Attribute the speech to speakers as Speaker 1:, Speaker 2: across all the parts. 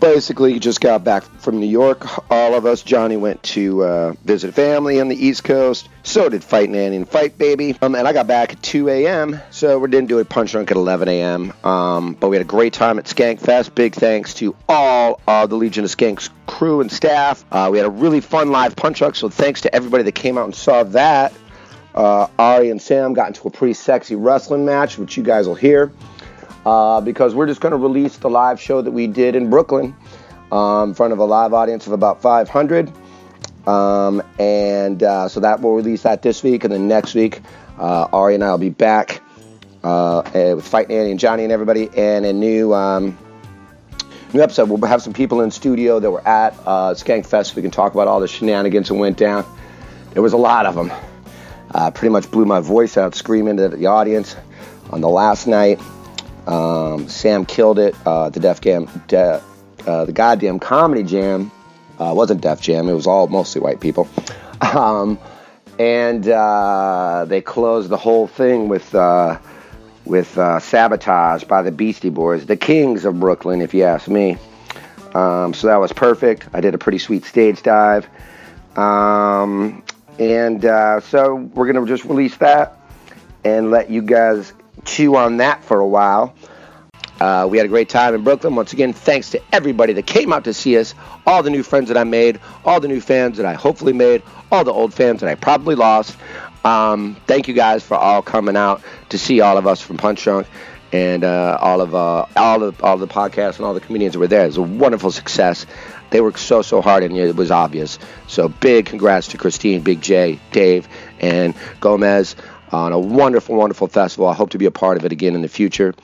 Speaker 1: Basically, just got back from New York. All of us. Johnny went to uh, visit family on the East Coast. So did Fight Nanny and Fight Baby. Um, and I got back at 2 a.m. So we didn't do a Punch Drunk at 11 a.m. Um, but we had a great time at Skank Fest. Big thanks to all of the Legion of Skanks crew and staff. Uh, we had a really fun live Punch Drunk. So thanks to everybody that came out and saw that. Uh, Ari and Sam got into a pretty sexy wrestling match, which you guys will hear, uh, because we're just going to release the live show that we did in Brooklyn uh, in front of a live audience of about 500. Um, and uh, so that will release that this week, and then next week, uh, Ari and I will be back uh, eh, with Fight Annie and Johnny and everybody, and a new. Um, new episode. We'll have some people in studio that were at uh, Skank Fest. We can talk about all the shenanigans that went down. There was a lot of them. Uh, pretty much blew my voice out screaming at the audience on the last night. Um, Sam killed it. Uh, the Def Jam, de, uh, the goddamn comedy jam uh, wasn't Def Jam. It was all mostly white people. Um, and uh, they closed the whole thing with uh, with uh, sabotage by the Beastie Boys, the kings of Brooklyn, if you ask me. Um, so that was perfect. I did a pretty sweet stage dive. Um, and uh, so we're going to just release that and let you guys chew on that for a while. Uh, we had a great time in Brooklyn. Once again, thanks to everybody that came out to see us, all the new friends that I made, all the new fans that I hopefully made, all the old fans that I probably lost. Um, thank you guys for all coming out to see all of us from Punch Drunk and uh, all of uh, all of all the podcasts and all the comedians that were there. It was a wonderful success. They worked so so hard, and it was obvious. So big congrats to Christine, Big J, Dave, and Gomez on a wonderful wonderful festival. I hope to be a part of it again in the future,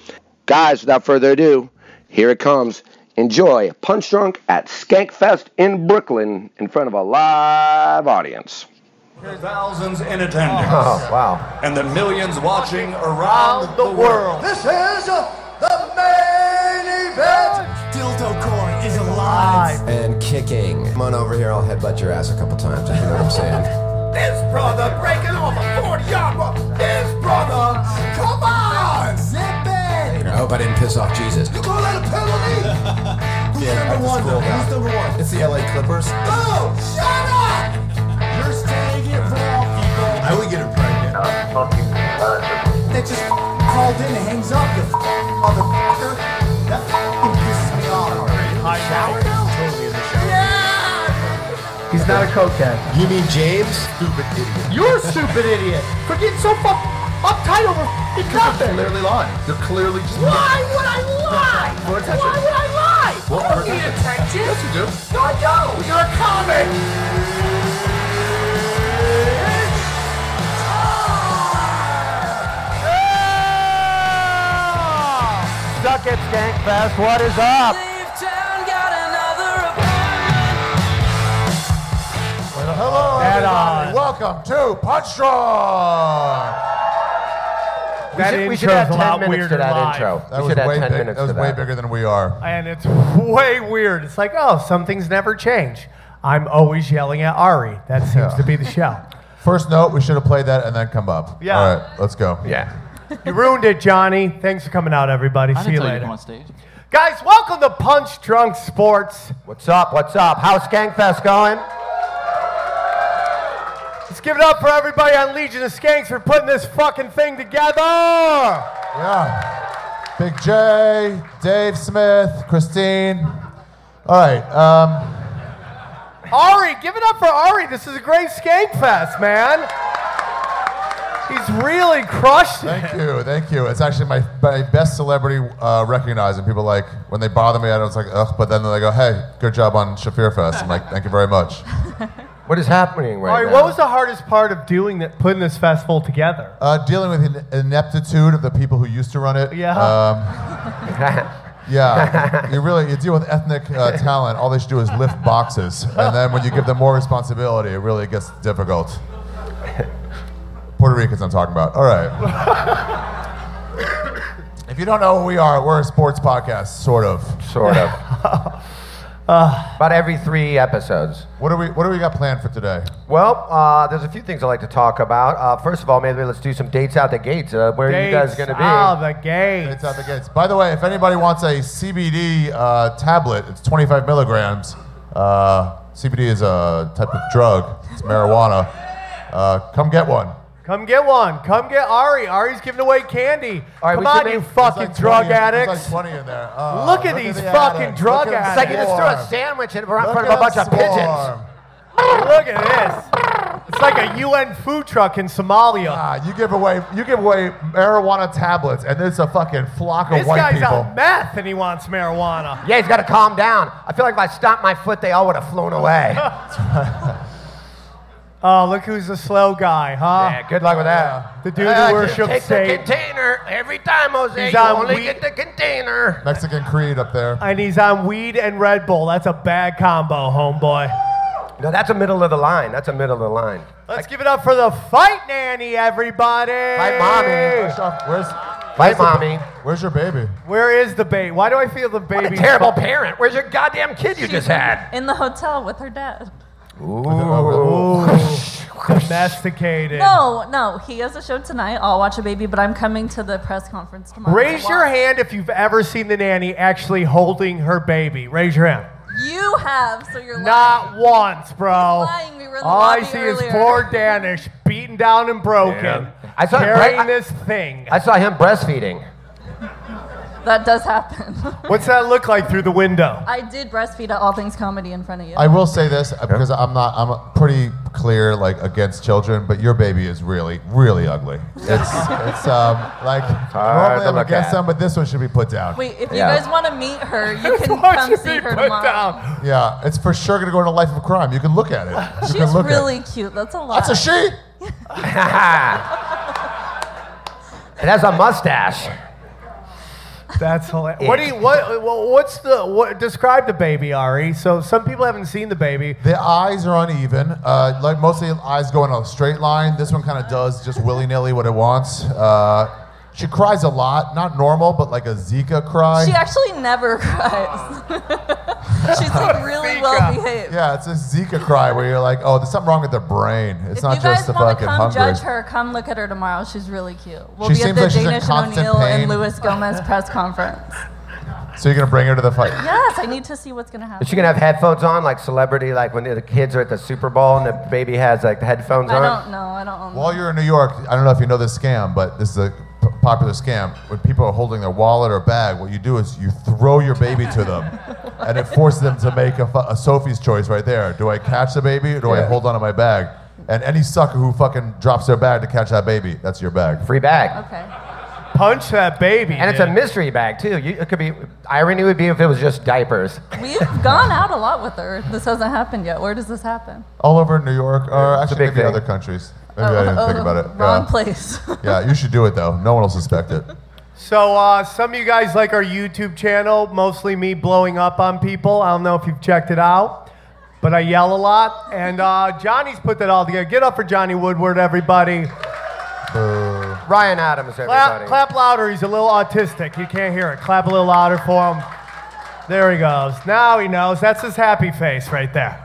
Speaker 1: guys. Without further ado, here it comes. Enjoy Punch Drunk at Skankfest in Brooklyn in front of a live audience.
Speaker 2: Thousands in attendance.
Speaker 3: Oh,
Speaker 1: wow.
Speaker 2: And the millions watching around the world.
Speaker 4: This is the main event.
Speaker 5: Dildo Corn is alive
Speaker 6: and kicking. Come on over here, I'll headbutt your ass a couple times. If you know what I'm saying?
Speaker 4: This brother breaking off a 40 yard run. This brother, come on, zip it.
Speaker 6: Here, I hope I didn't piss off Jesus.
Speaker 4: You gonna let a penalty?
Speaker 6: Yeah,
Speaker 5: number
Speaker 6: I
Speaker 5: one,
Speaker 6: scrolled
Speaker 5: though?
Speaker 6: down.
Speaker 5: Who's number one?
Speaker 6: It's the LA Clippers.
Speaker 4: Oh, shut up.
Speaker 5: You're staying it raw,
Speaker 6: I would get it pregnant.
Speaker 5: people. That just f***ing called in and hangs up, you f***ing motherfucker. That f***ing pisses me off.
Speaker 6: Totally in the shower.
Speaker 3: He's not a cokehead.
Speaker 6: You mean James? Stupid idiot.
Speaker 3: You're a stupid idiot for getting so fuck uptight over f***ing nothing.
Speaker 6: Clearly lying. You're clearly just.
Speaker 4: Why would I lie?
Speaker 6: More attention.
Speaker 4: Why would I lie?
Speaker 6: Well,
Speaker 4: I don't
Speaker 6: more
Speaker 4: need
Speaker 6: attention.
Speaker 4: attention.
Speaker 6: Yes, you do.
Speaker 4: No, I don't. You're a comic.
Speaker 3: Suck it, Skankfest. What is up?
Speaker 5: Well, hello,
Speaker 3: Dead
Speaker 5: everybody.
Speaker 3: on.
Speaker 5: Welcome to Punch Strong.
Speaker 3: That
Speaker 6: we should, we should
Speaker 3: intro's
Speaker 6: add
Speaker 3: a
Speaker 6: 10
Speaker 3: lot
Speaker 6: minutes to
Speaker 3: weirder
Speaker 6: that
Speaker 3: live.
Speaker 6: intro.
Speaker 5: That
Speaker 6: we
Speaker 5: was
Speaker 6: should add
Speaker 5: way
Speaker 6: 10
Speaker 5: big.
Speaker 6: minutes
Speaker 5: That was
Speaker 6: to
Speaker 5: way
Speaker 6: that.
Speaker 5: bigger than we are.
Speaker 3: And it's way weird. It's like, oh, some things never change. I'm always yelling at Ari. That seems
Speaker 5: Yeah.
Speaker 3: to be the show.
Speaker 5: First note, we should have played that and then come up.
Speaker 3: Yeah.
Speaker 5: All right, let's go.
Speaker 6: Yeah.
Speaker 3: You ruined it, Johnny. Thanks for coming out, everybody.
Speaker 7: I
Speaker 3: See
Speaker 7: didn't
Speaker 3: you
Speaker 7: tell you
Speaker 3: later.
Speaker 7: to come on stage.
Speaker 3: Guys, welcome to Punch Drunk Sports.
Speaker 6: What's up? What's up? How's Skankfest going?
Speaker 3: Let's give it up for everybody on Legion of Skanks for putting this fucking thing together.
Speaker 5: Yeah. Big J, Dave Smith, Christine. All right. Um,
Speaker 3: Ari, give it up for Ari. This is a great skate fest, man. He's really crushed it.
Speaker 5: Thank you, thank you. It's actually my, my best celebrity uh, recognizing people like when they bother me, I was like ugh, but then they go, hey, good job on Shafir Fest. I'm like, thank you very much.
Speaker 6: What is happening right
Speaker 3: All right,
Speaker 6: now?
Speaker 3: what was the hardest part of doing that, putting this festival together?
Speaker 5: Uh, dealing with in- ineptitude of the people who used to run it.
Speaker 3: Yeah.
Speaker 5: Um, yeah. You really you deal with ethnic uh, talent. All they should do is lift boxes, and then when you give them more responsibility, it really gets difficult. Puerto Ricans, I'm talking about. All right. if you don't know who we are, we're a sports podcast, sort of.
Speaker 6: Sort of.
Speaker 3: Uh,
Speaker 6: About every three episodes.
Speaker 5: What do we What do we got planned for today?
Speaker 6: Well, uh, there's a few things I'd like to talk about. Uh, first of all, maybe let's do some dates out the gates. Uh, where are you guys
Speaker 3: Dates
Speaker 6: going to be?
Speaker 3: out Oh, the gates.
Speaker 5: It's out the gates. By the way, if anybody wants a CBD uh, tablet, it's 25 milligrams. Uh, CBD is a type of drug. It's marijuana. Uh, come get one.
Speaker 3: Come get one. Come get Ari. Ari's giving away candy.
Speaker 6: All right,
Speaker 3: Come
Speaker 6: we should
Speaker 3: on,
Speaker 6: make-
Speaker 3: you
Speaker 6: There's
Speaker 3: fucking
Speaker 5: There's like
Speaker 3: drug
Speaker 5: 20 there's
Speaker 3: addicts.
Speaker 5: like 20 in there. Oh,
Speaker 3: Look at these
Speaker 5: the
Speaker 3: fucking
Speaker 5: addicts.
Speaker 3: drug
Speaker 5: Look at
Speaker 3: addicts.
Speaker 6: It's like you just threw a
Speaker 5: swarm.
Speaker 6: sandwich and we're in
Speaker 5: Look
Speaker 6: front
Speaker 5: at
Speaker 6: of a bunch of
Speaker 5: swarm.
Speaker 6: pigeons.
Speaker 3: Look at this. It's like a UN food truck in Somalia.
Speaker 5: Ah, you give away you give away marijuana tablets, and there's a fucking flock of
Speaker 3: This
Speaker 5: white
Speaker 3: guy's
Speaker 5: people.
Speaker 3: on meth and he wants marijuana.
Speaker 6: Yeah, he's got to calm down. I feel like if I stomped my foot, they all would have flown away.
Speaker 3: Oh, look who's the slow guy, huh?
Speaker 6: yeah, good luck with that.
Speaker 3: The dude
Speaker 6: Yeah,
Speaker 3: who
Speaker 6: just
Speaker 3: worships
Speaker 6: take
Speaker 3: Satan.
Speaker 6: the container every time, Jose.
Speaker 3: He's
Speaker 6: You
Speaker 3: on
Speaker 6: only
Speaker 3: wheat.
Speaker 6: get the container.
Speaker 5: Mexican Creed up there.
Speaker 3: And he's on weed and Red Bull. That's a bad combo, homeboy.
Speaker 6: No, that's a middle of the line. That's a middle of the line.
Speaker 3: Let's give it up for the fight nanny, everybody.
Speaker 6: Fight mommy.
Speaker 5: Where's
Speaker 6: Fight mommy.
Speaker 5: Where's your baby?
Speaker 3: Where is the bait? Why do I feel the
Speaker 6: What a
Speaker 3: baby?
Speaker 6: terrible parent. Where's your goddamn kid you just had?
Speaker 8: In the hotel with her dad.
Speaker 5: oh,
Speaker 3: domesticated?
Speaker 8: No, no, he has a show tonight. I'll watch a baby, but I'm coming to the press conference tomorrow.
Speaker 3: Raise
Speaker 8: to
Speaker 3: your
Speaker 8: watch.
Speaker 3: hand if you've ever seen the nanny actually holding her baby. Raise your hand.
Speaker 8: You have, so you're lying.
Speaker 3: Not once, bro.
Speaker 8: He's lying. We were in the
Speaker 3: All I
Speaker 8: lobby
Speaker 3: see
Speaker 8: earlier.
Speaker 3: is poor Danish beaten down and broken,
Speaker 6: Yeah. I saw-
Speaker 3: carrying
Speaker 6: I- I-
Speaker 3: this thing.
Speaker 6: I saw him breastfeeding.
Speaker 8: That does happen.
Speaker 3: What's that look like through the window?
Speaker 8: I did breastfeed at All Things Comedy in front of you.
Speaker 5: I will say this uh, because I'm not I'm pretty clear like against children, but your baby is really really ugly. It's it's um like
Speaker 6: hard
Speaker 5: normally
Speaker 6: to
Speaker 5: I'm
Speaker 6: look
Speaker 5: against
Speaker 6: at.
Speaker 5: them, but this one should be put down.
Speaker 8: Wait, if you
Speaker 6: Yeah.
Speaker 8: guys want to meet her, you can
Speaker 3: Why
Speaker 8: come
Speaker 3: should
Speaker 8: see
Speaker 3: we
Speaker 8: her
Speaker 3: put
Speaker 8: tomorrow.
Speaker 3: down?
Speaker 5: Yeah, it's for sure gonna go into life of crime. You can look at it. You
Speaker 8: She's
Speaker 5: can look
Speaker 8: really
Speaker 5: At it.
Speaker 8: cute. That's a lot.
Speaker 5: That's a she.
Speaker 6: it has a mustache.
Speaker 3: That's hilarious. What do you what what- what's the what describe the baby, Ari? So some people haven't seen the baby.
Speaker 5: The eyes are uneven. Uh, like mostly eyes go in a straight line. This one kind of does just willy nilly what it wants. Uh, she cries a lot. Not normal, but like a Zika cry.
Speaker 8: She actually never cries. She's like really well behaved.
Speaker 5: yeah, it's a Zika cry where you're like, oh, there's something wrong with their brain. It's
Speaker 8: If
Speaker 5: not
Speaker 8: you
Speaker 5: just
Speaker 8: guys
Speaker 5: the
Speaker 8: want
Speaker 5: fucking
Speaker 8: to come
Speaker 5: hunger.
Speaker 8: judge her, come look at her tomorrow. She's really cute. We'll
Speaker 5: She
Speaker 8: be at
Speaker 5: seems
Speaker 8: the
Speaker 5: like she's in
Speaker 8: Danish and
Speaker 5: constant
Speaker 8: O'Neill
Speaker 5: pain.
Speaker 8: and Luis Gomez press conference.
Speaker 5: So you're gonna bring her to the fight?
Speaker 8: Yes, I need to see what's gonna happen.
Speaker 6: Is she gonna have headphones on like celebrity, like when the kids are at the Super Bowl and the baby has like the headphones
Speaker 8: I
Speaker 6: on?
Speaker 8: don't know. I don't. Own
Speaker 5: While you're in New York, I don't know if you know this scam, but this is a p- popular scam. When people are holding their wallet or bag, what you do is you throw your baby to them, and it forces them to make a, fu- a Sophie's choice right there. Do I catch the baby or do I
Speaker 6: Yeah.
Speaker 5: hold on to my bag? And any sucker who fucking drops their bag to catch that baby, that's your bag.
Speaker 6: Free bag.
Speaker 8: Okay.
Speaker 3: Punch that baby.
Speaker 6: And it's a mystery bag too. You, it could be irony would be if it was just diapers.
Speaker 8: We've gone out a lot with her. This hasn't happened yet. Where does this happen?
Speaker 5: All over New York, or
Speaker 6: It's a
Speaker 5: actually
Speaker 6: big
Speaker 5: maybe
Speaker 6: thing.
Speaker 5: other countries. Maybe I didn't think about it.
Speaker 8: Oh, Wrong
Speaker 5: yeah.
Speaker 8: place.
Speaker 5: yeah, you should do it though. No one will suspect it.
Speaker 3: So uh, some of you guys like our YouTube channel, mostly me blowing up on people. I don't know if you've checked it out, but I yell a lot. And uh, Johnny's put that all together. Get up for Johnny Woodward, everybody.
Speaker 5: Boo.
Speaker 6: Ryan Adams, everybody.
Speaker 3: Clap, clap louder. He's a little autistic. You can't hear it. Clap a little louder for him. There he goes. Now he knows. That's his happy face right there.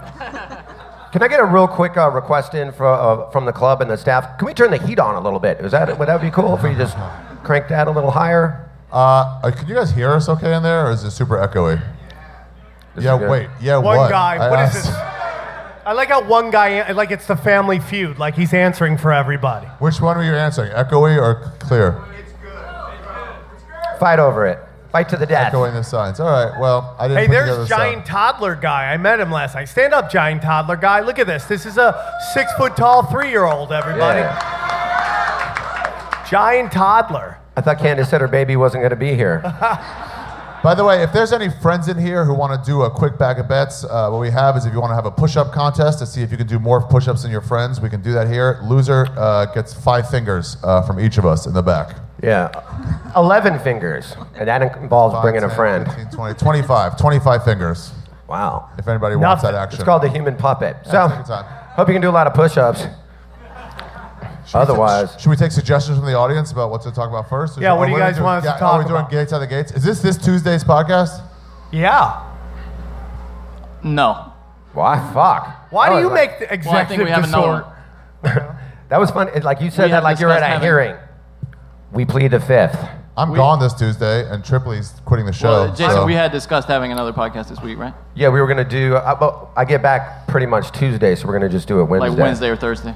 Speaker 6: Can I get a real quick uh, request in for, uh, from the club and the staff? Can we turn the heat on a little bit? Is that would that be cool if we just crank that a little higher?
Speaker 5: Uh, uh, can you guys hear us okay in there, or is it super echoey?
Speaker 6: This
Speaker 5: yeah,
Speaker 6: is good.
Speaker 5: wait. Yeah,
Speaker 3: One
Speaker 5: what?
Speaker 3: guy.
Speaker 5: I
Speaker 3: What is
Speaker 5: asked-
Speaker 3: this? I like how one guy, like it's the family feud, like he's answering for everybody.
Speaker 5: Which one were you answering? Echoey or c- clear?
Speaker 6: Fight over it. Fight to the death.
Speaker 5: Echoing the signs. All right. Well, I didn't.
Speaker 3: Hey,
Speaker 5: put together
Speaker 3: there's
Speaker 5: the
Speaker 3: giant toddler guy. I met him last night. Stand up, giant toddler guy. Look at this. This is a six foot tall three year old. Everybody. Giant toddler.
Speaker 6: I thought Candace said her baby wasn't going to be here.
Speaker 5: By the way, if there's any friends in here who want to do a quick bag of bets, uh, what we have is if you want to have a push-up contest to see if you can do more push-ups than your friends, we can do that here. Loser uh, gets five fingers uh, from each of us in the back.
Speaker 6: Yeah. 11 fingers. And that involves
Speaker 5: Five,
Speaker 6: bringing a
Speaker 5: 10,
Speaker 6: friend.
Speaker 5: 15, 20, 25, 25 fingers.
Speaker 6: Wow.
Speaker 5: If anybody wants that action.
Speaker 6: It's called the human puppet.
Speaker 5: Yeah, take
Speaker 6: so, hope you can do a lot of push ups. Otherwise,
Speaker 5: Should we take suggestions from the audience about what to talk about first?
Speaker 6: "Oh, Yeah, what do you guys want us to talk
Speaker 5: about? Are we doing gates out the gates? Is this this Tuesday's podcast?
Speaker 3: Yeah.
Speaker 6: no. oh, Why? Fuck.
Speaker 3: Why
Speaker 6: That
Speaker 3: do
Speaker 6: was
Speaker 3: you
Speaker 6: like-
Speaker 3: make the executive disorder?
Speaker 6: that was fun. It- like you said
Speaker 3: We
Speaker 6: that,
Speaker 3: have
Speaker 6: like you were at a
Speaker 3: discussed having-
Speaker 6: hearing. We plead the fifth.
Speaker 5: I'm gone this Tuesday, and Tripoli's quitting the show.
Speaker 7: Well, Jason,
Speaker 5: so-
Speaker 7: we had discussed having another podcast this week, right?
Speaker 6: Yeah, we were gonna do. I, well, I get back pretty much Tuesday, so we're gonna just do it Wednesday.
Speaker 7: Like Wednesday or Thursday.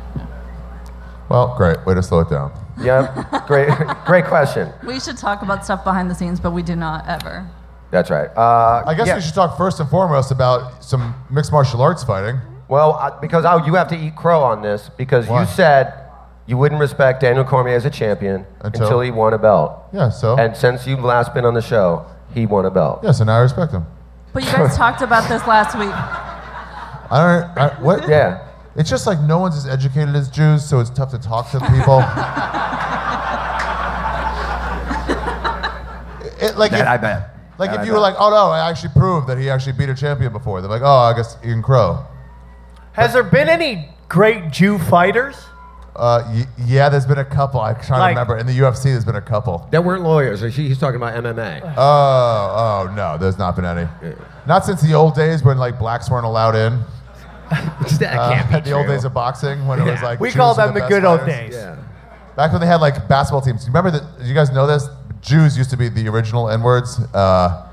Speaker 5: Well, great. Way to slow it down.
Speaker 6: Yep. Great. great question.
Speaker 8: We should talk about stuff behind the scenes, but we do not ever.
Speaker 6: That's right. Uh,
Speaker 5: I guess we should talk first and foremost about some mixed martial arts fighting.
Speaker 6: Well, I, because I, you have to eat crow on this because you said you wouldn't respect Daniel Cormier as a champion
Speaker 5: Until-
Speaker 6: until, he won a belt.
Speaker 5: Yeah, so?
Speaker 6: And since you've last been on the show, he won a belt.
Speaker 5: Yeah, so now I respect him.
Speaker 8: But you guys talked about this last week.
Speaker 5: I don't. I, what?
Speaker 6: Yeah.
Speaker 5: It's just like no one's as educated as Jews, so it's tough to talk to people. it, like
Speaker 6: That
Speaker 5: if,
Speaker 6: I bet.
Speaker 5: Like
Speaker 6: That
Speaker 5: if
Speaker 6: I
Speaker 5: you were
Speaker 6: bet.
Speaker 5: like, oh no, I actually proved that he actually beat a champion before. They're like, oh, I guess Ian Crow.
Speaker 3: Has there been any great Jew fighters?
Speaker 5: Uh, y- yeah, there's been a couple. I'm trying
Speaker 3: Like-
Speaker 5: to remember. In the UFC, there's been a couple.
Speaker 6: There weren't lawyers. He's talking about MMA.
Speaker 5: Oh, oh no, there's not been any. Not since the old days when like blacks weren't allowed in.
Speaker 6: that
Speaker 5: can't be Uh, The old days of boxing when it was
Speaker 3: Yeah.
Speaker 5: like
Speaker 3: We
Speaker 5: Jews
Speaker 3: call
Speaker 5: were
Speaker 3: them the
Speaker 5: best
Speaker 3: good old
Speaker 5: players.
Speaker 3: days. Yeah.
Speaker 5: Back when they had like basketball teams. Remember that? You guys know this? Jews used to be the original N words uh,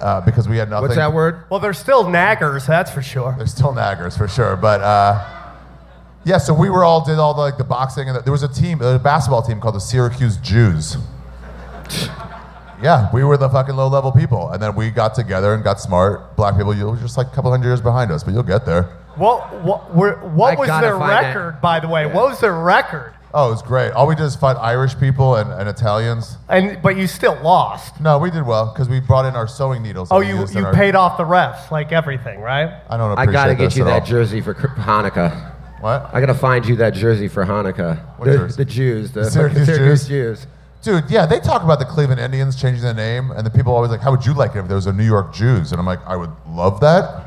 Speaker 5: uh, because we had nothing.
Speaker 6: word?
Speaker 3: Well, they're still naggers, that's for sure.
Speaker 5: They're still naggers for sure, but. Uh, yeah, so we were all did all the, like the boxing and the, there was a team, there was a basketball team called the Syracuse Jews. yeah, we were the fucking low level people, and then we got together and got smart. Black people, you're just like a couple hundred years behind us, but you'll get there.
Speaker 3: What what were,
Speaker 5: I
Speaker 3: what was
Speaker 5: gotta
Speaker 3: their
Speaker 5: find that.
Speaker 3: record, by the way? What was their record?
Speaker 5: Oh, it was great. All we did is fight Irish people and, and Italians.
Speaker 3: And but you still lost.
Speaker 5: No, we did well because we brought in our sewing needles. that
Speaker 3: Oh,
Speaker 5: we
Speaker 3: you
Speaker 5: used in
Speaker 3: you
Speaker 5: our-
Speaker 3: paid off the refs like everything, right?
Speaker 5: I don't
Speaker 6: I
Speaker 5: appreciate
Speaker 6: gotta get
Speaker 5: this
Speaker 6: you
Speaker 5: at
Speaker 6: that
Speaker 5: all.
Speaker 6: jersey for Cr- Hanukkah.
Speaker 5: What?
Speaker 6: I gotta find you that jersey for Hanukkah.
Speaker 5: What
Speaker 6: the,
Speaker 5: jersey?
Speaker 6: the Jews, the
Speaker 5: Syracuse
Speaker 6: Syracuse
Speaker 5: Jews?
Speaker 6: Jews.
Speaker 5: Dude, yeah, they talk about the Cleveland Indians changing the name, and the people are always like, "How would you like it if there was a New York Jews?" And I'm like, "I would love that."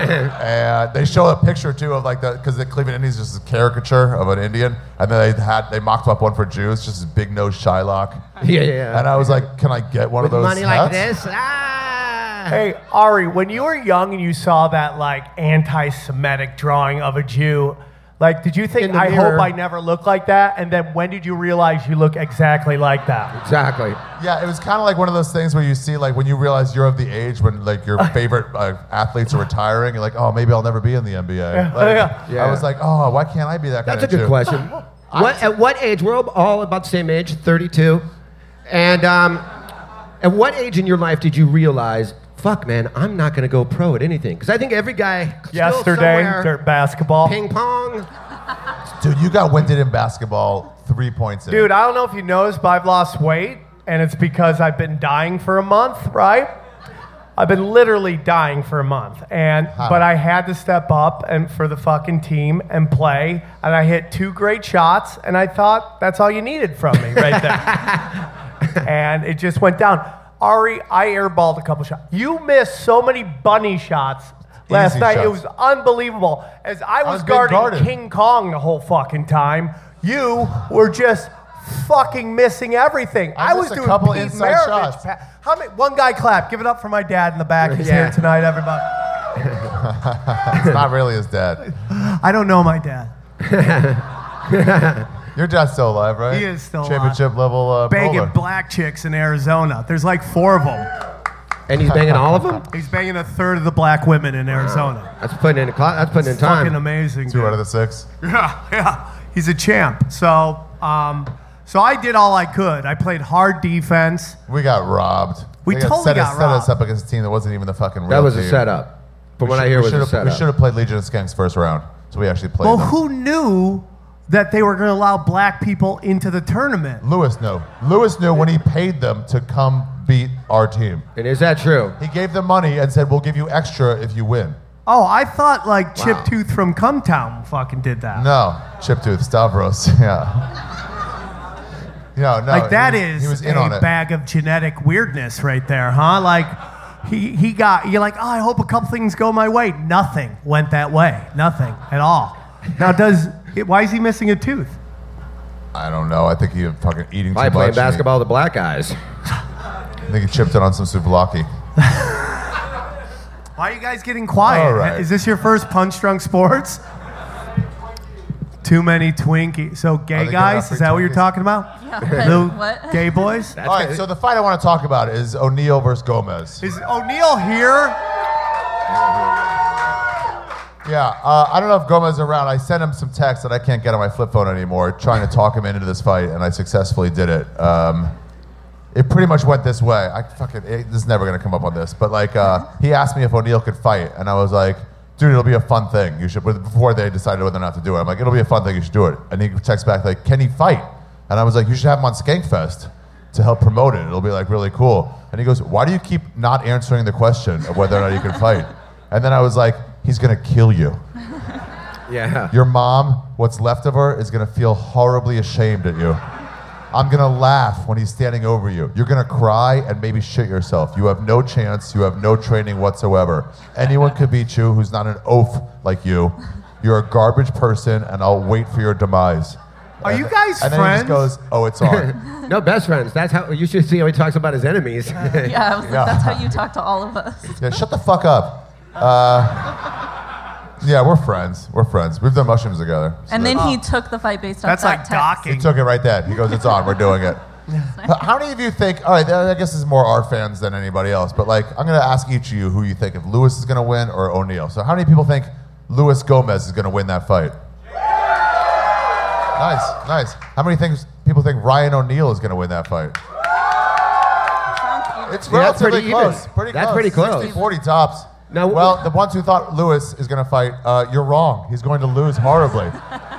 Speaker 5: and they show a picture too of like the because the Cleveland Indians is just a caricature of an Indian, and then they had they mocked up one for Jews, just this big nosed Shylock.
Speaker 6: Yeah, yeah, yeah.
Speaker 5: And I was like, "Can I get one of those?" hats?"
Speaker 6: Ah.
Speaker 3: Hey Ari, when you were young and you saw that like anti-Semitic drawing of a Jew, like did you think
Speaker 6: the
Speaker 3: I
Speaker 6: mirror.
Speaker 3: hope I never look like that? And then when did you realize you look exactly like that?
Speaker 6: Exactly.
Speaker 5: Yeah, it was kind of like one of those things where you see, like, when you realize you're of the age when, like, your favorite uh, athletes are retiring. You're like, oh, maybe I'll never be in the NBA. Like,
Speaker 6: Yeah.
Speaker 5: I was like, oh, why can't I be that?
Speaker 6: That's
Speaker 5: kinda
Speaker 6: a good
Speaker 5: Jew?
Speaker 6: question. what, at what age? We're all about the same age, 32. And um, at what age in your life did you realize, fuck, man, I'm not going to go pro at anything? Because I think every guy still
Speaker 3: Yesterday,
Speaker 6: somewhere-
Speaker 3: dirt basketball.
Speaker 6: ping pong.
Speaker 5: Dude, you got winded in basketball three points in.
Speaker 3: Dude, I don't know if you noticed, but I've lost weight, and it's because I've been dying for a month, right? I've been literally dying for a month, and but I had to step up and for the fucking team and play, and I hit two great shots, and I thought that's all you needed from me right there, and it just went down. Ari, I airballed a couple shots. You missed so many bunny shots last
Speaker 5: Easy
Speaker 3: night;
Speaker 5: shots.
Speaker 3: it was unbelievable. As I
Speaker 5: was
Speaker 3: was,
Speaker 5: being
Speaker 3: guarding
Speaker 5: guarded.
Speaker 3: King Kong the whole fucking time. You were just fucking missing everything.
Speaker 5: I
Speaker 3: I, was
Speaker 5: missed a
Speaker 3: doing
Speaker 5: couple
Speaker 3: Pete
Speaker 5: inside
Speaker 3: Maravich
Speaker 5: shots.
Speaker 3: pa- How many? One guy clap. Give it up for my dad in the back. He's
Speaker 5: Yeah.
Speaker 3: here tonight, everybody.
Speaker 5: it's not really his dad.
Speaker 3: I don't know my dad.
Speaker 5: Your dad's still alive, right?
Speaker 3: He is still alive.
Speaker 5: Championship level uh,
Speaker 3: Banging
Speaker 5: bowler.
Speaker 3: black chicks in Arizona. There's like four of them.
Speaker 6: And he's banging all of them?
Speaker 3: He's banging a third of the black women in Arizona.
Speaker 6: That's putting in a clock. That's putting in
Speaker 3: It's
Speaker 6: time.
Speaker 3: fucking amazing.
Speaker 5: Two
Speaker 3: dude.
Speaker 5: out of the six.
Speaker 3: Yeah, yeah. He's a champ. So, um, So I did all I could. I played hard defense.
Speaker 5: We got robbed.
Speaker 3: We
Speaker 5: They
Speaker 3: totally
Speaker 5: set,
Speaker 3: got
Speaker 5: us, set
Speaker 3: robbed.
Speaker 5: us up against a team that wasn't even the fucking real
Speaker 6: That was a
Speaker 5: team.
Speaker 6: setup. From
Speaker 5: We
Speaker 6: what I
Speaker 5: should- we
Speaker 6: hear, it was a
Speaker 5: should've-
Speaker 6: setup.
Speaker 5: We should have played Legion of Skanks first round, so we actually played
Speaker 3: Well,
Speaker 5: them.
Speaker 3: who knew that they were going to allow black people into the tournament?
Speaker 5: Lewis knew. Lewis knew when he paid them to come beat our team.
Speaker 6: And is that true?
Speaker 5: He gave them money and said, "We'll give you extra if you win."
Speaker 3: Oh, I thought like
Speaker 5: Wow.
Speaker 3: Chip Tooth from Cumtown fucking did that.
Speaker 5: No, Chiptooth Stavros. Yeah. No, no.
Speaker 3: like that
Speaker 5: he,
Speaker 3: is
Speaker 5: he was in
Speaker 3: a
Speaker 5: on it.
Speaker 3: bag of genetic weirdness right there, huh? Like he he got you're like, oh, I hope a couple things go my way. Nothing went that way. Nothing at all. Now does it, why is he missing a tooth?
Speaker 5: I don't know. I think he was fucking eating
Speaker 6: Probably
Speaker 5: too
Speaker 6: playing
Speaker 5: much. and he-
Speaker 6: basketball with the black guys.
Speaker 5: I think he chipped it on some souvlaki.
Speaker 3: Why are you guys getting quiet?
Speaker 5: All right.
Speaker 3: Is this your first punch drunk sports? Too many Twinkies. So
Speaker 5: Are
Speaker 3: gay
Speaker 5: they
Speaker 3: guys,
Speaker 5: gonna
Speaker 3: is that what you're
Speaker 5: Twinkies?
Speaker 3: talking about? Little Gay boys?
Speaker 5: All right, so the fight I want to talk about is O'Neal versus Gomez.
Speaker 3: Is O'Neal here?
Speaker 5: Yeah, uh, I don't know if Gomez is around. I sent him some text that I can't get on my flip phone anymore, trying to talk him into this fight, and I successfully did it. Um, it pretty much went this way. I fucking it, this is never gonna come up on this, but like uh, he asked me if O'Neal could fight, and I was like, dude, it'll be a fun thing. You should before they decided whether or not to do it. I'm like, it'll be a fun thing. You should do it. And he texts back like, can he fight? And I was like, you should have him on Skankfest to help promote it. It'll be like really cool. And he goes, why do you keep not answering the question of whether or not you can fight? And then I was like, he's gonna kill you.
Speaker 6: Yeah.
Speaker 5: Your mom, what's left of her, is going to feel horribly ashamed at you. I'm going to laugh when he's standing over you. You're going to cry and maybe shit yourself. You have no chance. You have no training whatsoever. Anyone could beat you who's not an oaf like you. You're a garbage person, and I'll wait for your demise.
Speaker 3: Are
Speaker 5: And-
Speaker 3: you guys
Speaker 5: and
Speaker 3: friends?
Speaker 5: then he just goes, oh, it's on.
Speaker 6: no, best friends. That's how you should see how he talks about his enemies.
Speaker 8: Yeah, I was like,
Speaker 5: Yeah.
Speaker 8: that's how you talk to all of us.
Speaker 5: yeah, shut the fuck up. Uh, yeah, we're friends. We're friends. We've done mushrooms together. so
Speaker 8: And then
Speaker 5: that's-
Speaker 8: he took the fight based on
Speaker 5: That's
Speaker 8: that
Speaker 5: like
Speaker 8: text.
Speaker 5: He took it right then. He goes, "It's on. We're doing it." H- How many of you think? All right, I guess it's more our fans than anybody else. But like, I'm going to ask each of you who you think if Lewis is going to win or O'Neal. So, how many people think Lewis Gomez is going to win that fight? Nice, nice. How many things people think Ryan O'Neal is going to win that fight? It's
Speaker 6: Yeah, that's
Speaker 5: relatively
Speaker 6: pretty
Speaker 5: close.
Speaker 6: even.
Speaker 5: Pretty
Speaker 6: That's
Speaker 5: close.
Speaker 6: pretty close.
Speaker 5: 60, 40 tops.
Speaker 6: Now-
Speaker 5: well, the ones who thought Lewis is going to fight, uh, you're wrong. He's going to lose horribly.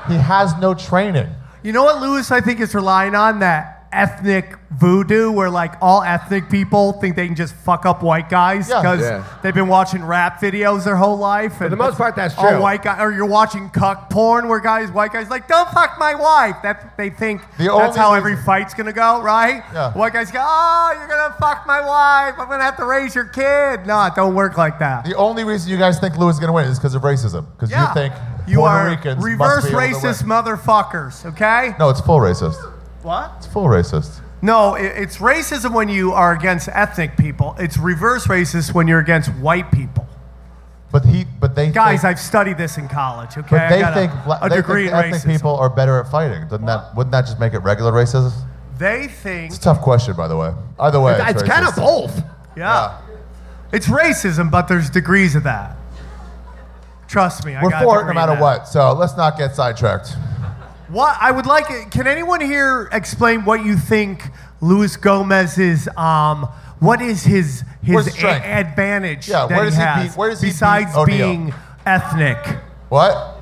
Speaker 5: he has no training.
Speaker 3: You know what Lewis I think is relying on? That ethnic voodoo where like all ethnic people think they can just fuck up white guys
Speaker 5: Yeah.
Speaker 3: because
Speaker 5: Yeah.
Speaker 3: they've been watching rap videos their whole life. For
Speaker 6: the most part, that's
Speaker 3: all
Speaker 6: true.
Speaker 3: white guy or you're watching cuck porn where guys white guys like, Don't fuck my wife. That they think
Speaker 5: The
Speaker 3: that's
Speaker 5: only
Speaker 3: how every fight's gonna go, right?
Speaker 5: Yeah.
Speaker 3: White guys go, Oh, you're gonna fuck my wife, I'm gonna have to raise your kid. No, it don't work like that.
Speaker 5: The only reason you guys think Lewis is going to win is because of racism. Because you think
Speaker 3: you
Speaker 5: Puerto
Speaker 3: are
Speaker 5: Ricans
Speaker 3: reverse
Speaker 5: must be able to
Speaker 3: racist
Speaker 5: win.
Speaker 3: motherfuckers, okay?
Speaker 5: No, it's full racist.
Speaker 3: What?
Speaker 5: It's full racist.
Speaker 3: No, i- it's racism when you are against ethnic people. It's reverse racist when you're against white people.
Speaker 5: But he, but they
Speaker 3: Guys,
Speaker 5: think,
Speaker 3: I've studied this in college. Okay,
Speaker 5: but
Speaker 3: I
Speaker 5: they
Speaker 3: got a-
Speaker 5: think bla-
Speaker 3: a
Speaker 5: they
Speaker 3: degree
Speaker 5: think
Speaker 3: in
Speaker 5: ethnic
Speaker 3: racism.
Speaker 5: people are better at fighting. Doesn't that wouldn't that just make it regular racism?
Speaker 3: They think,
Speaker 5: It's a tough question, by the way. Either way,
Speaker 6: It's-
Speaker 5: it's,
Speaker 6: it's kinda
Speaker 5: racist.
Speaker 6: both.
Speaker 3: yeah. it's racism, but there's degrees of that. Trust me, I
Speaker 5: We're
Speaker 3: got a
Speaker 5: for it no
Speaker 3: degree in
Speaker 5: matter
Speaker 3: that.
Speaker 5: what. So let's not get sidetracked.
Speaker 3: What I would like, it- can anyone here explain what you think Luis Gomez's um, what is his
Speaker 5: Where's
Speaker 3: his
Speaker 5: his strength?
Speaker 3: a- advantage
Speaker 5: Yeah,
Speaker 3: that
Speaker 5: where does he
Speaker 3: has
Speaker 5: beat- where does he beat
Speaker 3: besides
Speaker 5: O'Neal?
Speaker 3: being ethnic?
Speaker 5: What?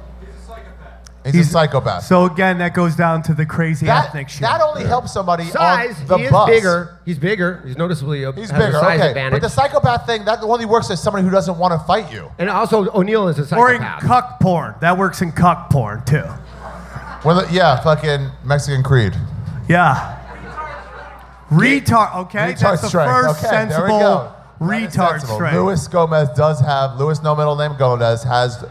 Speaker 5: He's a psychopath.
Speaker 3: So again, that goes down to the crazy
Speaker 5: that,
Speaker 3: ethnic shit.
Speaker 5: that only helps somebody
Speaker 6: Size.
Speaker 5: on the
Speaker 6: he is
Speaker 5: bus.
Speaker 6: bigger. He's bigger. He's noticeably a,
Speaker 5: He's
Speaker 6: has a
Speaker 5: bigger.
Speaker 6: size
Speaker 5: okay,
Speaker 6: advantage.
Speaker 5: but the psychopath thing that only works as somebody who doesn't want to fight you.
Speaker 6: and also, O'Neal is a
Speaker 3: or in
Speaker 6: psychopath.
Speaker 3: cuck porn. That works in cuck porn too.
Speaker 5: Well, yeah, fucking Mexican Creed.
Speaker 3: Yeah. Retard. Okay,
Speaker 5: Retard
Speaker 3: that's the
Speaker 5: strength.
Speaker 3: first
Speaker 5: Okay, there we
Speaker 3: sensible
Speaker 5: go.
Speaker 3: retard
Speaker 5: Sensible.
Speaker 3: strength.
Speaker 5: Luis Gomez does have Luis no middle name Gomez has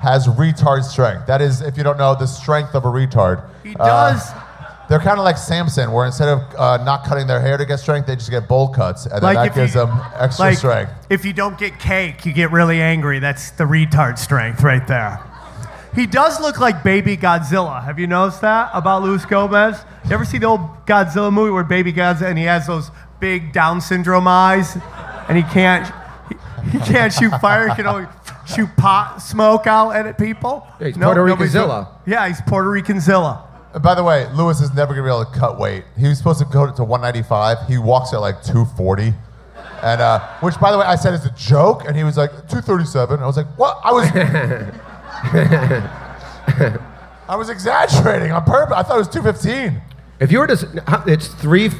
Speaker 5: has retard strength. That is, if you don't know, the strength of a retard. Uh,
Speaker 3: He does.
Speaker 5: they're kind of like Samson, where instead of uh, not cutting their hair to get strength, they just get bowl cuts, and then
Speaker 3: Like if
Speaker 5: that gives
Speaker 3: you-
Speaker 5: them extra
Speaker 3: like,
Speaker 5: strength.
Speaker 3: If you don't get cake, you get really angry. That's the retard strength right there. He does look like Baby Godzilla. Have you noticed that about Luis Gomez? You ever see the old Godzilla movie where Baby Godzilla and he has those big Down syndrome eyes, and he can't he, he can't shoot fire. He can only shoot pot smoke out at it, people.
Speaker 6: Yeah, he's Puerto
Speaker 3: nobody's-
Speaker 6: Ricozilla.
Speaker 3: Yeah, he's Puerto Ricozilla.
Speaker 5: And Uh, by the way, Lewis is never gonna be able to cut weight. He was supposed to go to 195. He walks at like 240. And uh, which, by the way, I said is a joke, and he was like 237. I was like, what? I was, I was exaggerating on purpose. I thought it was 215.
Speaker 6: If you were to, how- it's three,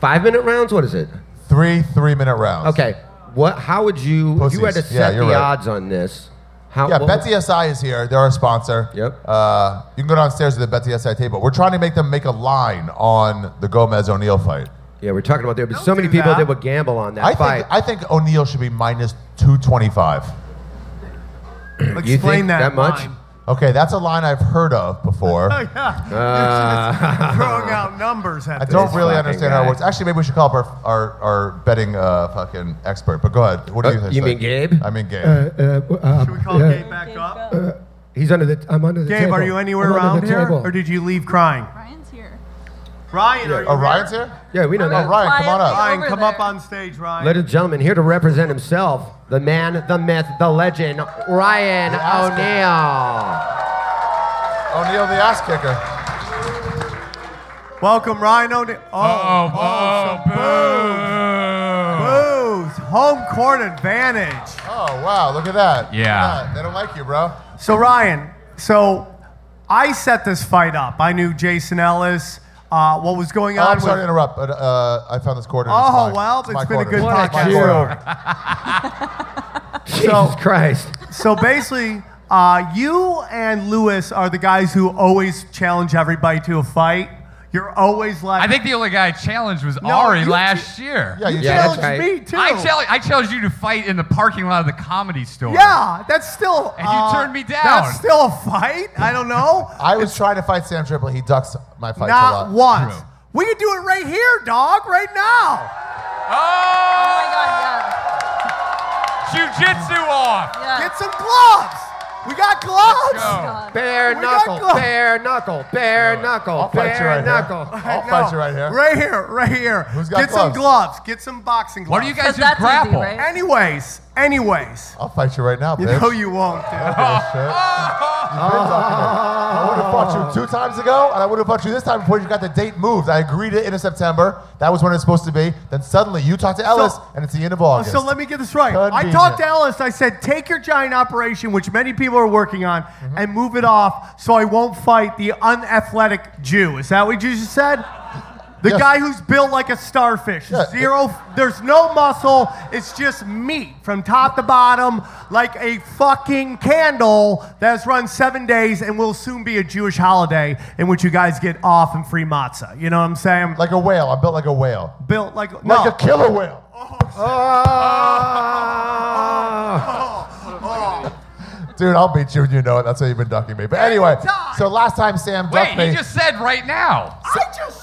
Speaker 6: five minute rounds. What is it?
Speaker 5: Three three minute rounds.
Speaker 6: Okay. What? How would you? if You had to
Speaker 5: Pussies. Yeah,
Speaker 6: set
Speaker 5: you're
Speaker 6: the
Speaker 5: right.
Speaker 6: odds on this. How?
Speaker 5: yeah,
Speaker 6: what
Speaker 5: Bet
Speaker 6: would-
Speaker 5: DSI is here. They're our sponsor. Yep. Uh, you can go downstairs to the Bet DSI table. We're trying to make them make a line on the Gomez O'Neill fight.
Speaker 6: Yeah, we're talking about there. But so many people that would gamble on that
Speaker 5: I
Speaker 6: fight.
Speaker 5: think I think O'Neill should be minus two twenty five.
Speaker 6: Explain You think that that much? line.
Speaker 5: Okay, that's a line I've heard of before.
Speaker 3: Oh, yeah.
Speaker 5: Uh,
Speaker 3: throwing out numbers at
Speaker 5: I
Speaker 3: this
Speaker 5: don't really
Speaker 3: fucking
Speaker 5: understand how
Speaker 3: guy.
Speaker 5: it works. Actually, maybe we should call up our our, our betting uh, fucking expert. But go ahead. What do
Speaker 6: Uh,
Speaker 5: you think?
Speaker 6: you mean
Speaker 5: Gabe? I mean
Speaker 6: Uh,
Speaker 5: Gabe.
Speaker 3: Should we call Gabe back up?
Speaker 6: He's under the. I'm under the
Speaker 3: Gabe,
Speaker 6: table.
Speaker 3: are you anywhere
Speaker 6: I'm under
Speaker 3: around
Speaker 6: the
Speaker 3: here,
Speaker 6: table.
Speaker 3: or did you leave crying? Ryan, are you
Speaker 5: Oh, Ryan's here? Oh,
Speaker 6: Yeah, we know that.
Speaker 3: Ryan, come up on stage, Ryan.
Speaker 6: Ladies and gentlemen, here to represent himself, the man, the myth, the legend, Ryan
Speaker 3: The ass
Speaker 6: O'Neill. Uh,
Speaker 5: O'Neill, the ass kicker.
Speaker 3: Welcome, Ryan O'Neill. Oh, oh, some boos. Boos. Home court advantage.
Speaker 5: Oh wow, look at that.
Speaker 3: Yeah.
Speaker 5: Look at that. They don't like you, bro.
Speaker 3: So, Ryan, so I set this fight up. I knew Jason Ellis, uh, what was going
Speaker 5: Oh,
Speaker 3: on.
Speaker 5: I'm sorry to
Speaker 3: with-
Speaker 5: interrupt, but uh, I found this quarter. It's
Speaker 3: Oh,
Speaker 5: mine.
Speaker 3: well,
Speaker 5: my
Speaker 3: it's been a
Speaker 5: quarter.
Speaker 3: good
Speaker 5: It's my
Speaker 3: podcast.
Speaker 5: quarter.
Speaker 3: so,
Speaker 6: Christ.
Speaker 3: So basically, uh, you and Lewis are the guys who always challenge everybody to a fight. You're always like.
Speaker 9: I think the only guy I challenged was
Speaker 3: No,
Speaker 9: Ari
Speaker 3: you
Speaker 9: last year.
Speaker 3: Yeah, you Yeah, challenged that's right. me, too.
Speaker 9: I challenged, I challenged you to fight in the parking lot of the comedy store.
Speaker 3: Yeah, that's still.
Speaker 9: And you turned me down.
Speaker 3: Uh, That's still a fight. I don't know.
Speaker 5: I was trying to fight Sam Triple. He ducks my fights a lot.
Speaker 3: Not once. We could do it right here, dog, right now.
Speaker 6: Oh
Speaker 9: Jiu-jitsu off.
Speaker 3: Get some gloves. We got gloves.
Speaker 6: Bare
Speaker 3: We got
Speaker 6: knuckle,
Speaker 3: gloves.
Speaker 6: bare knuckle, bare knuckle,
Speaker 3: I'll fight you
Speaker 6: bare
Speaker 3: right here.
Speaker 6: knuckle.
Speaker 3: No. Right here, right here.
Speaker 6: Who's got
Speaker 3: Get some gloves. Get some boxing gloves.
Speaker 6: Why do you guys But just that's easy, grapple? right?
Speaker 3: Anyways, anyways.
Speaker 5: I'll fight you right now,
Speaker 3: You
Speaker 5: bitch.
Speaker 3: know you won't, dude.
Speaker 9: Oh,
Speaker 5: I
Speaker 6: Oh!
Speaker 5: would have fought you two times ago, and I would have fought you this time before you got the date moved. I agreed to end of September. That was when it's supposed to be. Then suddenly you talk to Ellis, and it's the end of August.
Speaker 3: Oh, So let me get this right. I
Speaker 5: Convenient.
Speaker 3: talked to Ellis. I said, take your giant operation, which many people are working on,
Speaker 5: Mm-hmm.
Speaker 3: and move it off so I won't fight the unathletic Jew. Is that what you just said? The guy who's built like a starfish. Zero, there's no muscle. It's just meat from top to bottom, like a fucking candle that has run seven days and will soon be a Jewish holiday in which you guys get off and free matzah. You know what I'm saying?
Speaker 5: Like a whale. I'm built like a whale.
Speaker 3: Built like,
Speaker 5: Like
Speaker 3: no. Oh.
Speaker 5: a killer whale.
Speaker 6: Oh!
Speaker 5: Dude, I'll beat you and you know it. That's how you've been ducking me. But anyway, so last time Sam
Speaker 9: Wait,
Speaker 5: ducked me.
Speaker 9: he just said right now.
Speaker 3: I just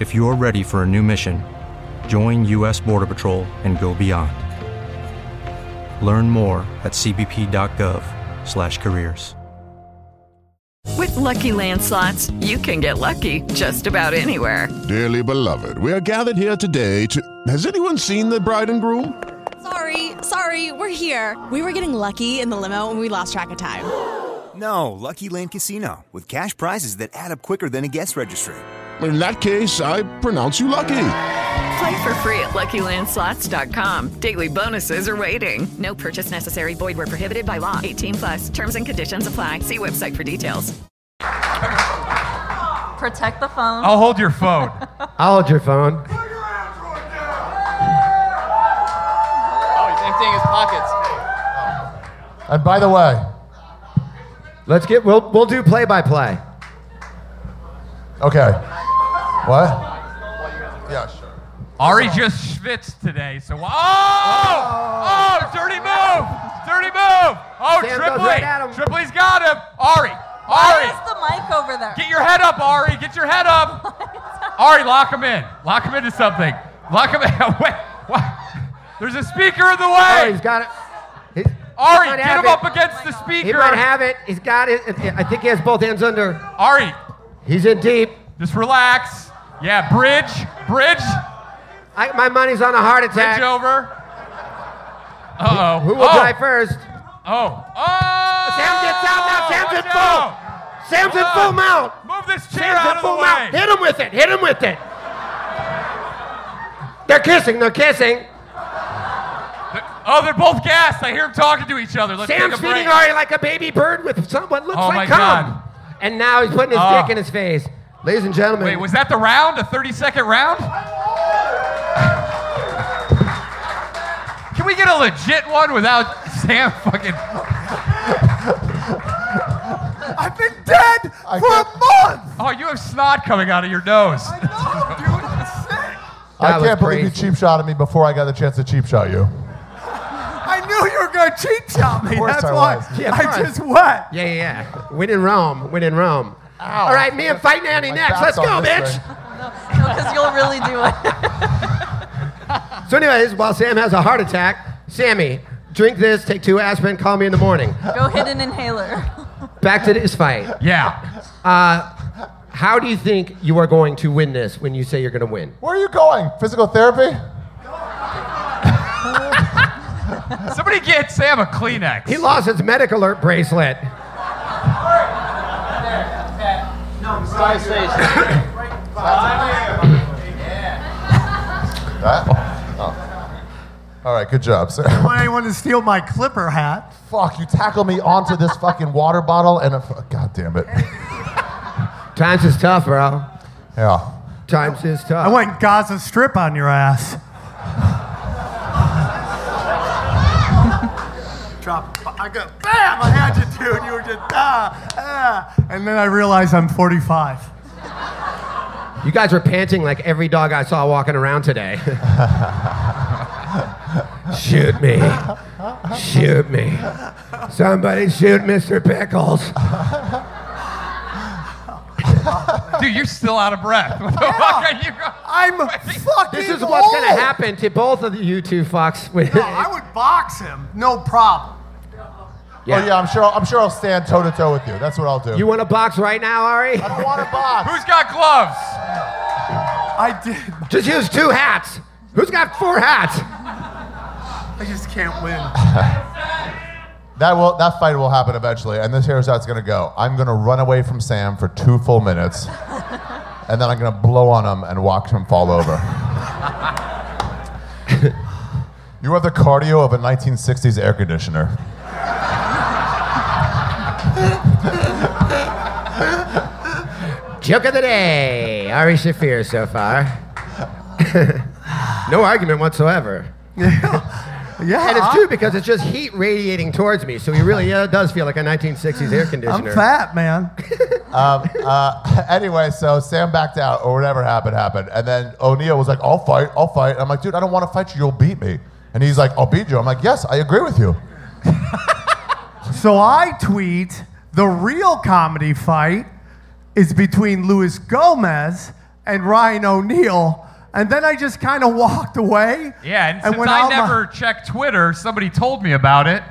Speaker 10: If you're ready for a new mission, join U.S. Border Patrol and go beyond. Learn more at cbp.gov/careers.
Speaker 11: With Lucky Land slots, you can get lucky just about anywhere.
Speaker 12: Dearly beloved, we are gathered here today to. Has anyone seen the bride and groom?
Speaker 13: Sorry, sorry, we're here. We were getting lucky in the limo and we lost track of time.
Speaker 14: No, Lucky Land Casino, with cash prizes that add up quicker than a guest registry.
Speaker 12: In that case, I pronounce you lucky.
Speaker 11: Play for free at LuckyLandSlots.com. Daily bonuses are waiting.
Speaker 15: No purchase necessary. Void where prohibited by law.
Speaker 11: 18 plus terms and conditions apply. See website for details.
Speaker 8: Protect the phone.
Speaker 6: I'll hold your phone. I'll hold your phone.
Speaker 7: Oh, he's emptying his pockets.
Speaker 5: And by the way,
Speaker 6: let's get. We'll we'll do play by play.
Speaker 5: Okay. What? Yeah, sure.
Speaker 9: Ari just schwitz today, so oh, oh, dirty move, dirty move. Oh,
Speaker 6: Sam goes
Speaker 9: Tripoli,
Speaker 6: right at him.
Speaker 9: Tripoli's got him. Ari, Ari,
Speaker 8: Why is the Mike over there.
Speaker 9: Get your head up, Ari. Get your head up. Ari, lock him in. Lock him into something. Lock him in. Wait, what? There's a speaker in the way.
Speaker 6: Ari, Oh, he's got it. He's,
Speaker 9: Ari,
Speaker 6: he might
Speaker 9: get
Speaker 6: have
Speaker 9: him
Speaker 6: it.
Speaker 9: up against the speaker.
Speaker 6: He might have it. He's got it. I think he has both hands under.
Speaker 9: Ari.
Speaker 6: He's in deep.
Speaker 9: Just relax. Yeah, bridge. Bridge.
Speaker 6: I, my money's on a heart attack.
Speaker 9: Bridge over. Uh oh.
Speaker 6: Who will die first?
Speaker 9: Oh. Oh!
Speaker 6: Sam's in foul now. Sam's in
Speaker 9: Watch
Speaker 6: full.
Speaker 9: out.
Speaker 6: Sam's in
Speaker 9: Hold
Speaker 6: full
Speaker 9: on.
Speaker 6: mount.
Speaker 9: Move this chair
Speaker 6: Sam's
Speaker 9: out
Speaker 6: in
Speaker 9: of
Speaker 6: full
Speaker 9: the
Speaker 6: mount.
Speaker 9: way.
Speaker 6: Hit him with it. Hit him with it. They're kissing. They're kissing.
Speaker 9: Oh, they're both gassed. I hear them talking to each other. Let's
Speaker 6: Sam's
Speaker 9: take a break.
Speaker 6: feeding Ari like a baby bird with someone looks
Speaker 9: Oh
Speaker 6: like
Speaker 9: my
Speaker 6: cum.
Speaker 9: God.
Speaker 6: And now he's putting his
Speaker 9: Oh.
Speaker 6: dick in his face. Ladies and gentlemen.
Speaker 9: Wait, was that the round? A 30 second round? Can we get a legit one without Sam fucking.
Speaker 4: I've been dead for a month.
Speaker 9: Oh, you have snot coming out of your nose.
Speaker 5: I
Speaker 6: That was
Speaker 5: can't believe you
Speaker 6: crazy.
Speaker 5: cheap shot at me before I got the chance to cheap shot you.
Speaker 4: I knew you were gonna cheat shot me.
Speaker 6: Of course
Speaker 4: That's
Speaker 6: I
Speaker 4: why
Speaker 6: was. Yeah, of
Speaker 4: I
Speaker 6: course.
Speaker 4: just went.
Speaker 6: Yeah, yeah, yeah. Win in Rome. Win in Rome. All right, me and Fight Nanny
Speaker 4: My
Speaker 6: next.
Speaker 4: back's
Speaker 6: Let's go,
Speaker 4: on this
Speaker 6: bitch.
Speaker 8: No, because you'll really do it.
Speaker 6: So, anyways, while Sam has a heart attack, Sammy, drink this, take two aspirin, call me in the morning.
Speaker 8: Go hit an inhaler.
Speaker 6: Back to this fight.
Speaker 9: Yeah.
Speaker 6: Uh, how do you think you are going to win this when you say you're going to win?
Speaker 5: Where are you going? Physical therapy?
Speaker 9: Somebody get Sam a Kleenex.
Speaker 6: He lost his medic alert bracelet.
Speaker 5: That? Oh. All right, good job, sir.
Speaker 3: want anyone to steal my Clipper hat.
Speaker 5: Fuck, you tackle me onto this fucking water bottle and a. f- God damn it.
Speaker 6: Times is tough, bro.
Speaker 5: Yeah.
Speaker 6: Times is
Speaker 3: I
Speaker 6: tough.
Speaker 3: went Gaza Strip on your ass. Drop. I go, bam! I had you two, and you were just ah, ah. And then I realized I'm 45.
Speaker 6: You guys were panting like every dog I saw walking around today. shoot me. Shoot me. Somebody shoot Mr. Pickles.
Speaker 9: Dude, you're still out of breath. What the fuck are you going?
Speaker 3: I'm fucking.
Speaker 6: This is what's
Speaker 3: old.
Speaker 6: going to happen to both of you two fucks. With
Speaker 3: No, I would box him, no problem.
Speaker 5: Oh, yeah, I'm sure, I'm sure I'll stand toe to toe with you. That's what I'll do.
Speaker 6: You want to box right now, Ari?
Speaker 5: I don't want to box.
Speaker 9: Who's got gloves?
Speaker 3: I did.
Speaker 6: Just use two hats. Who's got four hats?
Speaker 3: I just can't win.
Speaker 5: That will that fight will happen eventually, and this here's how it's gonna go. I'm gonna run away from Sam for two full minutes, and then I'm gonna blow on him and watch him fall over. you have the cardio of a 1960s air conditioner.
Speaker 6: Joke of the day. Ari Shafir so far. no argument whatsoever.
Speaker 3: Yeah,
Speaker 6: And it's
Speaker 3: I'm-
Speaker 6: true because it's just heat radiating towards me, so he really uh, does feel like a 1960s air
Speaker 3: I'm
Speaker 6: conditioner.
Speaker 3: fat, man.
Speaker 5: Um, uh, anyway, so Sam backed out, or whatever happened happened, and then O'Neill was like, "I'll fight, I'll fight." And I'm like, "Dude, I don't want to fight you. You'll beat me." And he's like, "I'll beat you." I'm like, "Yes, I agree with you."
Speaker 3: So I tweet the real comedy fight is between Luis Gomez and Ryan O'Neal. And then I just kind of walked away.
Speaker 9: Yeah, and, since
Speaker 3: went
Speaker 9: I
Speaker 3: out my-
Speaker 9: never checked Twitter, somebody told me about it,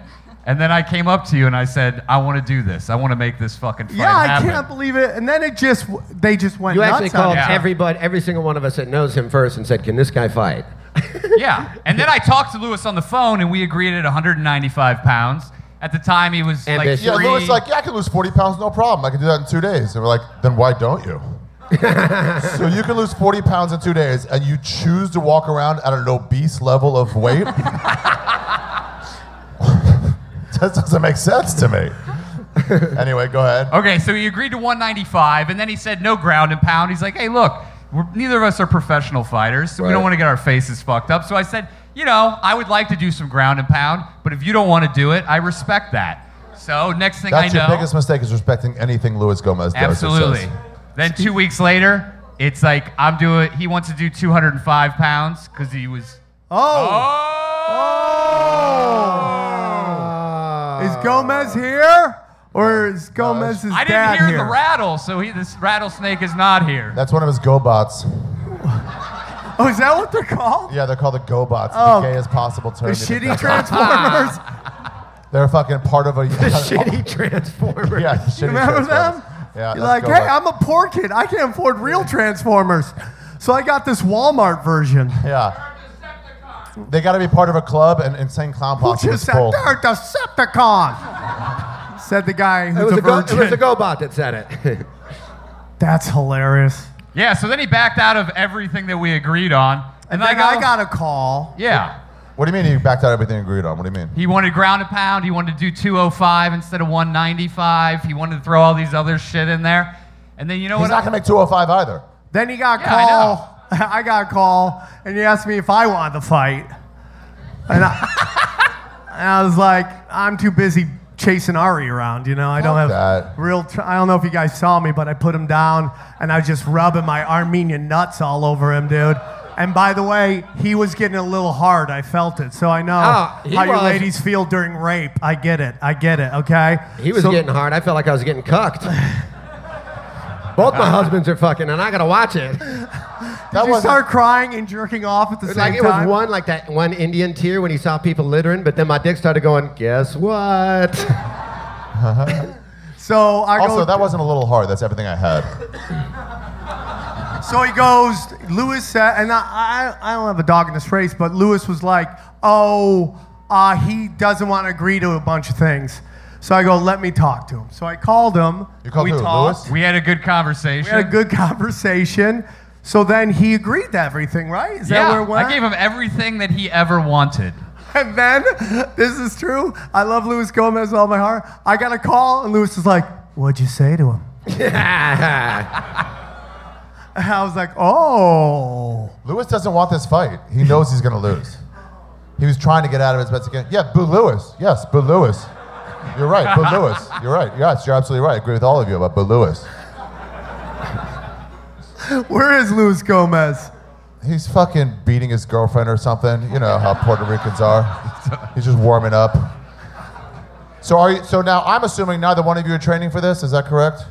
Speaker 9: and then I came up to you and I said, "I want to do this. I want to make this fucking fight
Speaker 3: yeah, I
Speaker 9: happen."
Speaker 3: can't believe it. And then it just, they just went
Speaker 6: You
Speaker 3: nuts
Speaker 6: actually
Speaker 3: on
Speaker 6: called
Speaker 3: it.
Speaker 9: Yeah.
Speaker 6: everybody, every single one of us that knows him first and said, Can this guy fight?
Speaker 9: yeah, and then I talked to Lewis on the phone, and we agreed at 195 pounds. At the time, he was
Speaker 6: Ambitious.
Speaker 5: Yeah,
Speaker 9: like three.
Speaker 5: Louis like, yeah, I can lose 40 pounds, no problem. I can do that in two days. And we're like, then why don't you? so you can lose 40 pounds in two days and you choose to walk around at an obese level of weight? that doesn't make sense to me. anyway, go ahead.
Speaker 9: Okay, so he agreed to 195, and then he said no ground and pound. He's like, hey, look, we're, neither of us are professional fighters, so we don't
Speaker 6: Right.
Speaker 9: want to get our faces fucked up. So I said, you know, I would like to do some ground and pound, but if you don't want to do it, I respect that. So next thing
Speaker 5: That's
Speaker 9: I know,
Speaker 5: your biggest mistake is respecting anything Luis Gomez does. or says.
Speaker 9: absolutely. Then two weeks later, it's like I'm doing. He wants to do 205 pounds because he was.
Speaker 3: Oh.
Speaker 9: Oh!
Speaker 3: Is Oh. Gomez here? Or is Gomez's
Speaker 9: I
Speaker 3: dad
Speaker 9: didn't hear
Speaker 3: here?
Speaker 9: the rattle, so he, this rattlesnake is not here.
Speaker 5: That's one of his GoBots.
Speaker 3: oh, is that what they're called?
Speaker 5: Yeah, they're called the GoBots.
Speaker 3: Oh.
Speaker 5: The gayest possible term.
Speaker 3: The
Speaker 5: you could
Speaker 3: shitty
Speaker 5: think of.
Speaker 3: Transformers.
Speaker 5: They're fucking part of a.
Speaker 3: the shitty Transformers.
Speaker 5: Yeah, the shitty
Speaker 3: you remember them?
Speaker 5: Transformers. Yeah,
Speaker 3: You're
Speaker 5: that's
Speaker 3: like, hey,
Speaker 5: cool, like-
Speaker 3: I'm a poor kid. I can't afford real Transformers. So I got this Walmart version.
Speaker 5: Yeah. They got to be part of a club, and Insane Clown
Speaker 3: Who
Speaker 5: Posse
Speaker 3: just
Speaker 5: was
Speaker 3: said,
Speaker 5: full.
Speaker 3: they're Decepticon? said the guy who's
Speaker 6: It was, a go, it
Speaker 3: virgin.
Speaker 6: was a GoBot that said it.
Speaker 3: That's hilarious.
Speaker 9: Yeah, so then he backed out of everything that we agreed on.
Speaker 3: And then I got a call.
Speaker 9: Yeah.
Speaker 5: What do you mean you backed out everything you agreed on? What do you mean?
Speaker 9: He wanted ground and pound. He wanted to do 205 instead of 195. He wanted to throw all these other shit in there. And then you know
Speaker 5: He's
Speaker 9: what?
Speaker 5: not going to make 205 either.
Speaker 3: Then he got a
Speaker 9: Yeah, I
Speaker 3: call. I, got a call, and he asked me if I wanted to fight. And I, and I was like, I'm too busy chasing Ari around, you know. I don't have
Speaker 5: that.
Speaker 3: real. Tr- I don't know if you guys saw me, but I put him down, and I was just rubbing my Armenian nuts all over him, dude. And by the way, he was getting a little hard. I felt it, so I know
Speaker 6: Ah, he
Speaker 3: how your
Speaker 6: was.
Speaker 3: ladies feel during rape. I get it. I get it. Okay.
Speaker 6: He was
Speaker 3: So-
Speaker 6: getting hard. I felt like I was getting cucked. Both my husbands are fucking, and I gotta watch it.
Speaker 3: Did you
Speaker 6: wasn't-
Speaker 3: start crying and jerking off at the same
Speaker 6: Like it
Speaker 3: time?
Speaker 6: was one like that one Indian tear when he saw people littering, but then my dick started going. Guess what?
Speaker 3: Uh-huh. So Oh, I
Speaker 5: also,
Speaker 3: go,
Speaker 5: that wasn't a little hard. That's everything I had.
Speaker 3: So he goes, Lewis said, and I, I, I don't have a dog in this race, but Lewis was like, oh, uh, he doesn't want to agree to a bunch of things. So I go, let me talk to him. So I called him.
Speaker 5: You called
Speaker 3: we
Speaker 5: who,
Speaker 3: talked.
Speaker 5: Lewis?
Speaker 9: We had a good conversation.
Speaker 3: We had a good conversation. So then he agreed to everything, right? Is
Speaker 9: yeah,
Speaker 3: that where it went?
Speaker 9: I gave him everything that he ever wanted.
Speaker 3: And then, this is true. I love Luis Gomez with all my heart. I got a call, and Luis is like, What'd you say to him? And I was like, Oh.
Speaker 5: Lewis doesn't want this fight. He knows he's going to lose. He was trying to get out of his Mexican. Yeah, Boo Lewis. Yes, Boo Lewis. You're right, Boo Lewis. You're right. Yes, you're absolutely right. I agree with all of you about Boo Lewis.
Speaker 3: Where is Luis Gomez?
Speaker 5: He's fucking beating his girlfriend or something. You know how Puerto Ricans are. He's just warming up. So are you, so now I'm assuming neither one of you are training for this. Is that correct?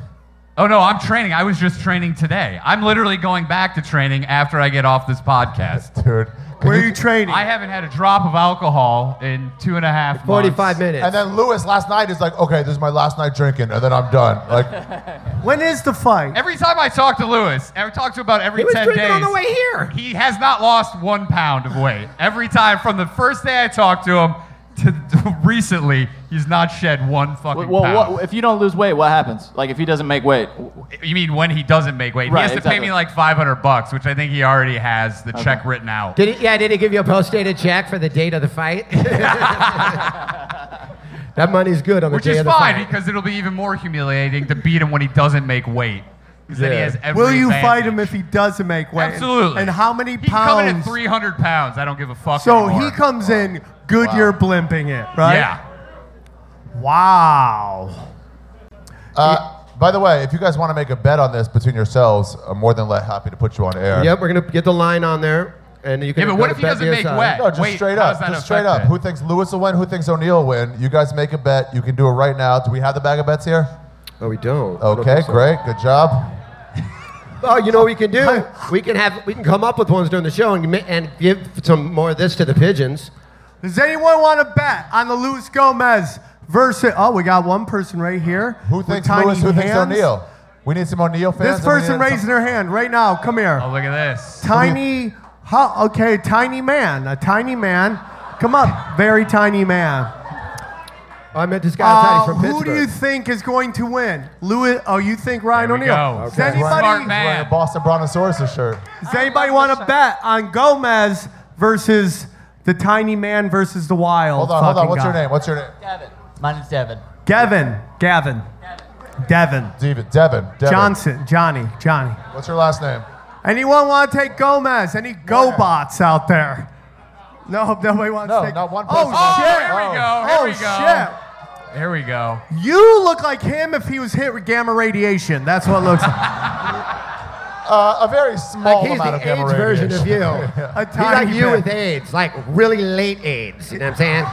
Speaker 9: Oh no, I'm training. I was just training today. I'm literally going back to training after I get off this podcast.
Speaker 5: Dude. can
Speaker 3: Where are you training?
Speaker 9: I haven't had a drop of alcohol in two and a half months.
Speaker 6: Forty-five minutes.
Speaker 5: and then Lewis last night is like, okay, this is my last night drinking, and then I'm done. Like,
Speaker 3: When is the fight?
Speaker 9: Every time I talk to Lewis, I talk to him about every
Speaker 6: He was
Speaker 9: 10
Speaker 6: drinking
Speaker 9: days.
Speaker 6: on the way here.
Speaker 9: He has not lost one pound of weight. Every time from the first day I talked to him to, to recently, he's not shed one fucking
Speaker 7: Well, well
Speaker 9: pound.
Speaker 7: what, if you don't lose weight, what happens? Like if he doesn't make weight, w-
Speaker 9: you mean when he doesn't make weight?
Speaker 7: Right,
Speaker 9: he has to
Speaker 7: exactly.
Speaker 9: pay me like 500 bucks, which I think he already has the check written out.
Speaker 6: Did he, yeah, did he give you a post-dated check for the date of the fight? that money's good on the
Speaker 9: Which
Speaker 6: day
Speaker 9: is
Speaker 6: of the
Speaker 9: fine
Speaker 6: fight.
Speaker 9: because it'll be even more humiliating to beat him when he doesn't make weight. Because then he
Speaker 6: Yeah.
Speaker 9: has every
Speaker 3: Will you fight
Speaker 9: advantage.
Speaker 3: him if he doesn't make weight?
Speaker 9: Absolutely.
Speaker 3: And how many
Speaker 9: He's coming in
Speaker 3: pounds?
Speaker 9: 300 pounds. I don't give a fuck.
Speaker 3: so
Speaker 9: anymore.
Speaker 3: he comes in, Goodyear blimping it, right?
Speaker 9: Yeah.
Speaker 3: Wow.
Speaker 5: Uh, by the way, if you guys want to make a bet on this between yourselves, I'm more than le- happy to put you on air.
Speaker 6: Yep, we're gonna get the line on there, and you can.
Speaker 9: Yeah, but
Speaker 6: go
Speaker 9: what
Speaker 6: to
Speaker 9: if he doesn't make
Speaker 6: BetDSI.
Speaker 9: wet?
Speaker 5: No, just
Speaker 9: Wait,
Speaker 5: straight
Speaker 9: how
Speaker 5: up.
Speaker 9: does that
Speaker 5: Just straight
Speaker 9: affect
Speaker 5: up.
Speaker 9: it?
Speaker 5: Who thinks Lewis will win? Who thinks O'Neill will win? You guys make a bet. You can do it right now. Do we have the bag of bets here?
Speaker 6: Oh, we don't. I don't
Speaker 5: Okay,
Speaker 6: think so.
Speaker 5: great. Good job.
Speaker 6: Oh, you know what we can do? We can have we can come up with ones during the show and ma- and give some more of this to the pigeons.
Speaker 3: Does anyone want to bet on the Luis Gomez versus? Oh, we got one person right here.
Speaker 5: Who
Speaker 3: with
Speaker 5: thinks
Speaker 3: tiny
Speaker 5: Lewis? Who thinks
Speaker 3: hands.
Speaker 5: O'Neill? We need some O'Neill fans.
Speaker 3: This
Speaker 5: and we
Speaker 3: person
Speaker 5: need some-
Speaker 3: raising her hand right now. Come here.
Speaker 9: Oh, look at this.
Speaker 3: Tiny. How, okay, tiny man. A tiny man. Come up. Very tiny man.
Speaker 6: Oh, I met this
Speaker 3: Uh,
Speaker 6: guy from
Speaker 3: who
Speaker 6: Pittsburgh.
Speaker 3: do you think is going to win? Lewis. Oh, you think Ryan
Speaker 9: There we
Speaker 3: O'Neill?
Speaker 9: go.
Speaker 3: Does
Speaker 9: Okay.
Speaker 3: anybody?
Speaker 9: Smart man.
Speaker 5: He's wearing a Boston Brontosaurus shirt.
Speaker 3: Does anybody want to bet on Gomez versus the tiny man versus the wild?
Speaker 5: Hold on, hold on.
Speaker 3: fucking
Speaker 5: What's your
Speaker 3: guy?
Speaker 5: name? What's your name?
Speaker 16: Devin. My name's Devin.
Speaker 3: Gavin. Gavin. Devin.
Speaker 5: Devin. Devin. Devin.
Speaker 3: Johnson. Johnny. Johnny.
Speaker 5: What's your last name?
Speaker 3: Anyone want to take Gomez? Any GoBots out there? No, hope nobody wants
Speaker 5: No,
Speaker 3: to take.
Speaker 5: not one
Speaker 3: Oh,
Speaker 5: person.
Speaker 9: Oh,
Speaker 3: shit!
Speaker 9: here we go. Here
Speaker 3: Oh
Speaker 9: we go.
Speaker 3: shit!
Speaker 9: There we go.
Speaker 5: Oh!
Speaker 3: You look like him if he was hit with gamma radiation. That's what it looks like.
Speaker 5: Uh, a very small
Speaker 6: Like he's
Speaker 5: amount
Speaker 6: the
Speaker 5: of gamma
Speaker 6: AIDS version of you.
Speaker 5: radiation.
Speaker 6: He's
Speaker 3: A
Speaker 6: like
Speaker 3: tiny
Speaker 6: you
Speaker 3: bit.
Speaker 6: with AIDS, like really late AIDS. You know what I'm saying?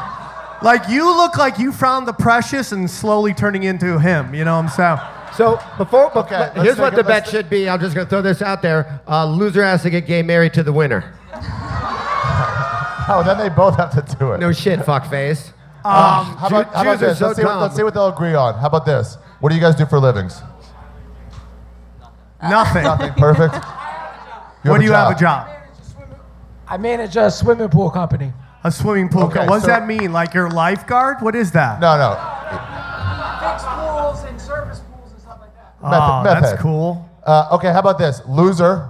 Speaker 3: Like you look like you found the precious and slowly turning into him. You know what I'm saying?
Speaker 6: So before, before here's what the bet should be. I'm just going to throw this out there. Uh, loser has to get gay married to the winner.
Speaker 5: Oh, then they both have to do it.
Speaker 6: No shit, fuckface.
Speaker 5: Um, how about, how about this? Let's see, what, let's see what they'll agree on. How about this? What do you guys do for livings?
Speaker 3: Nothing.
Speaker 5: Nothing. Perfect.
Speaker 3: What do you have a job?
Speaker 16: I manage a swimming pool company.
Speaker 3: A swimming pool.
Speaker 5: Okay,
Speaker 3: co- what does
Speaker 5: so-
Speaker 3: that mean? Like your lifeguard? What is that?
Speaker 5: No, no.
Speaker 16: Fix pools and service pools and stuff like that.
Speaker 3: Oh,
Speaker 5: Method-
Speaker 3: that's
Speaker 5: method.
Speaker 3: cool.
Speaker 5: Uh, okay, how about this? Loser,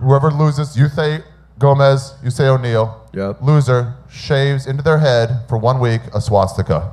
Speaker 5: whoever loses, you say Gomez, you say O'Neill. Yep. Loser shaves into their head for one week a swastika.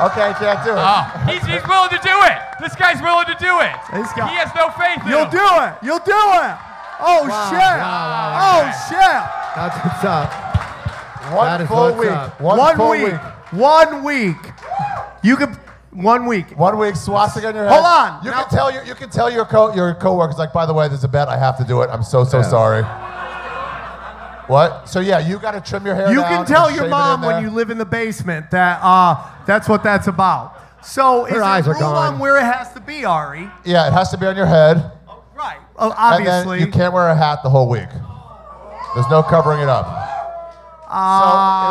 Speaker 5: Okay, I can't do it.
Speaker 9: Oh, he's, he's willing to do it. This guy's willing to do it.
Speaker 3: This guy-
Speaker 9: he has no faith in
Speaker 3: You'll
Speaker 9: him.
Speaker 3: do it. You'll do it. Oh shit. Oh shit.
Speaker 6: That's what's up.
Speaker 5: One
Speaker 6: That is
Speaker 5: full
Speaker 6: what's
Speaker 5: week.
Speaker 6: up.
Speaker 5: One,
Speaker 3: One,
Speaker 5: full
Speaker 3: week. One week. You could. One week.
Speaker 5: One week swastika on your head.
Speaker 3: Hold on.
Speaker 5: You can tell your you can tell your co your coworkers like, by the way, there's a bet. I have to do it. I'm so so sorry. What? So yeah, you got to trim your hair.
Speaker 3: You
Speaker 5: down
Speaker 3: can
Speaker 5: and
Speaker 3: tell
Speaker 5: shave it
Speaker 3: your
Speaker 5: in
Speaker 3: mom
Speaker 5: there.
Speaker 3: when you live in the basement that uh, that's what that's about. So is
Speaker 6: Her
Speaker 3: it
Speaker 6: eyes are
Speaker 3: rule
Speaker 6: gone.
Speaker 3: on where it has to be, Ari?
Speaker 5: Yeah, it has to be on your head.
Speaker 3: Right. Oh,
Speaker 5: And
Speaker 3: obviously.
Speaker 5: then you can't wear a hat the whole week. There's no covering it up.
Speaker 3: Uh,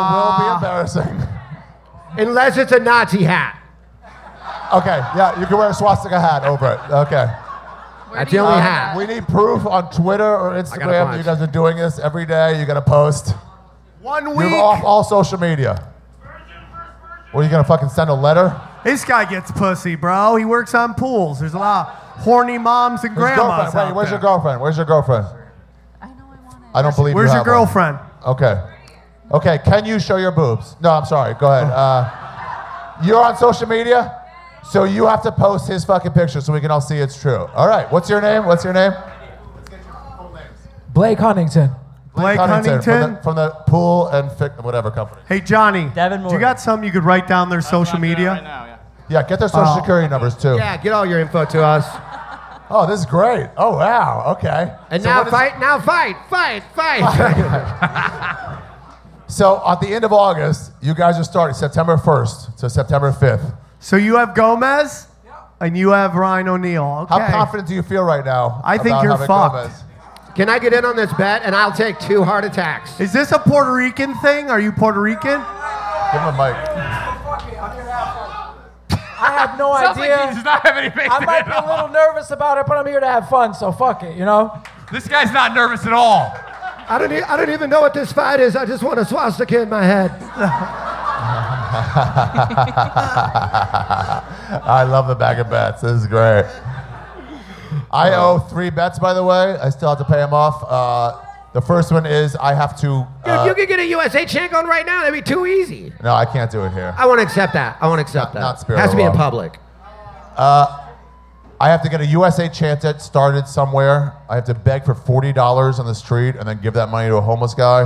Speaker 5: so it will be embarrassing.
Speaker 6: Ah. Unless it's a Nazi hat.
Speaker 5: Okay, yeah, you can wear a swastika hat over it. Okay.
Speaker 6: That's the only
Speaker 5: Uh,
Speaker 6: hat.
Speaker 5: We need proof on Twitter or Instagram.
Speaker 6: bunch.
Speaker 5: You guys are doing this every day. You got to post.
Speaker 3: One
Speaker 5: You're
Speaker 3: week.
Speaker 5: off all social media. What are you gonna fucking send a letter?
Speaker 3: This guy gets pussy, bro. He works on pools. There's a lot of horny moms and
Speaker 5: Who's your
Speaker 3: grandmas.
Speaker 5: girlfriend? Wait,
Speaker 3: out
Speaker 5: where's
Speaker 3: there.
Speaker 5: your girlfriend? Where's your girlfriend? I don't believe.
Speaker 3: Where's
Speaker 5: you
Speaker 3: your
Speaker 5: have one.
Speaker 3: girlfriend?
Speaker 5: Okay. Okay. Can you show your boobs? No, I'm sorry. Go ahead. Uh, you're on social media, so you have to post his fucking picture so we can all see it's true. All right. What's your name? What's your name?
Speaker 16: Blake Huntington.
Speaker 3: Blake
Speaker 5: From,
Speaker 3: Huntington.
Speaker 5: the, from the pool and fic- whatever company.
Speaker 3: Hey Johnny,
Speaker 16: Devin
Speaker 3: do you
Speaker 16: Moore.
Speaker 3: got something you could write down their social media?
Speaker 5: Yeah, get their social
Speaker 3: Oh.
Speaker 5: security numbers too.
Speaker 6: Yeah, get all your info to us.
Speaker 5: Oh, this is great. Oh wow. Okay.
Speaker 6: And
Speaker 5: So
Speaker 6: now
Speaker 5: what is-
Speaker 6: fight, now fight, fight, fight.
Speaker 5: So at the end of August, you guys are starting September 1st to September 5th.
Speaker 3: So you have Gomez, and you have Ryan O'Neal. Okay.
Speaker 5: How confident do you feel right now?
Speaker 3: I think
Speaker 5: about
Speaker 3: you're
Speaker 5: having
Speaker 3: fucked.
Speaker 5: Gomez?
Speaker 6: Can I get in on this bet? And I'll take two heart attacks.
Speaker 3: Is this a Puerto Rican thing? Are you Puerto Rican?
Speaker 5: Give him a
Speaker 16: I have no
Speaker 9: Sounds
Speaker 16: idea.
Speaker 9: like he does not have any faith
Speaker 16: I
Speaker 9: in
Speaker 16: might
Speaker 9: it
Speaker 16: be
Speaker 9: at
Speaker 16: a
Speaker 9: all.
Speaker 16: little nervous about it, but I'm here to have fun, so fuck it, you know?
Speaker 9: This guy's not nervous at all.
Speaker 6: I don't, e- I don't even know what this fight is. I just want a swastika in my head.
Speaker 5: mic. I love the bag of bets. This is great. I owe three bets, by the way. I still have to pay them off. Uh, the first one is I have to.
Speaker 6: Dude,
Speaker 5: uh,
Speaker 6: you could get a USA chant going right now. That'd be too easy.
Speaker 5: no, I can't do it here.
Speaker 6: I won't accept that. I won't accept that.
Speaker 5: Not- not spirit
Speaker 6: Has to be in
Speaker 5: alone.
Speaker 6: public.
Speaker 5: Uh, I have to get a USA chanted started somewhere. I have to beg for forty dollars on the street and then give that money to a homeless guy,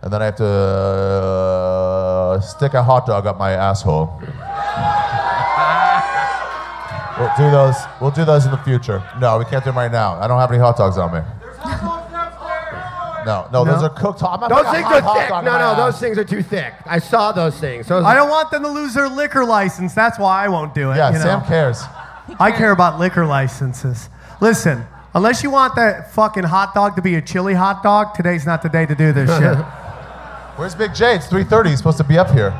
Speaker 5: and then I have to uh, stick a hot dog up my asshole. we'll do those. We'll do those in the future. No, we can't do them right now. I don't have any hot dogs on me. No, no, those
Speaker 3: No?
Speaker 5: are cooked. Hot, I'm not
Speaker 6: Those
Speaker 5: putting a
Speaker 6: things
Speaker 5: hot
Speaker 6: are
Speaker 5: hot
Speaker 6: thick.
Speaker 5: dog in
Speaker 6: No,
Speaker 5: my
Speaker 6: no,
Speaker 5: ass.
Speaker 6: those things are too thick. I saw those things. Those-
Speaker 3: I don't want them to lose their liquor license. That's why I won't do it.
Speaker 5: Yeah,
Speaker 3: you know?
Speaker 5: Sam cares.
Speaker 3: I care about liquor licenses. Listen, unless you want that fucking hot dog to be a chili hot dog, today's not the day to do this shit.
Speaker 5: Where's Big J? It's three thirty. He's supposed to be up here.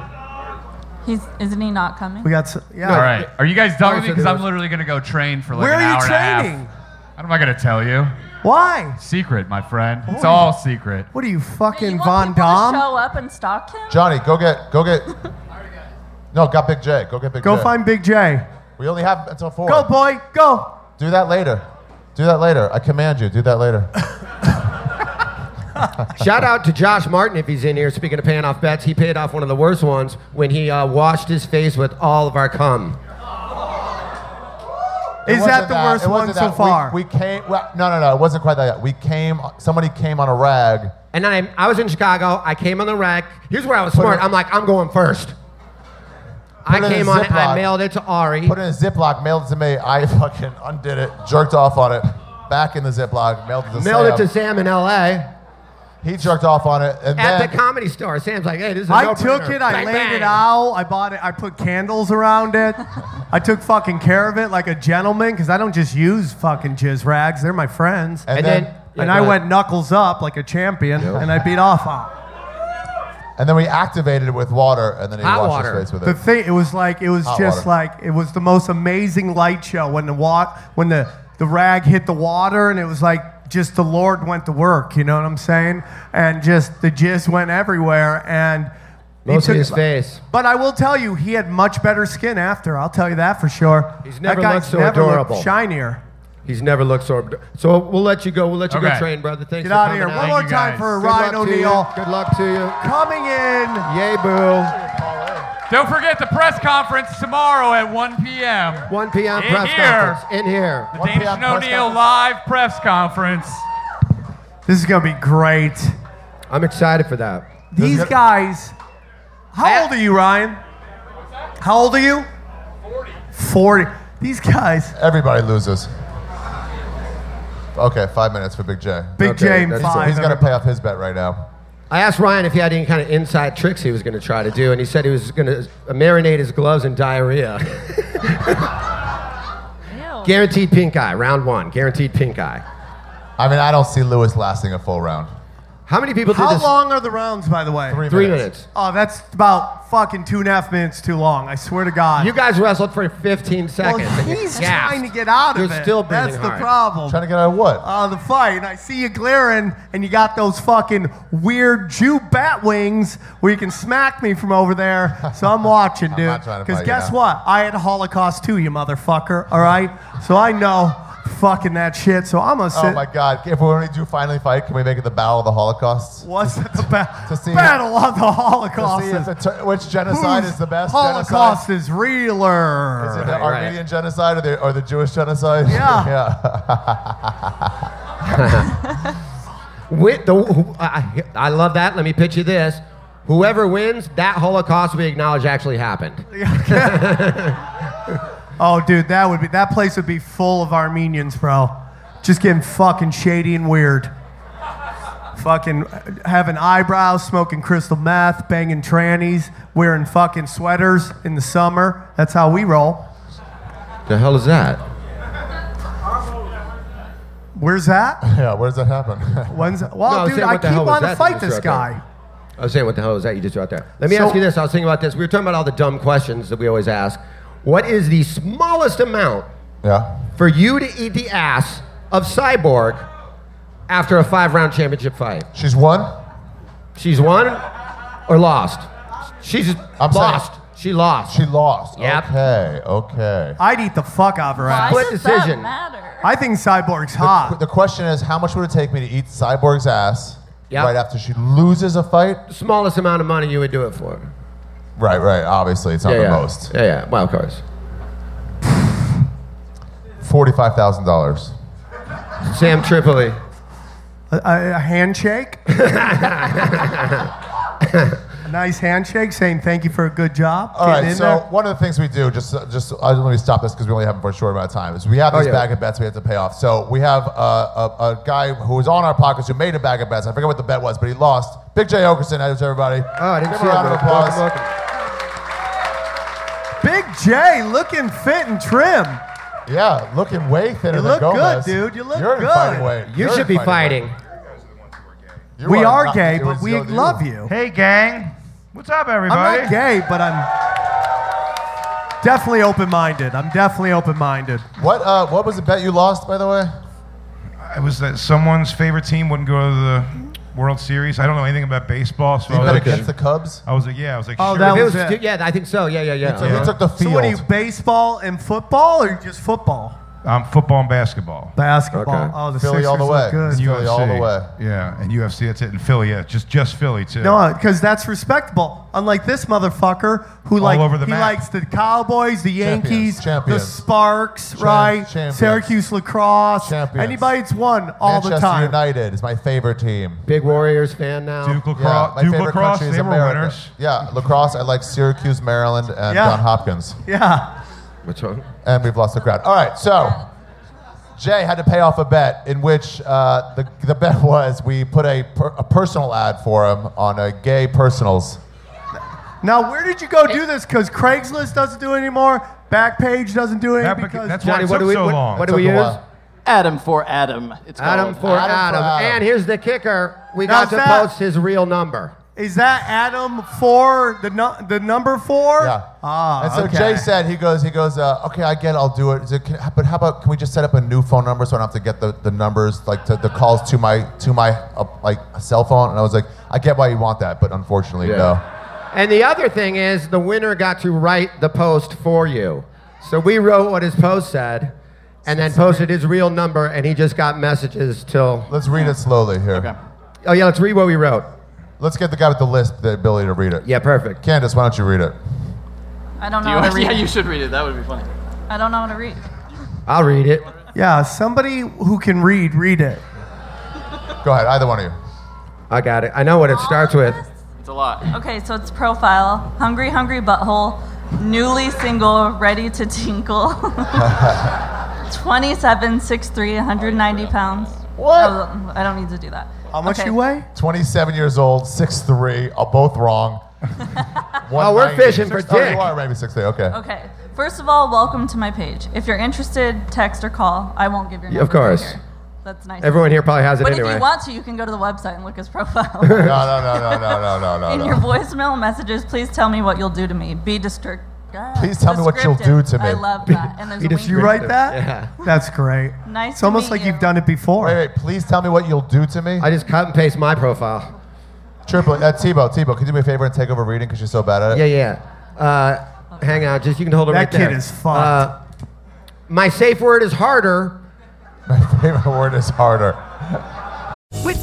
Speaker 8: He's isn't he not coming?
Speaker 3: We got s yeah.
Speaker 9: All right. Are you guys done with
Speaker 6: Those
Speaker 9: me?
Speaker 6: are
Speaker 9: Because I'm
Speaker 6: those.
Speaker 9: literally going to go train for like
Speaker 3: Where
Speaker 9: an
Speaker 3: are
Speaker 9: hour
Speaker 3: you
Speaker 9: and a
Speaker 3: training?
Speaker 9: half. How am I going to tell you?
Speaker 3: Why?
Speaker 9: Secret, my friend. It's
Speaker 3: Oh.
Speaker 9: all secret.
Speaker 3: What are you
Speaker 8: You
Speaker 3: fucking
Speaker 8: want
Speaker 3: Von
Speaker 8: people to
Speaker 3: Dom?
Speaker 8: show up and stalk him?
Speaker 5: Johnny, go get, go get. No, got Big J. Go get Big
Speaker 3: Go
Speaker 5: J.
Speaker 3: find Big J.
Speaker 5: We only have until four.
Speaker 3: Go boy, go.
Speaker 5: Do that later. Do that later. I command you. Do that later.
Speaker 6: Shout out to Josh Martin if he's in here. Speaking of paying off bets, he paid off one of the worst ones when he uh, washed his face with all of our cum.
Speaker 5: It
Speaker 3: Is
Speaker 5: wasn't
Speaker 3: that the worst
Speaker 5: it
Speaker 3: one
Speaker 5: wasn't
Speaker 3: so
Speaker 5: that.
Speaker 3: far?
Speaker 5: We, we came. Well, no, no, no. It wasn't quite that. We came. Somebody came on a rag.
Speaker 6: And then I, I was in Chicago. I came on the rack. Here's where I was
Speaker 5: Put
Speaker 6: smart.
Speaker 5: it-
Speaker 6: I'm like, I'm going first.
Speaker 5: put
Speaker 6: I
Speaker 5: it in a
Speaker 6: came on it. I
Speaker 5: Ziploc.
Speaker 6: mailed it to Ari.
Speaker 5: Put it in a Ziploc, mailed it to me. I fucking undid it, jerked off on it, back in the Ziploc, mailed it to
Speaker 6: mailed
Speaker 5: Sam.
Speaker 6: it to Sam in L.A.
Speaker 5: He jerked off on it, and
Speaker 6: at
Speaker 5: then
Speaker 6: the comedy store. Sam's like, hey, this is a
Speaker 3: I
Speaker 6: no-brainer.
Speaker 3: took it. I
Speaker 6: Bang,
Speaker 3: laid
Speaker 6: bang.
Speaker 3: it out. I bought it. I put candles around it. I took fucking care of it like a gentleman because I don't just use fucking jizz rags. They're my friends.
Speaker 5: And And then- then-
Speaker 3: and
Speaker 5: Yeah,
Speaker 3: I
Speaker 5: go
Speaker 3: went knuckles up like a champion, and I beat off on.
Speaker 5: and then we activated it with water, and then he
Speaker 3: Hot
Speaker 5: washed
Speaker 3: water.
Speaker 5: his face with
Speaker 3: The
Speaker 5: it.
Speaker 3: thing, it was like it was
Speaker 5: Hot
Speaker 3: just
Speaker 5: water.
Speaker 3: like it was the most amazing light show when the wa- when the the rag hit the water, and it was like just the Lord went to work. You know what I'm saying? And just the jizz went everywhere, and. he
Speaker 6: Mostly
Speaker 3: took-
Speaker 6: his face.
Speaker 3: But I will tell you, he had much better skin after. I'll tell you that for sure.
Speaker 6: He's
Speaker 3: That
Speaker 6: never
Speaker 3: guy's
Speaker 6: looked so
Speaker 3: never looked
Speaker 6: adorable.
Speaker 3: shinier.
Speaker 6: He's never looked so. So we'll let you go. We'll let you
Speaker 3: Okay.
Speaker 6: go train, brother. Thanks.
Speaker 3: Get
Speaker 6: for
Speaker 3: out of
Speaker 6: coming
Speaker 3: here. One more time for
Speaker 6: Good
Speaker 3: Ryan
Speaker 6: luck to you.
Speaker 3: O'Neal.
Speaker 6: Good luck to you.
Speaker 3: Coming in.
Speaker 6: Yay, boo.
Speaker 9: Don't forget the press conference tomorrow at 1 p.m.
Speaker 6: 1 p.m.
Speaker 9: In
Speaker 6: press
Speaker 9: here.
Speaker 6: conference in here.
Speaker 9: The Danish O'Neill live press conference.
Speaker 3: This is gonna be great.
Speaker 6: I'm excited for that.
Speaker 3: These guys. How old are you, Ryan? How old are you? 40. 40. These guys.
Speaker 5: Everybody loses. Okay, five minutes for Big J.
Speaker 3: Big
Speaker 6: Okay, J in
Speaker 5: He's-
Speaker 6: five,
Speaker 5: He's gonna pay off his bet right now.
Speaker 6: I asked Ryan if he had any kind of inside tricks he was going to try to do, and he said he was going to marinate his gloves in diarrhea. guaranteed pink eye, round one. Guaranteed pink eye.
Speaker 5: I mean, I don't see Lewis lasting a full round.
Speaker 6: How many people did
Speaker 3: How
Speaker 6: this?
Speaker 3: long are the rounds, by the way?
Speaker 5: Three,
Speaker 6: Three minutes.
Speaker 3: Oh, that's about fucking two and a half minutes too long. I swear to God.
Speaker 6: You guys wrestled for 15 seconds.
Speaker 3: Well,
Speaker 6: and you
Speaker 3: he's
Speaker 6: gasped.
Speaker 3: trying to get out of
Speaker 6: You're
Speaker 3: it.
Speaker 6: still breathing
Speaker 3: That's
Speaker 6: hard.
Speaker 3: the problem.
Speaker 5: Trying to get out of what?
Speaker 3: Uh, the fight. And I see you glaring, and you got those fucking weird Jew bat wings where you can smack me from over there. So I'm watching, dude.
Speaker 5: not trying to fight you
Speaker 3: guess
Speaker 5: now.
Speaker 3: what? I had Holocaust too, you motherfucker. All right. So I know fucking that shit. So I'm gonna sit.
Speaker 5: Oh my God! If we only do finally fight, can we make it the Battle of the Holocaust?
Speaker 3: What's it the ba-
Speaker 5: To see-
Speaker 3: battle of the
Speaker 5: To
Speaker 3: Holocaust?
Speaker 5: see if the tur- which genocide
Speaker 3: Whose
Speaker 5: is the best?
Speaker 3: Holocaust
Speaker 5: genocide?
Speaker 3: is realer.
Speaker 5: Is it the Armenian genocide or the, or the Jewish genocide?
Speaker 3: Yeah.
Speaker 6: Win, the, who- I, I love that. Let me pitch you this. Whoever wins, that Holocaust we acknowledge actually happened.
Speaker 3: Oh, dude, that would be that place would be full of Armenians, bro. Just getting fucking shady and weird. fucking having eyebrows, smoking crystal meth, banging trannies, wearing fucking sweaters in the summer. That's how we roll.
Speaker 6: The hell is that?
Speaker 3: Where's that?
Speaker 5: Yeah, where does that happen?
Speaker 3: When's that? Well,
Speaker 6: No, I was
Speaker 3: dude,
Speaker 6: saying,
Speaker 3: I
Speaker 6: what the
Speaker 3: keep
Speaker 6: hell was
Speaker 3: on
Speaker 6: that
Speaker 3: to
Speaker 6: that you just
Speaker 3: fight this
Speaker 6: wrote
Speaker 3: guy.
Speaker 6: down? I was saying, what the hell is that you just wrote there? Let me
Speaker 3: So-
Speaker 6: ask you this. I was thinking about this. We were talking about all the dumb questions that we always ask. What is the smallest amount
Speaker 5: yeah.
Speaker 6: for you to eat the ass of Cyborg after a five round championship fight?
Speaker 5: She's won.
Speaker 6: She's won or lost? She's
Speaker 5: I'm saying-
Speaker 6: lost. she lost.
Speaker 5: She lost.
Speaker 6: Yep.
Speaker 5: Okay. Okay.
Speaker 3: I'd eat the fuck out of her ass.
Speaker 6: Split decision.
Speaker 3: I think Cyborg's
Speaker 5: The,
Speaker 3: hot.
Speaker 5: the question is, how much would it take me to eat Cyborg's ass
Speaker 6: Yep.
Speaker 5: right after she loses a fight?
Speaker 6: Smallest amount of money you would do it for.
Speaker 5: Right. Right. Obviously, it's not
Speaker 6: yeah,
Speaker 5: the
Speaker 6: yeah.
Speaker 5: most.
Speaker 6: Yeah, yeah. Well, of course.
Speaker 5: Forty-five thousand dollars.
Speaker 6: Sam Tripoli.
Speaker 3: A, a- a handshake. A nice handshake saying thank you for a good job.
Speaker 5: All
Speaker 3: Getting
Speaker 5: right.
Speaker 3: in
Speaker 5: So
Speaker 3: there.
Speaker 5: one of the things we do, just just uh, let me stop this because we only have them for a short amount of time. Is we have
Speaker 6: Oh,
Speaker 5: this
Speaker 6: yeah.
Speaker 5: bag of bets we have to pay off. So we have uh, a, a guy who was on our podcast who made a bag of bets. I forget what the bet was, but he lost. Big J Okerson, that was everybody.
Speaker 6: Oh, I didn't
Speaker 5: Give
Speaker 6: see
Speaker 5: him a
Speaker 6: it,
Speaker 5: round of
Speaker 6: bro.
Speaker 5: applause.
Speaker 6: Welcome, welcome.
Speaker 3: Big J looking fit and trim.
Speaker 5: Yeah, looking way thinner
Speaker 3: You
Speaker 5: than
Speaker 3: look good,
Speaker 5: Gomez.
Speaker 3: dude. You look
Speaker 5: You're in
Speaker 3: good.
Speaker 5: fighting weight.
Speaker 6: You
Speaker 5: You're in
Speaker 6: should be
Speaker 5: weight.
Speaker 6: fighting.
Speaker 5: You
Speaker 3: we are
Speaker 5: not-
Speaker 3: gay,
Speaker 5: it
Speaker 3: but
Speaker 5: was
Speaker 3: we
Speaker 5: the other-
Speaker 3: love you.
Speaker 17: Hey, gang. What's up,
Speaker 3: I'm
Speaker 17: everybody?
Speaker 3: not gay, but I'm definitely open-minded. I'm definitely open-minded.
Speaker 5: What uh, what was the bet you lost, by the way?
Speaker 17: It was that someone's favorite team wouldn't go to the World Series. I don't know anything about baseball, so
Speaker 5: You
Speaker 17: I was
Speaker 5: bet
Speaker 17: like,
Speaker 5: against the Cubs.
Speaker 17: I was like, yeah, I was like,
Speaker 3: Oh,
Speaker 17: sure.
Speaker 3: that
Speaker 6: If it
Speaker 3: was
Speaker 6: was-
Speaker 3: it.
Speaker 6: Yeah, I think so. Yeah, yeah, yeah.
Speaker 5: So you took the field.
Speaker 3: So what are you, baseball and football, or just football?
Speaker 17: Um, football and basketball.
Speaker 3: Basketball. Okay. Oh, the
Speaker 5: Philly all
Speaker 3: Sixers
Speaker 5: the way.
Speaker 3: look good.
Speaker 5: It's Philly all the way.
Speaker 17: Yeah, and UFC. That's it. And Philly, yeah, just just Philly too.
Speaker 3: No, because that's respectable. Unlike this motherfucker who
Speaker 17: All
Speaker 3: like
Speaker 17: over the
Speaker 3: he
Speaker 17: map.
Speaker 3: likes the Cowboys, the Yankees,
Speaker 5: Champions.
Speaker 3: the Sparks,
Speaker 5: Champ-
Speaker 3: right?
Speaker 5: champions.
Speaker 3: Syracuse lacrosse.
Speaker 5: Champions.
Speaker 3: Anybody that's won all
Speaker 5: Manchester
Speaker 3: the time.
Speaker 5: United is my favorite team.
Speaker 6: Big Warriors fan now.
Speaker 17: Duke
Speaker 5: Yeah,
Speaker 17: lacrosse.
Speaker 5: my
Speaker 17: Duke
Speaker 5: favorite
Speaker 17: lacrosse.
Speaker 5: country is
Speaker 17: They were
Speaker 5: America.
Speaker 17: winners.
Speaker 5: Yeah, lacrosse. I like Syracuse, Maryland, and
Speaker 3: Yeah.
Speaker 5: John Hopkins.
Speaker 3: Yeah.
Speaker 6: Which one?
Speaker 5: And we've lost the crowd. All right, so Jay had to pay off a bet in which uh, the, the bet was we put a, per, a personal ad for him on a gay personals.
Speaker 3: Now, where did you go do this? Because Craigslist doesn't do it anymore. Backpage doesn't do it
Speaker 17: That beca-
Speaker 3: because
Speaker 17: that's why it took so long.
Speaker 6: what do we
Speaker 5: Took a
Speaker 6: use?
Speaker 5: while.
Speaker 7: Adam for Adam. It's
Speaker 6: Adam
Speaker 7: called.
Speaker 6: for
Speaker 5: Adam
Speaker 6: Adam.
Speaker 5: for Adam.
Speaker 6: And here's the kicker: we
Speaker 3: Now
Speaker 6: got to
Speaker 3: is that-
Speaker 6: post his real number.
Speaker 3: Is that Adam four? The nu- the number four?
Speaker 5: Yeah.
Speaker 3: Ah.
Speaker 5: and so
Speaker 3: okay.
Speaker 5: Jay said he goes he goes uh, okay I get it, I'll do it. He said, "Can- but how about can we just set up a new phone number so I don't have to get the, the numbers like to, the calls to my to my uh, like cell phone and I was like I get why you want that but unfortunately no.
Speaker 6: And the other thing is, the winner got to write the post for you. So we wrote what his post said, and then posted his real number, and he just got messages till.
Speaker 5: Let's read it slowly here.
Speaker 6: Oh yeah, let's read what we wrote.
Speaker 5: Let's get the guy with the lisp the ability to read it.
Speaker 6: Yeah, perfect.
Speaker 5: Candace, why don't you read it?
Speaker 8: I don't
Speaker 7: Do
Speaker 8: know
Speaker 7: you
Speaker 8: how to
Speaker 7: want-
Speaker 8: read.
Speaker 7: yeah, you should read it. That would be funny.
Speaker 8: I don't know how to read.
Speaker 6: I'll read it.
Speaker 3: Yeah, somebody who can read, read it.
Speaker 5: Go ahead, either one of you.
Speaker 6: I got it. I know what it starts with.
Speaker 7: It's a lot.
Speaker 8: Okay, so it's profile. Hungry, hungry butthole. Newly single, ready to tinkle. 27, 6'3", 190 pounds. What? I don't need to do that.
Speaker 3: How much
Speaker 8: Okay.
Speaker 3: you weigh?
Speaker 5: 27 years old, 6'3", are both wrong.
Speaker 6: Oh, we're
Speaker 5: 190.
Speaker 6: fishing for
Speaker 5: Six- oh,
Speaker 6: dick.
Speaker 5: you are maybe 6'3", okay.
Speaker 8: Okay. First of all, welcome to my page. If you're interested, text or call. I won't give your
Speaker 6: Yeah,
Speaker 8: number.
Speaker 6: of course.
Speaker 8: right here. That's nice.
Speaker 6: Everyone here probably has it
Speaker 8: But if
Speaker 6: anyway.
Speaker 8: you want to, you can go to the website and look his profile.
Speaker 5: No, no, no, no, no, no, no, no.
Speaker 8: In
Speaker 5: no.
Speaker 8: your voicemail messages, please tell me what you'll do to me. Be district.
Speaker 5: Please tell me what you'll do to me.
Speaker 8: I love that. And there's
Speaker 6: Be
Speaker 8: a wink.
Speaker 3: You write that?
Speaker 6: Yeah.
Speaker 3: That's great.
Speaker 8: Nice
Speaker 3: It's
Speaker 8: to
Speaker 3: almost
Speaker 8: meet
Speaker 3: like
Speaker 8: you.
Speaker 3: have done it before.
Speaker 5: Wait, wait, please tell me what you'll do to me.
Speaker 6: I just cut and paste my profile.
Speaker 5: Triple, uh, Tebow, Tebow, can you do me a favor and take over reading because you're so bad at it?
Speaker 6: Yeah, yeah. Uh, hang on, just you can hold it
Speaker 3: That
Speaker 6: right
Speaker 3: kid
Speaker 6: there.
Speaker 3: is fucked.
Speaker 6: Uh, my safe word is harder.
Speaker 5: My favorite word is harder.
Speaker 11: With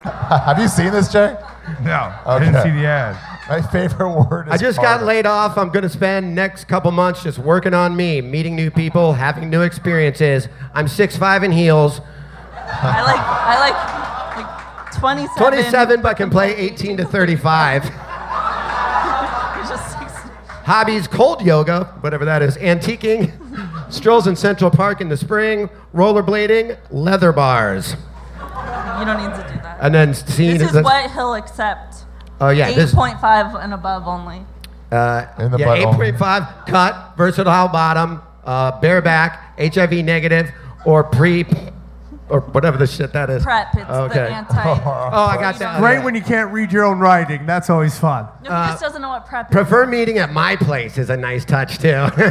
Speaker 5: Have you seen this, Jay?
Speaker 17: No, I didn't
Speaker 5: Okay.
Speaker 17: see the ad.
Speaker 5: My favorite word is
Speaker 6: I just
Speaker 5: harder.
Speaker 6: got laid off. I'm going to spend next couple months just working on me, meeting new people, having new experiences. I'm 6'5 in heels,
Speaker 8: I like. I like. Like 27.
Speaker 6: 27 but can play 18 to 35.
Speaker 8: It's just six-
Speaker 6: Hobbies cold yoga, whatever that is, antiquing, strolls in Central Park in the spring, rollerblading, leather bars.
Speaker 8: You don't need to do that.
Speaker 6: And then seen
Speaker 8: This
Speaker 6: as
Speaker 8: is
Speaker 6: a-
Speaker 8: what he'll accept.
Speaker 6: Oh, yeah. This,
Speaker 8: 8.5 and above only.
Speaker 6: uh,
Speaker 5: In the
Speaker 6: yeah,
Speaker 5: butthole.
Speaker 6: 8.5 cut, versatile bottom, uh, bareback, HIV negative, or pre, or whatever the shit that is.
Speaker 8: Prep. It's the anti.
Speaker 6: Oh, I got that.
Speaker 3: Great when you can't read your own writing. That's always fun.
Speaker 8: No, he just doesn't know what prep
Speaker 6: Uh, Prefer meeting at my place is a nice touch too.
Speaker 8: is.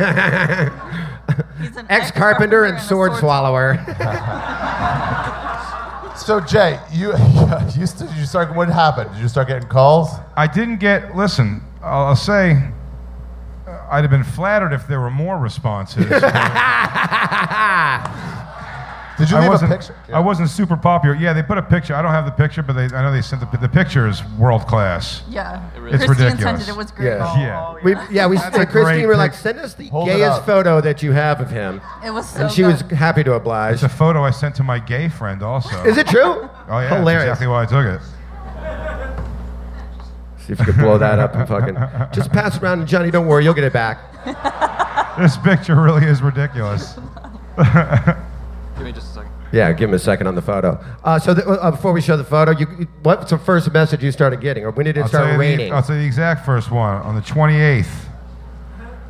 Speaker 8: He's an
Speaker 6: Ex carpenter and
Speaker 8: a
Speaker 6: sword swallower.
Speaker 5: So Jay, you you, st- you start. What happened? Did you start getting calls?
Speaker 3: uh,
Speaker 17: I didn't get. Listen, I'll, I'll say, uh, I'd have been flattered if there were more responses.
Speaker 5: Did you
Speaker 17: I
Speaker 5: leave a
Speaker 17: wasn't.
Speaker 5: picture?
Speaker 17: I wasn't super popular. Yeah, they put a picture. I don't have the picture, but they. I know they sent the. pi- The picture is world class.
Speaker 8: Yeah.
Speaker 17: It's
Speaker 8: Christine sent
Speaker 17: ridiculous.
Speaker 8: it. It was great. Oh,
Speaker 6: Yeah.
Speaker 17: Yeah.
Speaker 6: we, yeah, we to Christine,
Speaker 17: great
Speaker 6: we're like,
Speaker 17: pic-
Speaker 6: send us the
Speaker 5: Hold it
Speaker 6: gayest
Speaker 5: up.
Speaker 6: photo that you have of him.
Speaker 8: It was so
Speaker 6: And she was
Speaker 8: good.
Speaker 6: happy to oblige.
Speaker 17: It's a photo I sent to my gay friend also.
Speaker 6: Is it true?
Speaker 17: Oh yeah, that's
Speaker 6: Hilarious.
Speaker 17: exactly why I took it.
Speaker 6: See if you could blow that up and fucking just pass it around to Johnny, don't worry, you'll get it back.
Speaker 17: This picture really is ridiculous.
Speaker 7: Give me just a second.
Speaker 6: Yeah, give him a second on the photo. Uh, so the, uh, before we show the photo, you, you- what's the first message you started getting, or when did it
Speaker 17: I'll tell,
Speaker 6: start
Speaker 17: you
Speaker 6: raining?
Speaker 17: the, I'll tell you the exact first one. On the 28th,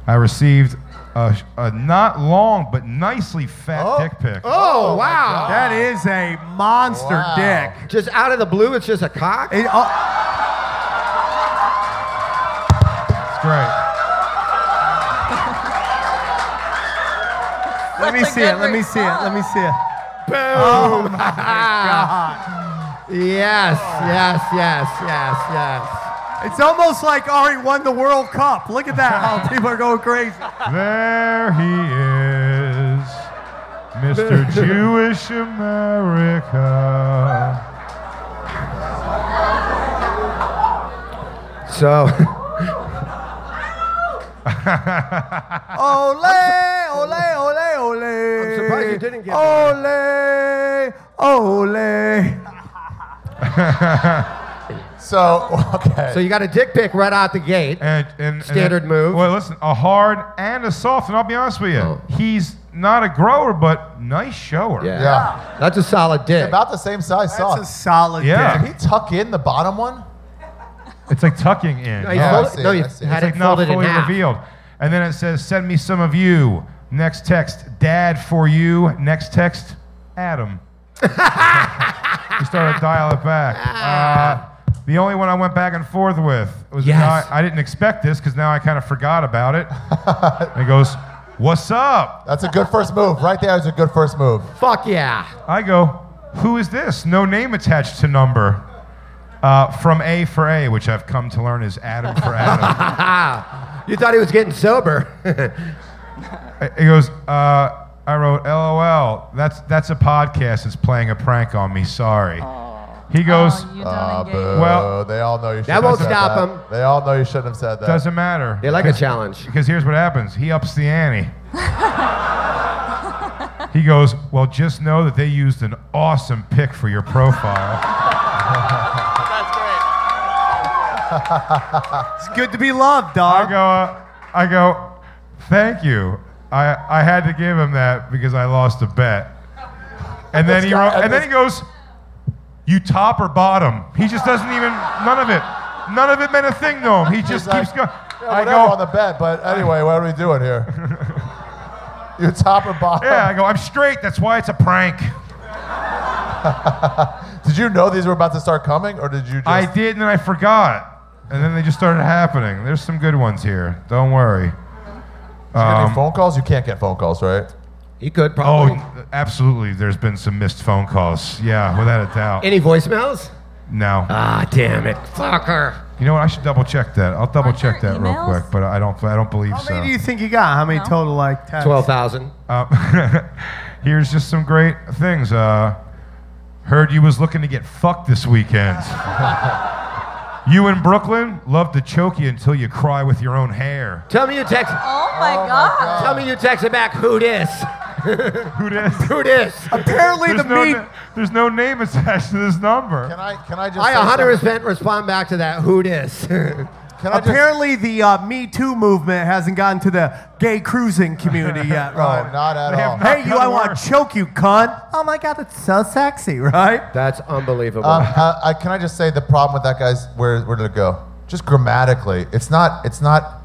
Speaker 17: I received a, a not long but nicely fat dick pic.
Speaker 6: Oh, wow.
Speaker 3: That is a monster
Speaker 6: Wow.
Speaker 3: dick.
Speaker 6: Just out of the blue, it's just a cock?
Speaker 3: It- oh,
Speaker 17: It's great.
Speaker 3: let me see it. Let me see it. Let me see it.
Speaker 6: Boom.
Speaker 3: Oh my God.
Speaker 6: Yes, yes, yes, yes, yes.
Speaker 3: It's almost like Ari won the World Cup. Look at that. How people are going crazy.
Speaker 17: There he is, Mr. Jewish America.
Speaker 6: So,
Speaker 3: Ole, ole, ole, ole.
Speaker 6: I'm surprised you didn't get
Speaker 3: Ole, ole.
Speaker 5: So, okay.
Speaker 6: so you got a dick pic right out the gate.
Speaker 17: And, and,
Speaker 6: Standard
Speaker 17: and-
Speaker 6: move. Oh.
Speaker 17: Well, listen, a hard and a soft, and I'll be honest with you, he's not a grower, but nice shower.
Speaker 6: Yeah.
Speaker 5: yeah.
Speaker 6: That's a solid dick.
Speaker 5: About the same size
Speaker 3: That's
Speaker 5: sock.
Speaker 3: a solid
Speaker 17: Yeah.
Speaker 5: Did he tuck in the bottom one?
Speaker 17: It's like tucking in.
Speaker 6: No, you,
Speaker 5: Yeah, I
Speaker 6: fold-
Speaker 5: see,
Speaker 6: no,
Speaker 5: I
Speaker 6: you
Speaker 5: see.
Speaker 6: had
Speaker 17: It's like
Speaker 6: it
Speaker 17: not
Speaker 6: folded in
Speaker 17: fully
Speaker 6: half.
Speaker 17: revealed. And then it says, send me some of you. Next text, dad for you. Next text, Adam. we started to dial it back. Uh, the only one I went back and forth with was
Speaker 6: Yes.
Speaker 17: now I, I didn't expect this because now I kind of forgot about it. and he goes, What's up?
Speaker 5: That's a good first move. Right there is a good first move.
Speaker 6: Fuck yeah.
Speaker 17: I go, Who is this? No name attached to number. Uh, from A for A, which I've come to learn is Adam for Adam.
Speaker 6: You thought he was getting sober.
Speaker 17: He goes, uh, I wrote, LOL, that's, that's a podcast that's playing a prank on me, sorry. He goes,
Speaker 8: Oh, you don't
Speaker 5: Uh,
Speaker 8: engage.
Speaker 5: boo.
Speaker 17: Well-
Speaker 5: they all know you shouldn't
Speaker 6: won't
Speaker 5: have said
Speaker 6: stop
Speaker 5: that.
Speaker 6: him.
Speaker 5: They all know you shouldn't have said that.
Speaker 17: doesn't matter.
Speaker 6: they like a challenge.
Speaker 17: Because here's what happens he ups the ante. he goes, Well, just know that they used an awesome pic for your profile.
Speaker 7: That's great.
Speaker 3: It's good to be
Speaker 17: I
Speaker 3: loved, dog.
Speaker 17: go, uh, I go, Thank you. I, I had to give him that because I lost a bet. And then he wrote, and then he goes, You top or bottom? He just doesn't even, none of it. None of it meant a thing to him. He just
Speaker 5: like,
Speaker 17: keeps going.
Speaker 5: Yeah,
Speaker 17: I
Speaker 5: whatever
Speaker 17: go,
Speaker 5: on the bed, but anyway, what are we doing here? you top or bottom?
Speaker 17: Yeah, I go, I'm straight. That's why it's a prank.
Speaker 5: Did you know these were about to start coming, or did you just?
Speaker 17: I did, and then I forgot. And then they just started happening. There's some good ones here. Don't worry.
Speaker 5: Any
Speaker 17: Um,
Speaker 5: phone calls? You can't get phone calls, right?
Speaker 6: He could
Speaker 17: oh,
Speaker 6: probably.
Speaker 17: absolutely. There's been some missed phone calls. Yeah, without a doubt.
Speaker 6: Any voicemails?
Speaker 17: no.
Speaker 6: Ah, damn it. Fucker.
Speaker 17: you know what? I should double check that. I'll double check
Speaker 8: there
Speaker 17: that real
Speaker 8: emails?
Speaker 17: quick, but I don't. I don't believe
Speaker 3: How
Speaker 17: so.
Speaker 3: many do you think you got? How many
Speaker 8: No.
Speaker 3: total, like, texts?
Speaker 6: 12,000.
Speaker 17: Uh, here's just some great things. Uh, heard you was looking to get fucked this weekend. you in Brooklyn love to choke you until you cry with your own hair.
Speaker 6: Tell me you text.
Speaker 8: Oh my god.
Speaker 6: Tell me you texted back. Who dis?
Speaker 17: Who this?
Speaker 6: Who dis?
Speaker 3: Apparently,
Speaker 17: There's
Speaker 3: the
Speaker 17: no,
Speaker 3: meat.
Speaker 17: na- there's no name attached to this number.
Speaker 5: Can I? Can I just?
Speaker 6: I
Speaker 5: say
Speaker 6: 100
Speaker 5: something?
Speaker 6: percent respond back to that. Who dis?
Speaker 5: Can I just?
Speaker 3: Apparently, the uh, Me Too movement hasn't gotten to the gay cruising community yet,
Speaker 5: No,
Speaker 3: right?
Speaker 5: Oh, not at
Speaker 17: They have
Speaker 5: all.
Speaker 17: not-
Speaker 3: Hey, you, I want to choke you, cunt. Oh my God, it's so sexy, right?
Speaker 6: That's unbelievable.
Speaker 5: Um, uh, I, can I just say the problem with that guy's where where did it go? Just grammatically, it's not. It's not.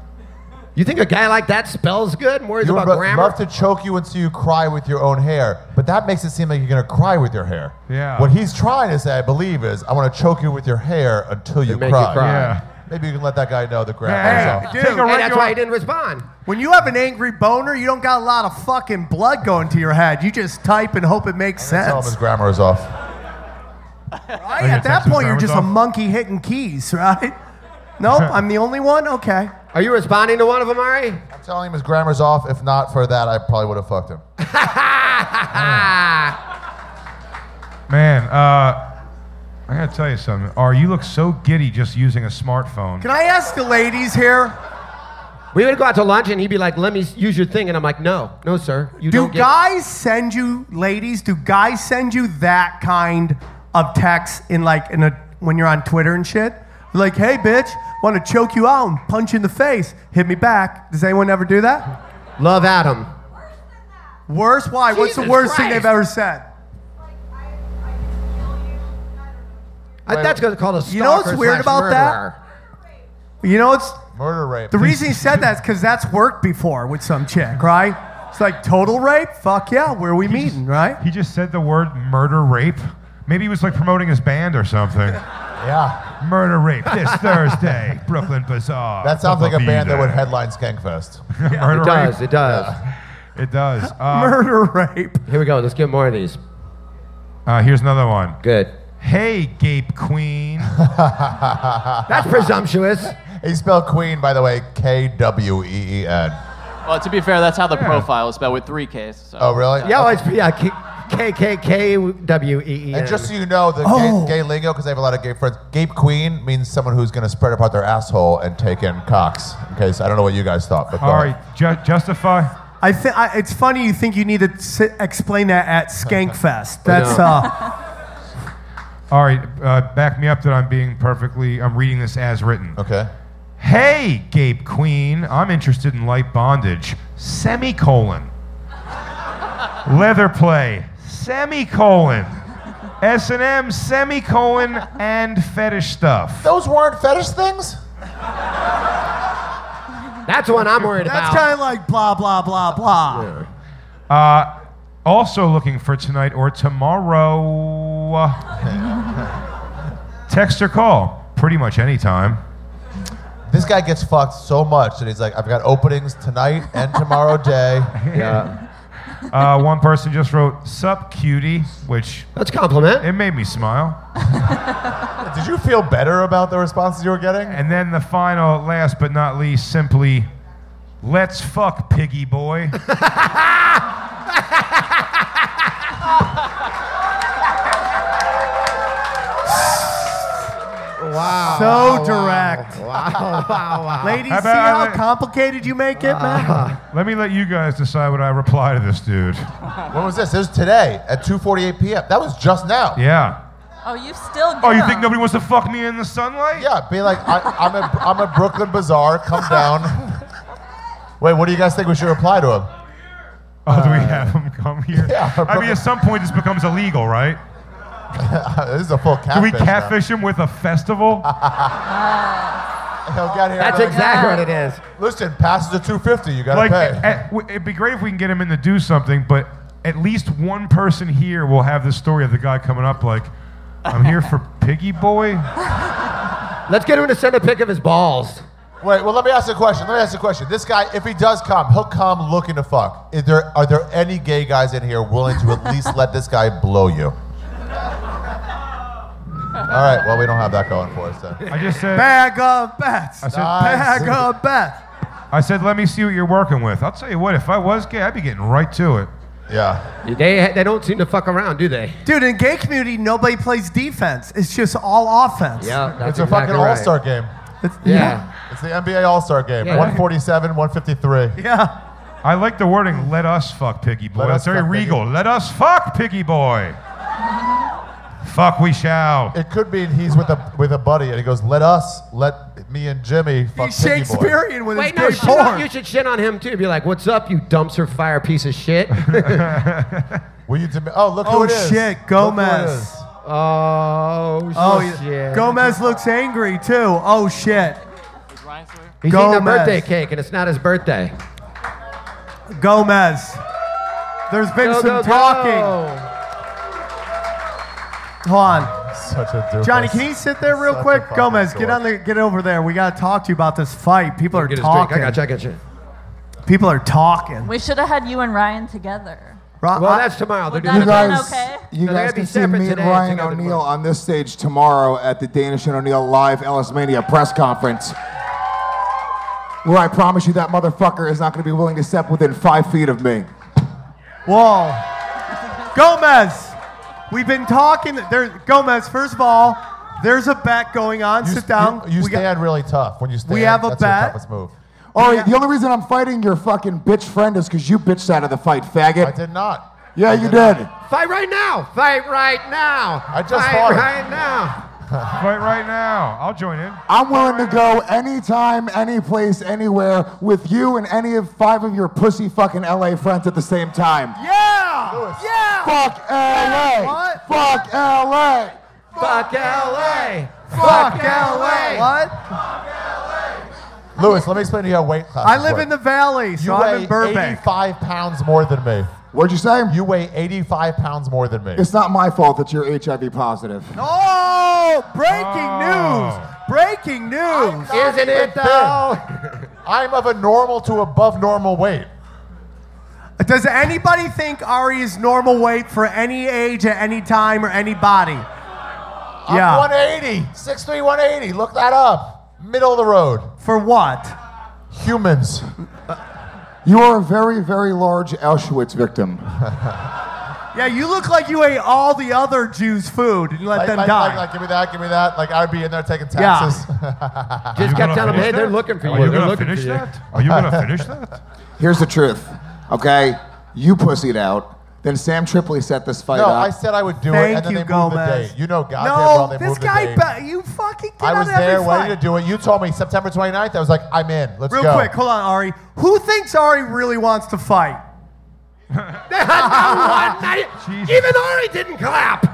Speaker 6: you think a guy like that spells good and worries
Speaker 5: You would
Speaker 6: about
Speaker 5: lo-
Speaker 6: grammar?
Speaker 5: love to choke you until you cry with your own hair, but that makes it seem like you're gonna cry with your hair.
Speaker 17: Yeah.
Speaker 5: What he's trying to say, I believe, is I want to choke you with your hair until you
Speaker 6: make
Speaker 5: cry.
Speaker 6: you cry.
Speaker 17: Yeah.
Speaker 5: Maybe you can let that guy know the grammar.
Speaker 17: Hey,
Speaker 5: that's all.
Speaker 17: dude, take a
Speaker 6: Hey, that's
Speaker 17: regular-
Speaker 6: why he didn't respond.
Speaker 3: When you have an angry boner, you don't got a lot of fucking blood going to your head. You just type and hope it makes
Speaker 5: Tell him his
Speaker 3: sense.
Speaker 5: grammar is off.
Speaker 3: Right?
Speaker 17: Are you
Speaker 3: At that
Speaker 17: texting
Speaker 3: point, you're
Speaker 17: grammars
Speaker 3: just a
Speaker 17: off?
Speaker 3: monkey hitting keys, right? Nope, I'm the only one? Okay.
Speaker 6: Are you responding to one of them, Ari?
Speaker 5: I'm telling him his grammar's off. If not for that, I probably would have fucked him.
Speaker 17: Man, uh, I gotta tell you something. Are you look so giddy just using a smartphone?
Speaker 3: Can I ask the ladies here?
Speaker 6: We would go out to lunch and he'd be like, "Let me s- use your thing," and I'm like, "No, no, sir, you
Speaker 3: Do
Speaker 6: don't get."
Speaker 3: guys send you, ladies, do guys send you that kind of text in like in a, when you're on Twitter and shit? Like, hey, bitch, want to choke you out and punch you in the face. Hit me back. Does anyone ever do that?
Speaker 6: Love Adam.
Speaker 3: Worse? Why? What's the
Speaker 6: Jesus
Speaker 3: worst thing they've
Speaker 6: Christ.
Speaker 3: ever said?
Speaker 6: I, that's gonna call a stalker.
Speaker 3: You know what's weird
Speaker 6: slash
Speaker 3: about that?
Speaker 6: murderer.
Speaker 3: You know, it's
Speaker 5: Murder rape.
Speaker 3: The reason he said that is because that's worked before with some chick, right? It's like total rape. Fuck yeah, where we meeting,
Speaker 17: just,
Speaker 3: right?
Speaker 17: He just said the word murder rape. Maybe he was like promoting his band or something.
Speaker 5: yeah.
Speaker 17: Murder rape this Thursday, Brooklyn Bazaar.
Speaker 5: That sounds like a band that would headline Skankfest.
Speaker 6: yeah. Murder it does. Rape. It does. Yeah.
Speaker 17: It does.
Speaker 5: Uh,
Speaker 3: Um, murder rape.
Speaker 6: Here we go. Let's get more of these.
Speaker 17: Uh, here's another one.
Speaker 6: Good.
Speaker 17: Hey, gape queen.
Speaker 6: That's presumptuous.
Speaker 5: He spelled queen, by the way, K W E E N.
Speaker 7: Well, to be fair, that's how the yeah. profile is spelled with three Ks. So.
Speaker 5: Oh, really?
Speaker 6: Yeah, okay. well, it's, yeah K K K W E E.
Speaker 5: And just so you know, the oh. gay, gay, lingo, because I have a lot of gay friends, gape queen means someone who's going to spread apart their asshole and take in cocks. In case I don't know what you guys thought. But
Speaker 17: All right, ju- justify.
Speaker 3: I think it's funny you think you need to sit, explain that at Skankfest. That's uh.
Speaker 17: All right, uh, back me up that I'm being perfectly. I'm reading this as written.
Speaker 5: Okay.
Speaker 17: Hey, Gabe Queen, I'm interested in light bondage. Semicolon. Leather play. Semicolon. S and M semicolon and fetish stuff.
Speaker 5: Those weren't fetish things.
Speaker 6: That's one I'm worried
Speaker 3: That's about. That's kind of like blah blah blah blah.
Speaker 17: Yeah. Uh, also looking for tonight or tomorrow. Text or call, pretty much anytime.
Speaker 5: This guy gets fucked so much that he's like, I've got openings tonight and tomorrow day.
Speaker 6: yeah.
Speaker 17: Uh, one person just wrote "sup cutie," which
Speaker 6: that's compliment.
Speaker 17: It made me smile.
Speaker 5: Did you feel better about the responses you were getting?
Speaker 17: And then the final, last but not least, simply, "Let's fuck, piggy boy."
Speaker 6: Wow.
Speaker 3: So direct.
Speaker 6: Wow, wow, wow. wow.
Speaker 3: Ladies, how about, see how let, complicated you make it, uh, man?
Speaker 17: Let me let you guys decide what I reply to this dude.
Speaker 5: when was this? It was today at 2.48 p.m. That was just now.
Speaker 17: Yeah.
Speaker 8: Oh, you still
Speaker 17: Oh, you think nobody wants to fuck me in the sunlight?
Speaker 5: Yeah, be like, I, am a, I'm a Brooklyn Bazaar. Come down. Wait, what do you guys think we should reply to him?
Speaker 17: Oh, uh, do we have him come here?
Speaker 5: Yeah.
Speaker 17: I mean, at some point this becomes illegal, right?
Speaker 5: this is a full catfish.
Speaker 17: Do we catfish now. him with a festival?
Speaker 5: He'll get here.
Speaker 6: That's exactly what it is.
Speaker 5: Listen, passes a 250. You got to like, pay.
Speaker 17: At, at, it'd be great if we can get him in to do something, but at least one person here will have the story of the guy coming up like, I'm here for Piggy Boy.
Speaker 6: Let's get him to send a pic of his balls.
Speaker 5: Wait, well, let me ask a question. Let me ask a question. This guy, if he does come, he'll come looking to fuck. Is there, are there any gay guys in here willing to at least let this guy blow you? All right. Well, we don't have that going for us then.
Speaker 17: I just said
Speaker 3: bag of bets. I said nice. bag of bets.
Speaker 17: I said, let me see what you're working with. I'll tell you what. If I was gay, I'd be getting right to it.
Speaker 5: Yeah.
Speaker 6: They they don't seem to fuck around, do they?
Speaker 3: Dude, in gay community, nobody plays defense. It's just all offense.
Speaker 6: Yeah,
Speaker 5: it's a exactly fucking all star right. game.
Speaker 6: It's, yeah. yeah.
Speaker 5: It's the NBA All Star game. Yeah. 147, 153.
Speaker 3: Yeah.
Speaker 17: I like the wording. Let us fuck piggy boy. Let That's very regal. Piggy. Let us fuck piggy boy. Fuck, we shall.
Speaker 5: It could be he's with a with a buddy, and he goes, "Let us, let me and Jimmy." Fuck
Speaker 3: he's Shakespearean with
Speaker 6: Wait,
Speaker 3: his no,
Speaker 6: shit on, you should shit on him too. Be like, "What's up, you dumpster fire piece of shit?"
Speaker 5: Will you? Dem- oh, look
Speaker 3: oh,
Speaker 5: who it is.
Speaker 3: Shit, Gomez.
Speaker 6: Oh, oh shit.
Speaker 3: Gomez looks angry too. Oh shit.
Speaker 6: He's Gomez. eating a birthday cake, and it's not his birthday.
Speaker 3: Gomez. There's been go, some go, talking. Go. Hold on.
Speaker 5: Such a doofus.
Speaker 3: Johnny, can you sit there real Such quick? Gomez, get on the get over there. We gotta talk to you about this fight. People are talking.
Speaker 6: I got you, I got you.
Speaker 3: People are talking.
Speaker 8: We should have had you and Ryan together.
Speaker 6: Well, I, that's tomorrow.
Speaker 8: They're doing
Speaker 18: you guys,
Speaker 8: okay?
Speaker 18: you so guys can see me and Ryan O'Neill on this stage tomorrow at the Danish and O'Neill live Ellis Mania press conference, where I promise you that motherfucker is not going to be willing to step within five feet of me.
Speaker 3: Whoa, Gomez. We've been talking. There, Gomez. First of all, there's a bet going on.
Speaker 5: You,
Speaker 3: Sit down.
Speaker 5: You, you stand got, really tough when you stand.
Speaker 3: We have a
Speaker 5: that's
Speaker 3: bet.
Speaker 5: Your toughest move.
Speaker 18: All right. The only reason I'm fighting your fucking bitch friend is because you bitched out of the fight, faggot.
Speaker 5: I did not.
Speaker 18: Yeah,
Speaker 5: I
Speaker 18: you did. did.
Speaker 6: Fight right now. Fight right now.
Speaker 5: I just
Speaker 6: fight
Speaker 5: fought.
Speaker 6: right now.
Speaker 17: Fight right now. I'll join in.
Speaker 18: I'm willing to go anytime, any place, anywhere with you and any of five of your pussy fucking LA friends at the same time.
Speaker 3: Yeah! Lewis. Yeah!
Speaker 18: Fuck LA!
Speaker 3: What?
Speaker 18: Fuck LA!
Speaker 6: Fuck LA!
Speaker 3: Fuck LA! Fuck LA.
Speaker 6: What?
Speaker 3: Fuck LA.
Speaker 5: Lewis, let me explain to you how weight class.
Speaker 3: I live in the valley, so
Speaker 5: you
Speaker 3: I'm
Speaker 5: weigh
Speaker 3: in Burbank.
Speaker 5: 85 pounds more than me.
Speaker 18: What'd you say?
Speaker 5: You weigh 85 pounds more than me.
Speaker 18: It's not my fault that you're HIV positive.
Speaker 3: Oh, breaking
Speaker 17: Oh.
Speaker 3: news! Breaking news!
Speaker 6: Isn't it though?
Speaker 5: I'm of a normal to above normal weight.
Speaker 3: Does anybody think Ari is normal weight for any age at any time or any body?
Speaker 5: I'm 180, 6'3", 180. Look that up. Middle of the road.
Speaker 3: For what?
Speaker 5: Humans.
Speaker 18: You are a very, very large Auschwitz victim.
Speaker 3: Yeah, you look like you ate all the other Jews' food and let
Speaker 5: Like,
Speaker 3: them
Speaker 5: like,
Speaker 3: die.
Speaker 5: like, like, give me that, give me that. Like, I'd be in there taking taxes.
Speaker 6: Just kept telling them, hey, they're looking for you.
Speaker 17: Are you
Speaker 6: They're
Speaker 17: gonna
Speaker 6: looking
Speaker 17: finish
Speaker 6: for you.
Speaker 17: that? Are you gonna finish that?
Speaker 18: Here's the truth, okay? You pussied out. Then Sam Tripoli set this fight
Speaker 5: No,
Speaker 18: up.
Speaker 5: I said I would do it,
Speaker 3: Thank
Speaker 5: and then
Speaker 3: you,
Speaker 5: they moved
Speaker 3: Gomez.
Speaker 5: the date. You know, goddamn
Speaker 3: no,
Speaker 5: well, they
Speaker 3: this
Speaker 5: moved
Speaker 3: guy,
Speaker 5: the date.
Speaker 3: ba- you fucking get
Speaker 5: I was
Speaker 3: out of every
Speaker 5: there
Speaker 3: fight.
Speaker 5: waiting to do it. You told me September 29th. I was like, I'm in. Let's
Speaker 3: Real
Speaker 5: go.
Speaker 3: quick, hold on, Ari. Who thinks Ari really wants to fight?
Speaker 6: Even Ari didn't clap.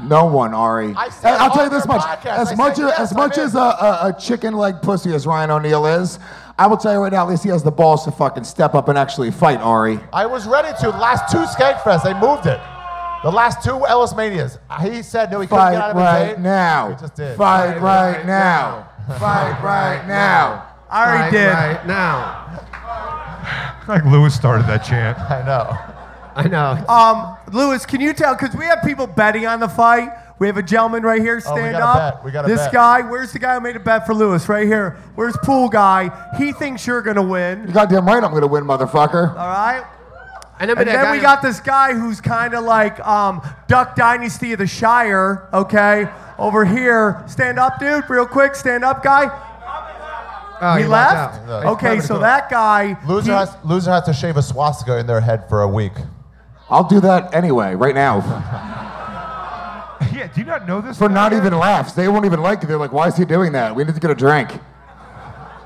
Speaker 18: no one, Ari.
Speaker 5: I said
Speaker 18: I'll tell you
Speaker 5: on
Speaker 18: this
Speaker 5: your
Speaker 18: much:
Speaker 5: podcast, I
Speaker 18: as
Speaker 5: said
Speaker 18: much as,
Speaker 5: yes,
Speaker 18: as
Speaker 5: I'm
Speaker 18: much
Speaker 5: in.
Speaker 18: as a, a, a chicken leg pussy as Ryan O'Neal is, I will tell you right now, at least he has the balls to fucking step up and actually fight Ari.
Speaker 5: I was ready to. The last two Skankfests, they moved it. The last two Ellis Manias. He said no, he couldn't get out
Speaker 18: Fight
Speaker 5: of his
Speaker 18: right
Speaker 5: date.
Speaker 18: now.
Speaker 5: He just did.
Speaker 18: Fight right now. Fight right now.
Speaker 3: Ari
Speaker 6: Right,
Speaker 3: did.
Speaker 6: Right now.
Speaker 17: Like Lewis started that chant.
Speaker 5: I know.
Speaker 6: I know.
Speaker 3: Um, Lewis, can you tell? Because we have people betting on the fight. We have a gentleman right here.
Speaker 5: Oh, we
Speaker 3: Stand
Speaker 5: got a
Speaker 3: up.
Speaker 5: bet. We got a
Speaker 3: this
Speaker 5: bet.
Speaker 3: guy. Where's the guy who made a bet for Lewis? Right here. Where's pool guy? He thinks you're gonna win.
Speaker 18: You goddamn right, I'm gonna win, motherfucker.
Speaker 3: All right.
Speaker 6: And then,
Speaker 3: And then we got this guy who's kind of like um, Duck Dynasty of the Shire. Okay, over here. Stand up, dude. Real quick. Stand up, guy.
Speaker 6: Oh,
Speaker 3: he,
Speaker 6: he walked
Speaker 3: left.
Speaker 6: out.
Speaker 3: Okay, so that guy.
Speaker 5: Loser,
Speaker 3: he-
Speaker 5: has, loser has to shave a swastika in their head for a week.
Speaker 18: I'll do that anyway, right now.
Speaker 17: Yeah, do you not know this?
Speaker 18: For
Speaker 17: guy
Speaker 18: not
Speaker 17: yet?
Speaker 18: even laughs. They won't even like it. They're like, why is he doing that? We need to get a drink.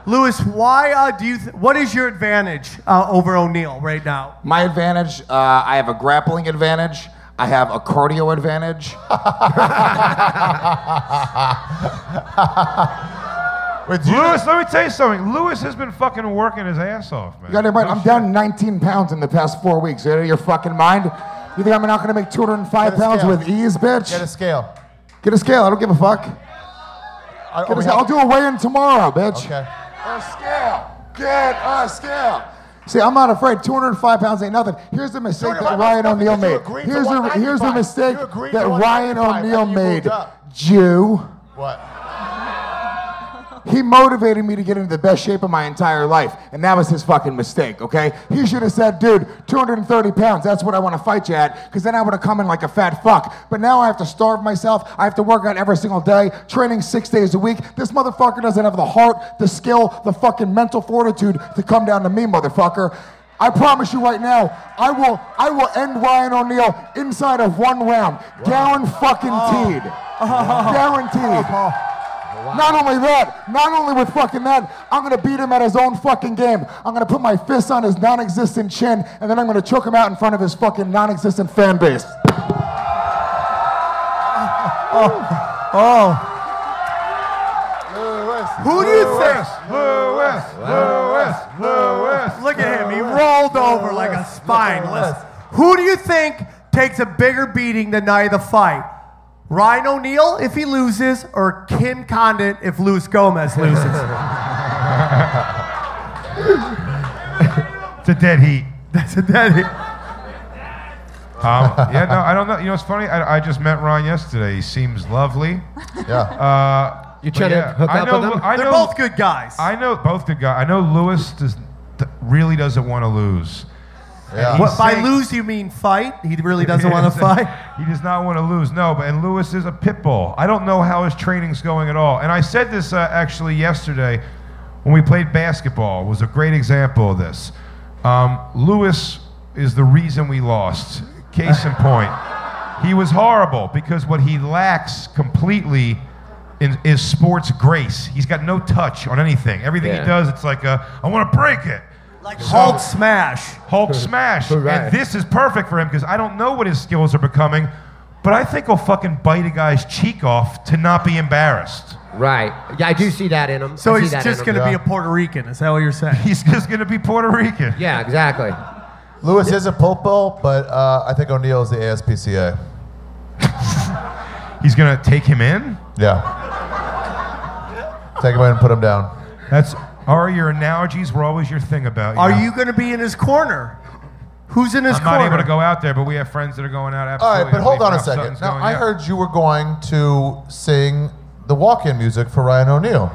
Speaker 3: Lewis, why uh, do you? Th- what is your advantage uh, over O'Neal right now?
Speaker 18: My advantage, uh, I have a grappling advantage. I have a cardio advantage.
Speaker 5: Wait, do you
Speaker 17: Lewis, let me tell you something. Lewis has been fucking working his ass off, man.
Speaker 18: You got it right. I'm down 19 pounds in the past four weeks. You out of your fucking mind? You think I'm not going to make 205
Speaker 5: Get a
Speaker 18: pounds
Speaker 5: scale.
Speaker 18: with ease, bitch?
Speaker 5: get a scale?
Speaker 18: Get a scale. I don't give a fuck.
Speaker 5: I,
Speaker 18: Get
Speaker 5: we
Speaker 18: a scale. I'll
Speaker 5: have-
Speaker 18: do a weigh-in tomorrow, bitch.
Speaker 5: Okay.
Speaker 18: A scale. Get a scale. See, I'm not afraid. 205 pounds ain't nothing. Here's the mistake
Speaker 5: Dude, if I
Speaker 18: that
Speaker 5: was
Speaker 18: Ryan
Speaker 5: nothing,
Speaker 18: O'Neal
Speaker 5: you
Speaker 18: made.
Speaker 5: agreed to
Speaker 18: Here's the, here's the
Speaker 5: 195.
Speaker 18: mistake
Speaker 5: You agreed to
Speaker 18: that Ryan
Speaker 5: 195,
Speaker 18: O'Neal
Speaker 5: and you moved
Speaker 18: made.
Speaker 5: up.
Speaker 18: Jew.
Speaker 5: What?
Speaker 18: He motivated me to get into the best shape of my entire life, and that was his fucking mistake, okay? He should have said, dude, 230 pounds, that's what I want to fight you at, because then I would have come in like a fat fuck. But now I have to starve myself, I have to work out every single day, training six days a week. This motherfucker doesn't have the heart, the skill, the fucking mental fortitude to come down to me, motherfucker. I promise you right now, I will I will end Ryan O'Neal inside of one round. Gallon fucking teed. Guaranteed. Not only that, not only with fucking that, I'm gonna beat him at his own fucking game. I'm gonna put my fist on his non-existent chin, and then I'm gonna choke him out in front of his fucking non-existent fan base.
Speaker 3: Who do you think?
Speaker 17: Lewis, Lewis, Lewis.
Speaker 3: Oh, Look at
Speaker 17: Oh,
Speaker 3: him. He rolled over like a spineless. Who do you think takes a bigger beating the night of the fight? Ryan O'Neal if he loses, or Kim Condit if Luis Gomez loses?
Speaker 17: It's a dead heat.
Speaker 3: That's a dead.
Speaker 17: Um, yeah, no, I don't know. You know, it's funny. I, I just met Ron yesterday. He seems lovely.
Speaker 5: Yeah.
Speaker 17: Uh,
Speaker 6: You
Speaker 17: but
Speaker 6: trying to
Speaker 17: yeah,
Speaker 6: hook
Speaker 17: I
Speaker 6: up
Speaker 17: know,
Speaker 6: with him?
Speaker 17: I
Speaker 3: They're
Speaker 17: know-
Speaker 3: both good guys.
Speaker 17: I know both good guys. I know Lewis does, th- really doesn't want to lose.
Speaker 5: Yeah.
Speaker 3: What, by
Speaker 17: saying-
Speaker 3: lose you mean fight? He really doesn't want to fight.
Speaker 17: He does not want to lose. No, but and Lewis is a pit bull. I don't know how his training's going at all. And I said this uh, actually yesterday when we played basketball was a great example of this. Um, Lewis is the reason we lost. Case in point, he was horrible because what he lacks completely. In, is sports grace. He's got no touch on anything. Everything
Speaker 6: Yeah.
Speaker 17: he does, it's like, a, I want to break it.
Speaker 3: Like Hulk smash.
Speaker 17: Hulk smash. And
Speaker 6: Correct.
Speaker 17: this is perfect for him because I don't know what his skills are becoming, but I think he'll fucking bite a guy's cheek off to not be embarrassed.
Speaker 6: Right. Yeah, I do see that in him.
Speaker 3: So
Speaker 6: I
Speaker 3: he's
Speaker 6: see that
Speaker 3: just
Speaker 6: in him.
Speaker 3: going to be a Puerto Rican. Is that what you're saying?
Speaker 17: He's just going to be Puerto Rican.
Speaker 6: Yeah, exactly.
Speaker 5: Lewis is a pulpo, but uh, I think O'Neill is the ASPCA.
Speaker 17: He's going to take him in?
Speaker 5: Yeah. Take him in and put him down.
Speaker 17: That's Ari. Your analogies were always your thing about. You
Speaker 3: Are
Speaker 17: know?
Speaker 3: you going to be in his corner? Who's in his
Speaker 17: I'm
Speaker 3: corner?
Speaker 17: not able to go out there, but we have friends that are going out. Absolutely.
Speaker 5: All right, but
Speaker 17: I
Speaker 5: hold
Speaker 17: believe
Speaker 5: on a
Speaker 17: Ralph
Speaker 5: second.
Speaker 17: Sutton's
Speaker 5: Now,
Speaker 17: going
Speaker 5: I
Speaker 17: out.
Speaker 5: heard you were going to sing the walk in music for Ryan O'Neill.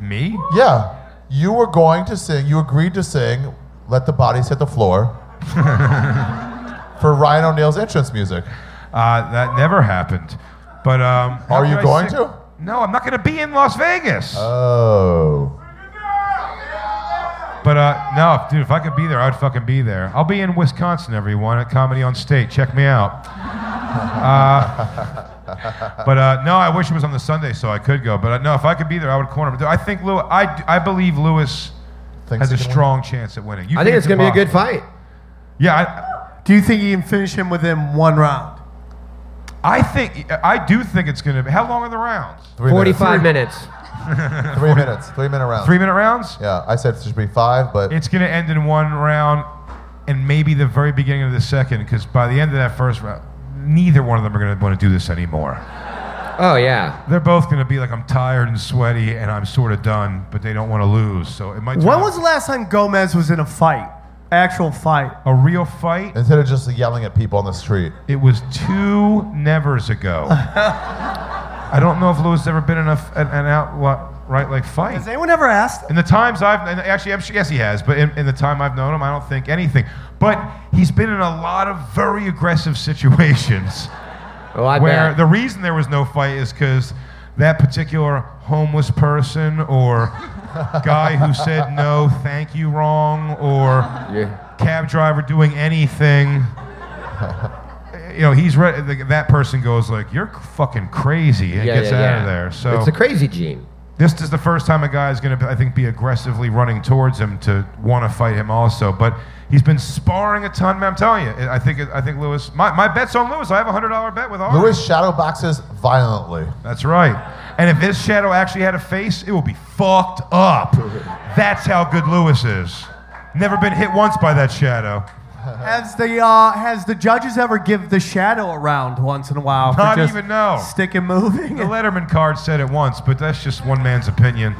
Speaker 17: Me?
Speaker 5: Yeah. You were going to sing, you agreed to sing Let the Bodies Hit the Floor for Ryan O'Neill's entrance music.
Speaker 17: Uh, that never happened. But um, how
Speaker 5: Are
Speaker 17: could
Speaker 5: you
Speaker 17: I
Speaker 5: going
Speaker 17: sing-
Speaker 5: to?
Speaker 17: No, I'm not going to be in Las Vegas.
Speaker 5: Oh.
Speaker 17: But uh, no, dude, if I could be there, I'd fucking be there. I'll be in Wisconsin, everyone, at Comedy on State. Check me out. Uh, but uh, no, I wish it was on the Sunday so I could go. But uh, no, if I could be there, I would corner him. I think Lewis. I, I believe Lewis has
Speaker 5: Thinks he
Speaker 17: a
Speaker 5: can win?
Speaker 17: strong chance at winning. You
Speaker 6: I think it's going to be a good
Speaker 17: impossible?
Speaker 6: fight.
Speaker 17: Yeah,
Speaker 3: Do you think he can finish him within one round?
Speaker 17: I, I think I do think it's going to. be. How long are the rounds?
Speaker 5: Three
Speaker 6: Forty-five
Speaker 5: minutes.
Speaker 6: minutes.
Speaker 5: Three minutes. Three minute round.
Speaker 17: Three minute rounds.
Speaker 5: Yeah, I said it should be five, but
Speaker 17: It's going to end in one round and maybe the very beginning of the second because by the end of that first round, neither one of them are going to want to do this anymore.
Speaker 6: Oh yeah.
Speaker 17: They're both going to be like, I'm tired and sweaty and I'm sort of done, but they don't want to lose. So it might turn
Speaker 3: When
Speaker 17: out
Speaker 3: was the last time Gomez was in a fight? Actual fight.
Speaker 17: a real fight.
Speaker 5: instead of just yelling at people on the street.
Speaker 17: It was two nevers ago. I don't know if Lewis ever been in a, f- an, an out, right, like fight.
Speaker 3: Has anyone ever asked?
Speaker 17: In the times I've and actually, I'm sure, yes, he has. But in, in the time I've known him, I don't think anything. But he's been in a lot of very aggressive situations
Speaker 6: Oh, I
Speaker 17: where
Speaker 6: bet.
Speaker 17: the reason there was no fight is because that particular homeless person or guy who said no, thank you wrong, or
Speaker 6: yeah.
Speaker 17: cab driver doing anything. You know, he's re- the, that person goes like, "You're fucking crazy," and
Speaker 6: Yeah,
Speaker 17: gets
Speaker 6: yeah,
Speaker 17: out
Speaker 6: yeah.
Speaker 17: of there. So
Speaker 6: It's a crazy gene.
Speaker 17: this is the first time a guy is going to, I think, be aggressively running towards him to want to fight him also. But he's been sparring a ton. Man, I'm telling you, I think, I think Lewis. My, my bet's on Lewis. I have a hundred dollar bet with Ari.
Speaker 5: Lewis shadow boxes violently.
Speaker 17: That's right. And if his shadow actually had a face, it would be fucked up. That's how good Lewis is. Never been hit once by that shadow.
Speaker 3: Has the uh, has the judges ever give the shadow a round once in a while? for
Speaker 17: Not
Speaker 3: just
Speaker 17: even know.
Speaker 3: Stick and moving.
Speaker 17: The Letterman card said it once, but that's just one man's opinion.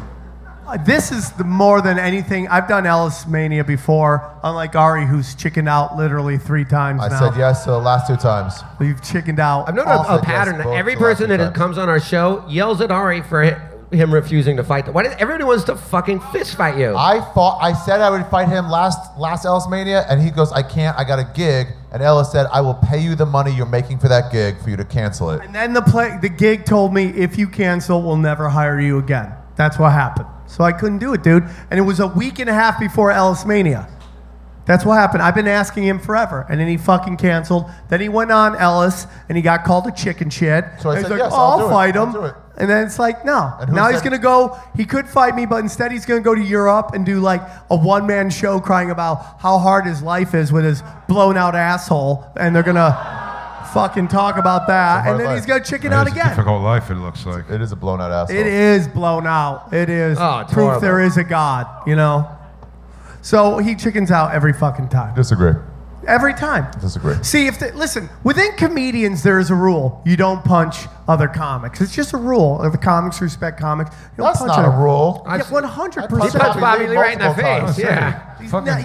Speaker 3: Uh, This is the, more than anything. I've done Ellis Mania before, unlike Ari, who's chickened out literally three times
Speaker 5: I
Speaker 3: now.
Speaker 5: said yes to the last two times.
Speaker 3: You've chickened out.
Speaker 6: I've noticed a,
Speaker 5: Also,
Speaker 6: a pattern.
Speaker 5: yes, both
Speaker 6: Every
Speaker 5: the last
Speaker 6: person
Speaker 5: two
Speaker 6: that
Speaker 5: times.
Speaker 6: comes on our show yells at Ari for hi- him refusing to fight. them. Why does everybody wants to fucking fist fight you?
Speaker 5: I fought. I said I would fight him last last Ellis Mania, and he goes, "I can't. I got a gig." And Ellis said, "I will pay you the money you're making for that gig for you to cancel it."
Speaker 3: And then the play, the gig told me if you cancel, we'll never hire you again. That's what happened. So I couldn't do it, dude. And it was a week and a half before Ellis Mania. That's what happened. I've been asking him forever, and then he fucking canceled. Then he went on Ellis, and he got called a chicken shit.
Speaker 5: So I
Speaker 3: And he's
Speaker 5: said,
Speaker 3: like,
Speaker 5: "Yes, I'll
Speaker 3: oh, I'll,
Speaker 5: do it.
Speaker 3: fight
Speaker 5: I'll
Speaker 3: him."
Speaker 5: do it.
Speaker 3: And then it's like, no.
Speaker 5: And who
Speaker 3: Now he's
Speaker 5: said-
Speaker 3: gonna go. He could fight me, but instead he's gonna go to Europe and do like a one-man show, crying about how hard his life is with his blown-out asshole, and they're gonna fucking talk about that.
Speaker 5: hard
Speaker 3: Uh, And then
Speaker 5: life.
Speaker 3: he's gonna chicken
Speaker 17: That
Speaker 3: out
Speaker 17: is a
Speaker 3: again.
Speaker 17: difficult life, it looks like.
Speaker 5: It is a blown out asshole.
Speaker 3: It is blown out. It is
Speaker 6: Oh, it's
Speaker 3: proof
Speaker 6: horrible.
Speaker 3: there is a God. You know. So he chickens out every fucking time.
Speaker 5: Disagree.
Speaker 3: Every time.
Speaker 5: Disagree.
Speaker 3: See if they, listen within comedians, there is a rule: you don't punch other comics. It's just a rule. If the comics respect comics, you don't
Speaker 5: That's
Speaker 3: punch
Speaker 5: not a
Speaker 3: other-
Speaker 5: rule.
Speaker 3: Yeah, one hundred
Speaker 5: I
Speaker 6: he
Speaker 5: punched
Speaker 3: percent.
Speaker 6: punched Bobby Lee right in the
Speaker 5: multiple times.
Speaker 6: face. Yeah.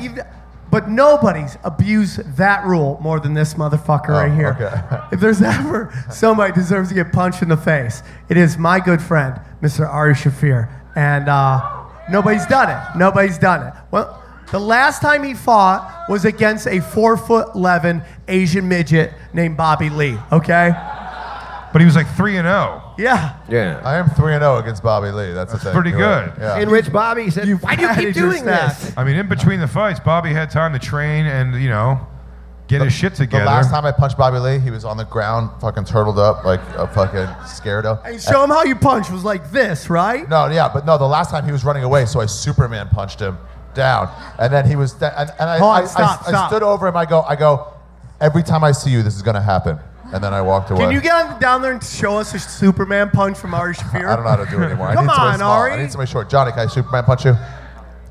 Speaker 3: But nobody's abused that rule more than this motherfucker right here.
Speaker 5: Oh, okay.
Speaker 3: if there's ever somebody deserves to get punched in the face, it is my good friend, Mr. Ari Shafir, and uh, nobody's done it. Nobody's done it. Well, the last time he fought was against a four foot eleven Asian midget named Bobby Lee. Okay.
Speaker 17: But he was like 3 and
Speaker 5: oh.
Speaker 17: 0.
Speaker 3: Yeah.
Speaker 6: Yeah.
Speaker 5: I am three and zero against Bobby Lee. That's, the thing.
Speaker 17: pretty
Speaker 5: You're right.
Speaker 17: good.
Speaker 5: Yeah.
Speaker 6: In which Bobby said,
Speaker 3: You
Speaker 6: "Why do you
Speaker 3: added
Speaker 6: keep
Speaker 3: your
Speaker 6: doing
Speaker 3: stats.
Speaker 6: this?"
Speaker 17: I mean, in between the fights, Bobby had time to train and, you know, get his shit
Speaker 5: the
Speaker 17: together.
Speaker 5: last time I punched Bobby Lee, he was on the ground, fucking turtled up, like a fucking scaredo.
Speaker 3: And show him how you punch was like this, right?
Speaker 5: No, yeah, but no, the last time he was running away, so I Superman punched him down, and then he was, and, and I,
Speaker 3: Hold on,
Speaker 5: I,
Speaker 3: stop,
Speaker 5: I, I
Speaker 3: stop.
Speaker 5: stood over him. I go, I go, every time I see you, this is gonna happen. And then I walked away.
Speaker 3: Can you get down there and show us a Superman punch from Ari Shafir?
Speaker 5: I don't know how to do it anymore. I
Speaker 3: Come
Speaker 5: need somebody
Speaker 3: on,
Speaker 5: small.
Speaker 3: Ari.
Speaker 5: I need somebody short. Johnny, can I Superman punch you?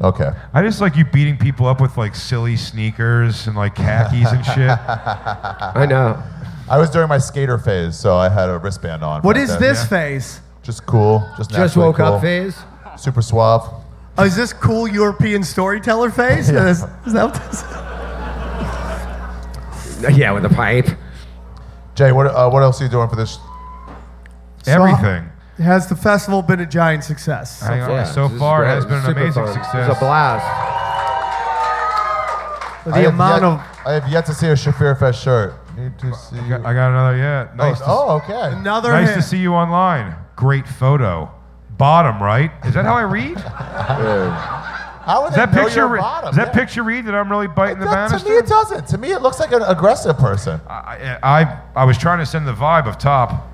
Speaker 5: Okay.
Speaker 17: I just like you beating people up with like silly sneakers and like khakis and shit. I
Speaker 6: know.
Speaker 5: I was during my skater phase, so I had a wristband on.
Speaker 3: What
Speaker 5: back
Speaker 3: is
Speaker 5: then.
Speaker 3: this phase?
Speaker 5: Just cool. Just,
Speaker 6: Just
Speaker 5: naturally
Speaker 6: woke up
Speaker 5: cool.
Speaker 6: phase?
Speaker 5: Super suave.
Speaker 3: Oh, is this cool European storyteller phase?
Speaker 5: Yeah.
Speaker 3: Is, is that what this
Speaker 6: Yeah, with a pipe.
Speaker 5: Jay, what, uh, what else are you doing for this?
Speaker 17: Everything.
Speaker 3: So, has the festival been a giant success?
Speaker 17: I think, uh, so far it has been an amazing success.
Speaker 6: blast.
Speaker 3: The
Speaker 5: I have
Speaker 3: amount
Speaker 5: yet,
Speaker 3: of
Speaker 5: I have yet to see a Shafir Fest shirt. Need to see. I got,
Speaker 17: another yet. Nice to-
Speaker 5: oh, okay.
Speaker 3: another
Speaker 17: nice
Speaker 3: hit.
Speaker 17: to see you online. Great photo. Bottom right. Is that how I read? Is
Speaker 5: How would they
Speaker 17: that
Speaker 5: know
Speaker 17: picture?
Speaker 5: your
Speaker 17: re-
Speaker 5: bottom?
Speaker 17: Does that
Speaker 5: Yeah.
Speaker 17: picture read that I'm really biting the
Speaker 5: That- to
Speaker 17: banister?
Speaker 5: me, it doesn't. To me, it looks like an aggressive person.
Speaker 17: I, I I was trying to send the vibe of top.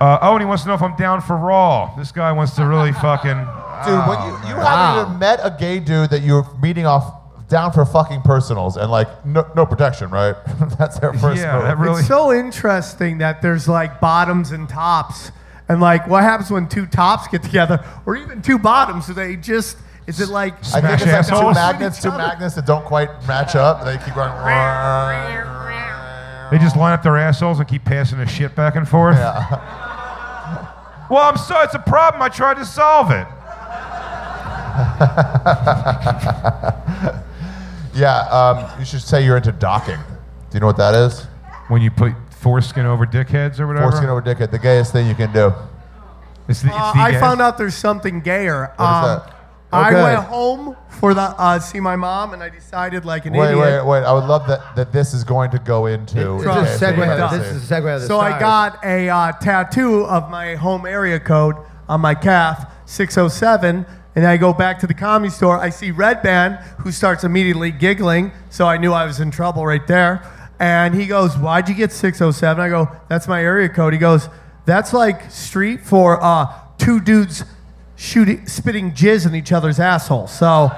Speaker 17: Uh, oh, and he wants to know if I'm down for Raw. This guy wants to really fucking.
Speaker 5: Dude, when
Speaker 17: Oh,
Speaker 5: you, you haven't even met a gay dude that you're meeting off down for fucking personals and like no, no protection, right? That's their first move.
Speaker 3: It's so interesting that there's like bottoms and tops, and like what happens when two tops get together, or even two bottoms? Do they just? Is it like?
Speaker 5: I think it's like two magnets, two magnets that don't quite match up. They keep going.
Speaker 17: They just line up their assholes and keep passing the shit back and forth. well, I'm sorry. It's a problem. I tried to solve it.
Speaker 5: yeah, um, you should say you're into docking. Do you know what that is?
Speaker 17: When you put foreskin over dickheads or whatever.
Speaker 5: Foreskin over dickhead, the gayest thing you can do.
Speaker 17: It's the, it's
Speaker 3: Uh, I found out there's something gayer. Um,
Speaker 5: What is that?
Speaker 3: I
Speaker 5: Okay.
Speaker 3: went home for the uh, see my mom, and I decided like an
Speaker 5: Wait,
Speaker 3: idiot.
Speaker 5: wait, wait! I would love that, that this is going to go into.
Speaker 3: It's a
Speaker 5: gay
Speaker 3: segue.
Speaker 5: fantasy.
Speaker 6: This is a segue of the
Speaker 3: So I
Speaker 6: stars.
Speaker 3: got a uh, tattoo of my home area code on my calf, 607. And I go back to the comedy store. I see Red Band, who starts immediately giggling. So I knew I was in trouble right there. And he goes, Why'd you get 607? I go, That's my area code. He goes, That's like street for uh, two dudes shooting, spitting jizz in each other's asshole. So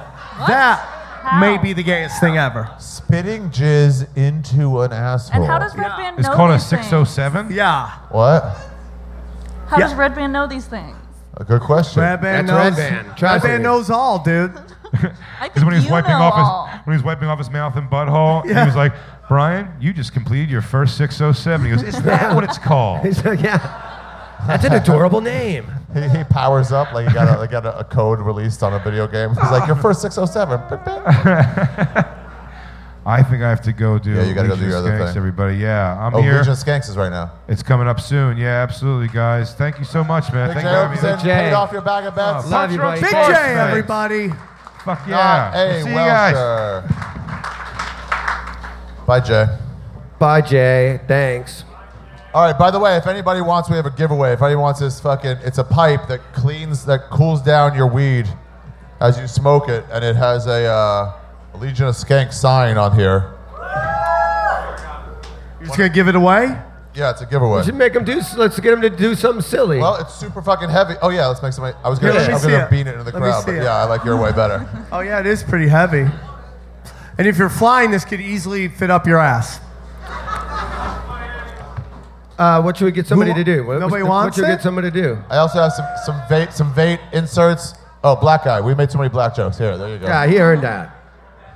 Speaker 3: that may be the gayest thing ever.
Speaker 5: Spitting jizz into an asshole.
Speaker 8: And how does Red Band know these things?
Speaker 17: oh
Speaker 3: Yeah.
Speaker 5: What?
Speaker 8: How does
Speaker 5: Yeah.
Speaker 8: Red Band know these things?
Speaker 5: A good question.
Speaker 3: Red Band knows. Red Band knows all, dude.
Speaker 17: Because when he was
Speaker 8: you
Speaker 17: wiping
Speaker 8: know
Speaker 17: off
Speaker 8: all.
Speaker 17: his when he was wiping off his mouth and butthole, he
Speaker 3: Yeah.
Speaker 17: was like, "Brian, you just completed your first 607." He goes, "Is that what it's called?"
Speaker 6: He's like, yeah. That's an adorable name.
Speaker 5: He, he powers up like he got, a, like got a, a code released on a video game. He's like, your first 607. Bip, bip.
Speaker 17: I think I have to go do.
Speaker 5: Yeah, you gotta go do
Speaker 17: Legion
Speaker 5: your
Speaker 17: of
Speaker 5: other
Speaker 17: Skanks,
Speaker 5: thing.
Speaker 17: Everybody, yeah, I'm
Speaker 5: oh,
Speaker 17: here.
Speaker 5: Legion of Skanks is right now.
Speaker 17: It's coming up soon. Yeah, absolutely, guys. Thank you so much, man. Thank
Speaker 5: Big J
Speaker 17: you for having me.
Speaker 5: Orbison, paid off your bag of bets.
Speaker 17: Oh, Love you, buddy.
Speaker 3: Big
Speaker 17: Fuck
Speaker 3: J,
Speaker 17: thanks.
Speaker 3: everybody.
Speaker 17: Fuck
Speaker 5: Not
Speaker 17: yeah.
Speaker 5: a
Speaker 17: See you guys.
Speaker 5: Ah, Welsher. Bye, Jay.
Speaker 6: Bye, Jay. Thanks.
Speaker 5: All right. By the way, if anybody wants, we have a giveaway. If anybody wants this fucking, it's a pipe that cleans, that cools down your weed as you smoke it, and it has a uh, Legion of Skanks sign on here.
Speaker 3: You're just gonna give it away?
Speaker 5: Yeah, it's a giveaway.
Speaker 6: We should make him do. Let's get him to do something silly.
Speaker 5: Well, it's super fucking heavy. Oh yeah, let's make somebody. I was gonna,
Speaker 3: Here, let me
Speaker 5: I was
Speaker 3: see
Speaker 5: gonna
Speaker 3: it.
Speaker 5: bean it into the
Speaker 3: Let me
Speaker 5: crowd,
Speaker 3: see
Speaker 5: but
Speaker 3: it.
Speaker 5: yeah, I like your way better.
Speaker 3: Oh yeah, it is pretty heavy. And if you're flying, this could easily fit up your ass.
Speaker 6: uh, what should we get somebody
Speaker 3: Who-
Speaker 6: to do? What,
Speaker 3: nobody
Speaker 6: what
Speaker 3: wants
Speaker 6: should we
Speaker 3: it?
Speaker 6: get somebody to do?
Speaker 5: I also have some some vape some vape inserts. Oh, black guy. We made too many black jokes. Here, there you go.
Speaker 6: Yeah, he earned that.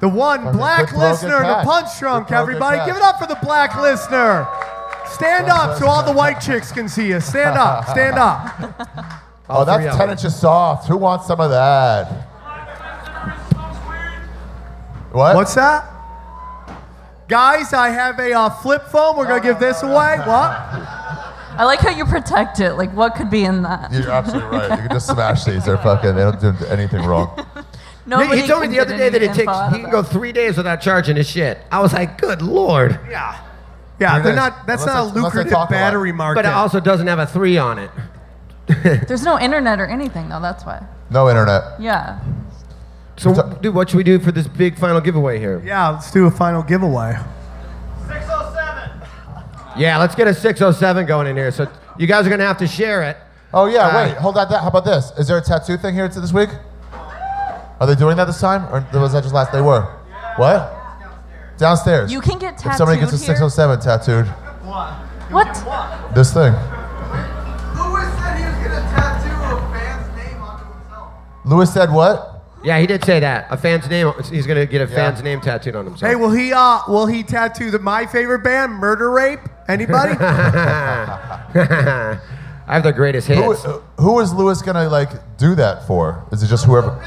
Speaker 3: The one black
Speaker 5: good blow,
Speaker 3: listener
Speaker 5: good
Speaker 3: in the
Speaker 5: catch.
Speaker 3: punch drunk,
Speaker 5: Good blow, good
Speaker 3: everybody.
Speaker 5: catch.
Speaker 3: Give it up for the black listener. Stand up so all the white chicks can see you. Stand up, stand up.
Speaker 5: Oh, that's
Speaker 3: three of
Speaker 5: 10
Speaker 3: them.
Speaker 5: inches soft. Who wants some of that? What?
Speaker 3: What's that? Guys, I have a uh, flip phone. We're gonna give this away. What?
Speaker 8: I like how you protect it. Like, what could be in that?
Speaker 5: You're absolutely right. You can just smash these. They're fucking, they don't do anything wrong.
Speaker 8: Nobody
Speaker 6: he, he told me
Speaker 8: can
Speaker 6: the other
Speaker 8: get
Speaker 6: day that
Speaker 8: any
Speaker 6: it
Speaker 8: info
Speaker 6: takes.
Speaker 8: out
Speaker 6: He
Speaker 8: of
Speaker 6: can
Speaker 8: it.
Speaker 6: go three days without charging his shit. I was like, good lord.
Speaker 3: Yeah. Yeah, they're not. That's
Speaker 5: Unless
Speaker 3: not a
Speaker 5: they- unless they
Speaker 3: lucrative
Speaker 5: talk a lot.
Speaker 3: battery market.
Speaker 6: But it also doesn't have a three on it.
Speaker 8: There's no internet or anything, though. That's why.
Speaker 5: No internet.
Speaker 8: Yeah.
Speaker 6: So, dude, what should we do for this big final giveaway here?
Speaker 3: yeah, let's do a final giveaway.
Speaker 6: Yeah, let's get a 607 going in here. So you guys are gonna have to share it.
Speaker 5: Oh, yeah,
Speaker 6: Uh,
Speaker 5: wait. Hold on. That, how about this? Is there a tattoo thing here to this week? Are they doing that this time? Or was that just last? They were. What? Downstairs.
Speaker 8: You can get
Speaker 5: If somebody gets a
Speaker 8: tattooed here.
Speaker 5: 607 tattooed.
Speaker 8: What?
Speaker 5: This thing.
Speaker 16: Lewis said he was going to tattoo a fan's name onto himself.
Speaker 5: Lewis said what?
Speaker 6: Yeah, he did say that. A fan's name. He's gonna get a fan's name tattooed on himself.
Speaker 3: Hey, will he? Uh, will he tattoo the my favorite band, Murder Rape? Anybody?
Speaker 6: I have the greatest
Speaker 5: Who,
Speaker 6: hits.
Speaker 5: who is Lewis gonna like do that for? Is it just whoever?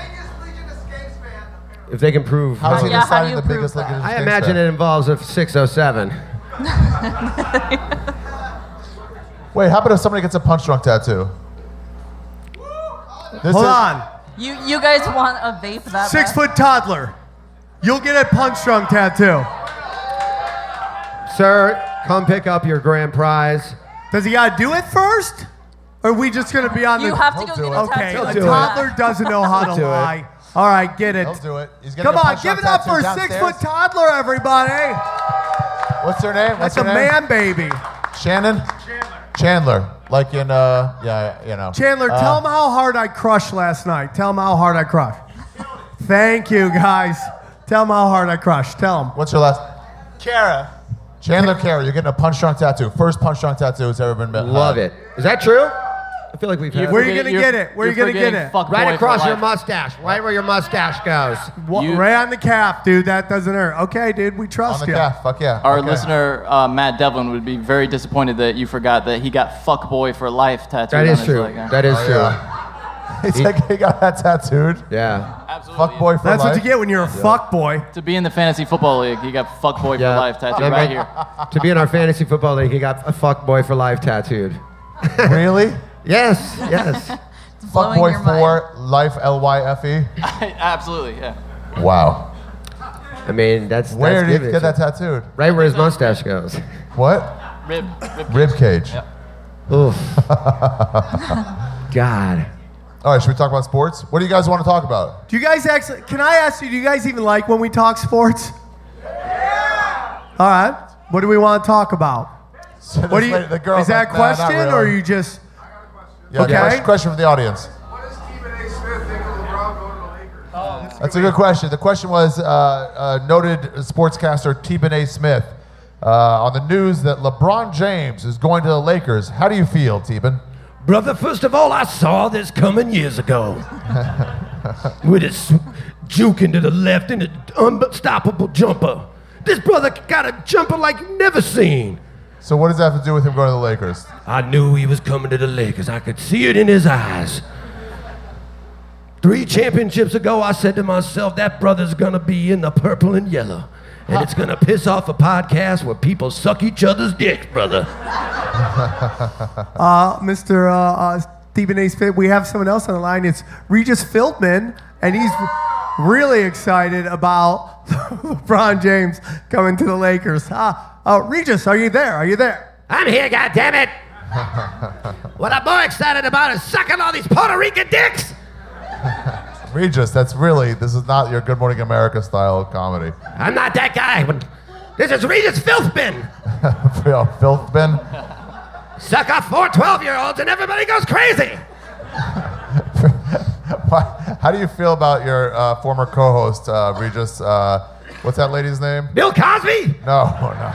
Speaker 6: if they can prove,
Speaker 5: How's he deciding the biggest Lincoln
Speaker 6: I imagine it involves a 607.
Speaker 5: Wait, how about if somebody gets a punch drunk tattoo? This
Speaker 3: Hold
Speaker 5: is-
Speaker 3: on.
Speaker 8: You you guys want a vape that
Speaker 3: Six
Speaker 8: bad?
Speaker 3: foot toddler. You'll get a punch drunk tattoo.
Speaker 6: Sir, come pick up your grand prize.
Speaker 3: Does he gotta do it first? Or are we just gonna be on
Speaker 8: You
Speaker 3: the
Speaker 8: have to He'll go do get a it.
Speaker 3: Okay,
Speaker 8: tattoo.
Speaker 3: a
Speaker 8: He'll do it.
Speaker 3: toddler doesn't know how
Speaker 6: He'll
Speaker 3: to
Speaker 6: do it.
Speaker 3: lie. All right, get it.
Speaker 5: He'll do it. He's gonna
Speaker 3: Come
Speaker 5: get a
Speaker 3: on,
Speaker 5: punch
Speaker 3: give
Speaker 5: drunk
Speaker 3: it up for
Speaker 5: tattoo
Speaker 3: a six
Speaker 5: downstairs.
Speaker 3: foot toddler, everybody.
Speaker 5: What's her name? What's
Speaker 3: That's a
Speaker 5: her name?
Speaker 3: man baby.
Speaker 5: Shannon. Chandler. Like in uh, yeah, you know.
Speaker 3: Chandler,
Speaker 5: Uh,
Speaker 3: tell him how hard I crushed last night. Tell him how hard I crushed. Thank you, guys. Tell him how hard I crushed. Tell him.
Speaker 5: What's your last?
Speaker 3: Kara.
Speaker 5: Chandler Carey, you're getting a punch drunk tattoo. First punch drunk tattoo that's ever been.
Speaker 6: Love it. Is that true? I feel like we've.
Speaker 3: Where
Speaker 6: had
Speaker 3: you gonna get it? Where you gonna get it?
Speaker 6: Right across your mustache. Right where your mustache goes.
Speaker 3: Wa- right on the calf, dude. That doesn't hurt. Okay, dude, we trust you.
Speaker 5: Fuck yeah.
Speaker 7: Our
Speaker 3: Okay.
Speaker 7: listener uh, Matt Devlin would be very disappointed that you forgot that he got "fuck boy for life" tattooed.
Speaker 6: That
Speaker 7: on
Speaker 6: is
Speaker 7: his
Speaker 6: true.
Speaker 7: leg. Yeah.
Speaker 6: That is
Speaker 5: Oh,
Speaker 6: true.
Speaker 5: yeah. He's like, he got that tattooed.
Speaker 6: Yeah.
Speaker 5: Fuck boy for
Speaker 3: That's
Speaker 5: life.
Speaker 3: what you get when you're a fuck boy.
Speaker 7: To be in the fantasy football league, he got "fuck boy
Speaker 6: Yeah.
Speaker 7: for life" tattooed
Speaker 6: And
Speaker 7: right
Speaker 6: then-
Speaker 7: here.
Speaker 6: To be in our fantasy football league, he got a fuck boy for life tattooed.
Speaker 5: Really?
Speaker 6: Yes. Yes.
Speaker 5: Fuck
Speaker 8: blowing
Speaker 5: boy
Speaker 8: your
Speaker 5: for life. L Y F E.
Speaker 7: Absolutely, yeah.
Speaker 5: Wow.
Speaker 6: I mean, that's
Speaker 5: Where
Speaker 6: that's
Speaker 5: did
Speaker 6: giving
Speaker 5: he
Speaker 6: it
Speaker 5: get
Speaker 6: to
Speaker 5: that
Speaker 6: him.
Speaker 5: tattooed?
Speaker 6: Right where his mustache goes.
Speaker 5: What?
Speaker 7: Rib, rib,
Speaker 5: Rib cage.
Speaker 7: Yep.
Speaker 6: Oof. God.
Speaker 5: All right, should we talk about sports? What do you guys want to talk about?
Speaker 3: Do you guys actually? Can I ask you? Do you guys even like when we talk sports? All right. What do we want to talk about?
Speaker 5: So
Speaker 3: What
Speaker 5: this
Speaker 3: do you?
Speaker 5: lady- the girl's
Speaker 3: is that a
Speaker 5: like, "Nah, not
Speaker 3: question or are
Speaker 5: really."
Speaker 3: you just?
Speaker 5: Yeah,
Speaker 3: okay.
Speaker 5: question, question from the audience. That's a good question. The question was uh, uh, noted sportscaster T-Bin A. Smith uh, on the news that LeBron James is going to the Lakers. How do you feel, T-Bin?
Speaker 6: Brother, first of all, I saw this coming years ago. With his juke into the left and an unstoppable jumper. This brother got a jumper like you never seen.
Speaker 5: So what does that have to do with him going to the Lakers?
Speaker 6: I knew he was coming to the Lakers. I could see it in his eyes. Three championships ago, I said to myself, that brother's gonna be in the purple and yellow. And it's gonna piss off a podcast where people suck each other's dicks, brother.
Speaker 3: Uh, Mr. Uh, uh, Stephen A. Smith, we have someone else on the line. It's Regis Philbin, and he's really excited about LeBron James coming to the Lakers. Uh, uh, Regis, are you there? Are you there?
Speaker 6: I'm here, goddammit! what I'm more excited about is sucking all these Puerto Rican dicks!
Speaker 5: Regis, that's really this is not your Good Morning America style comedy.
Speaker 6: I'm not that guy. but This is Regis Filthbin!
Speaker 5: Yeah, Filth bin,
Speaker 6: Suck off four 12 year olds and everybody goes crazy!
Speaker 5: Why- how do you feel about your uh, former co-host uh, Regis? Uh, what's that lady's name?
Speaker 6: Bill Cosby?
Speaker 5: No, no.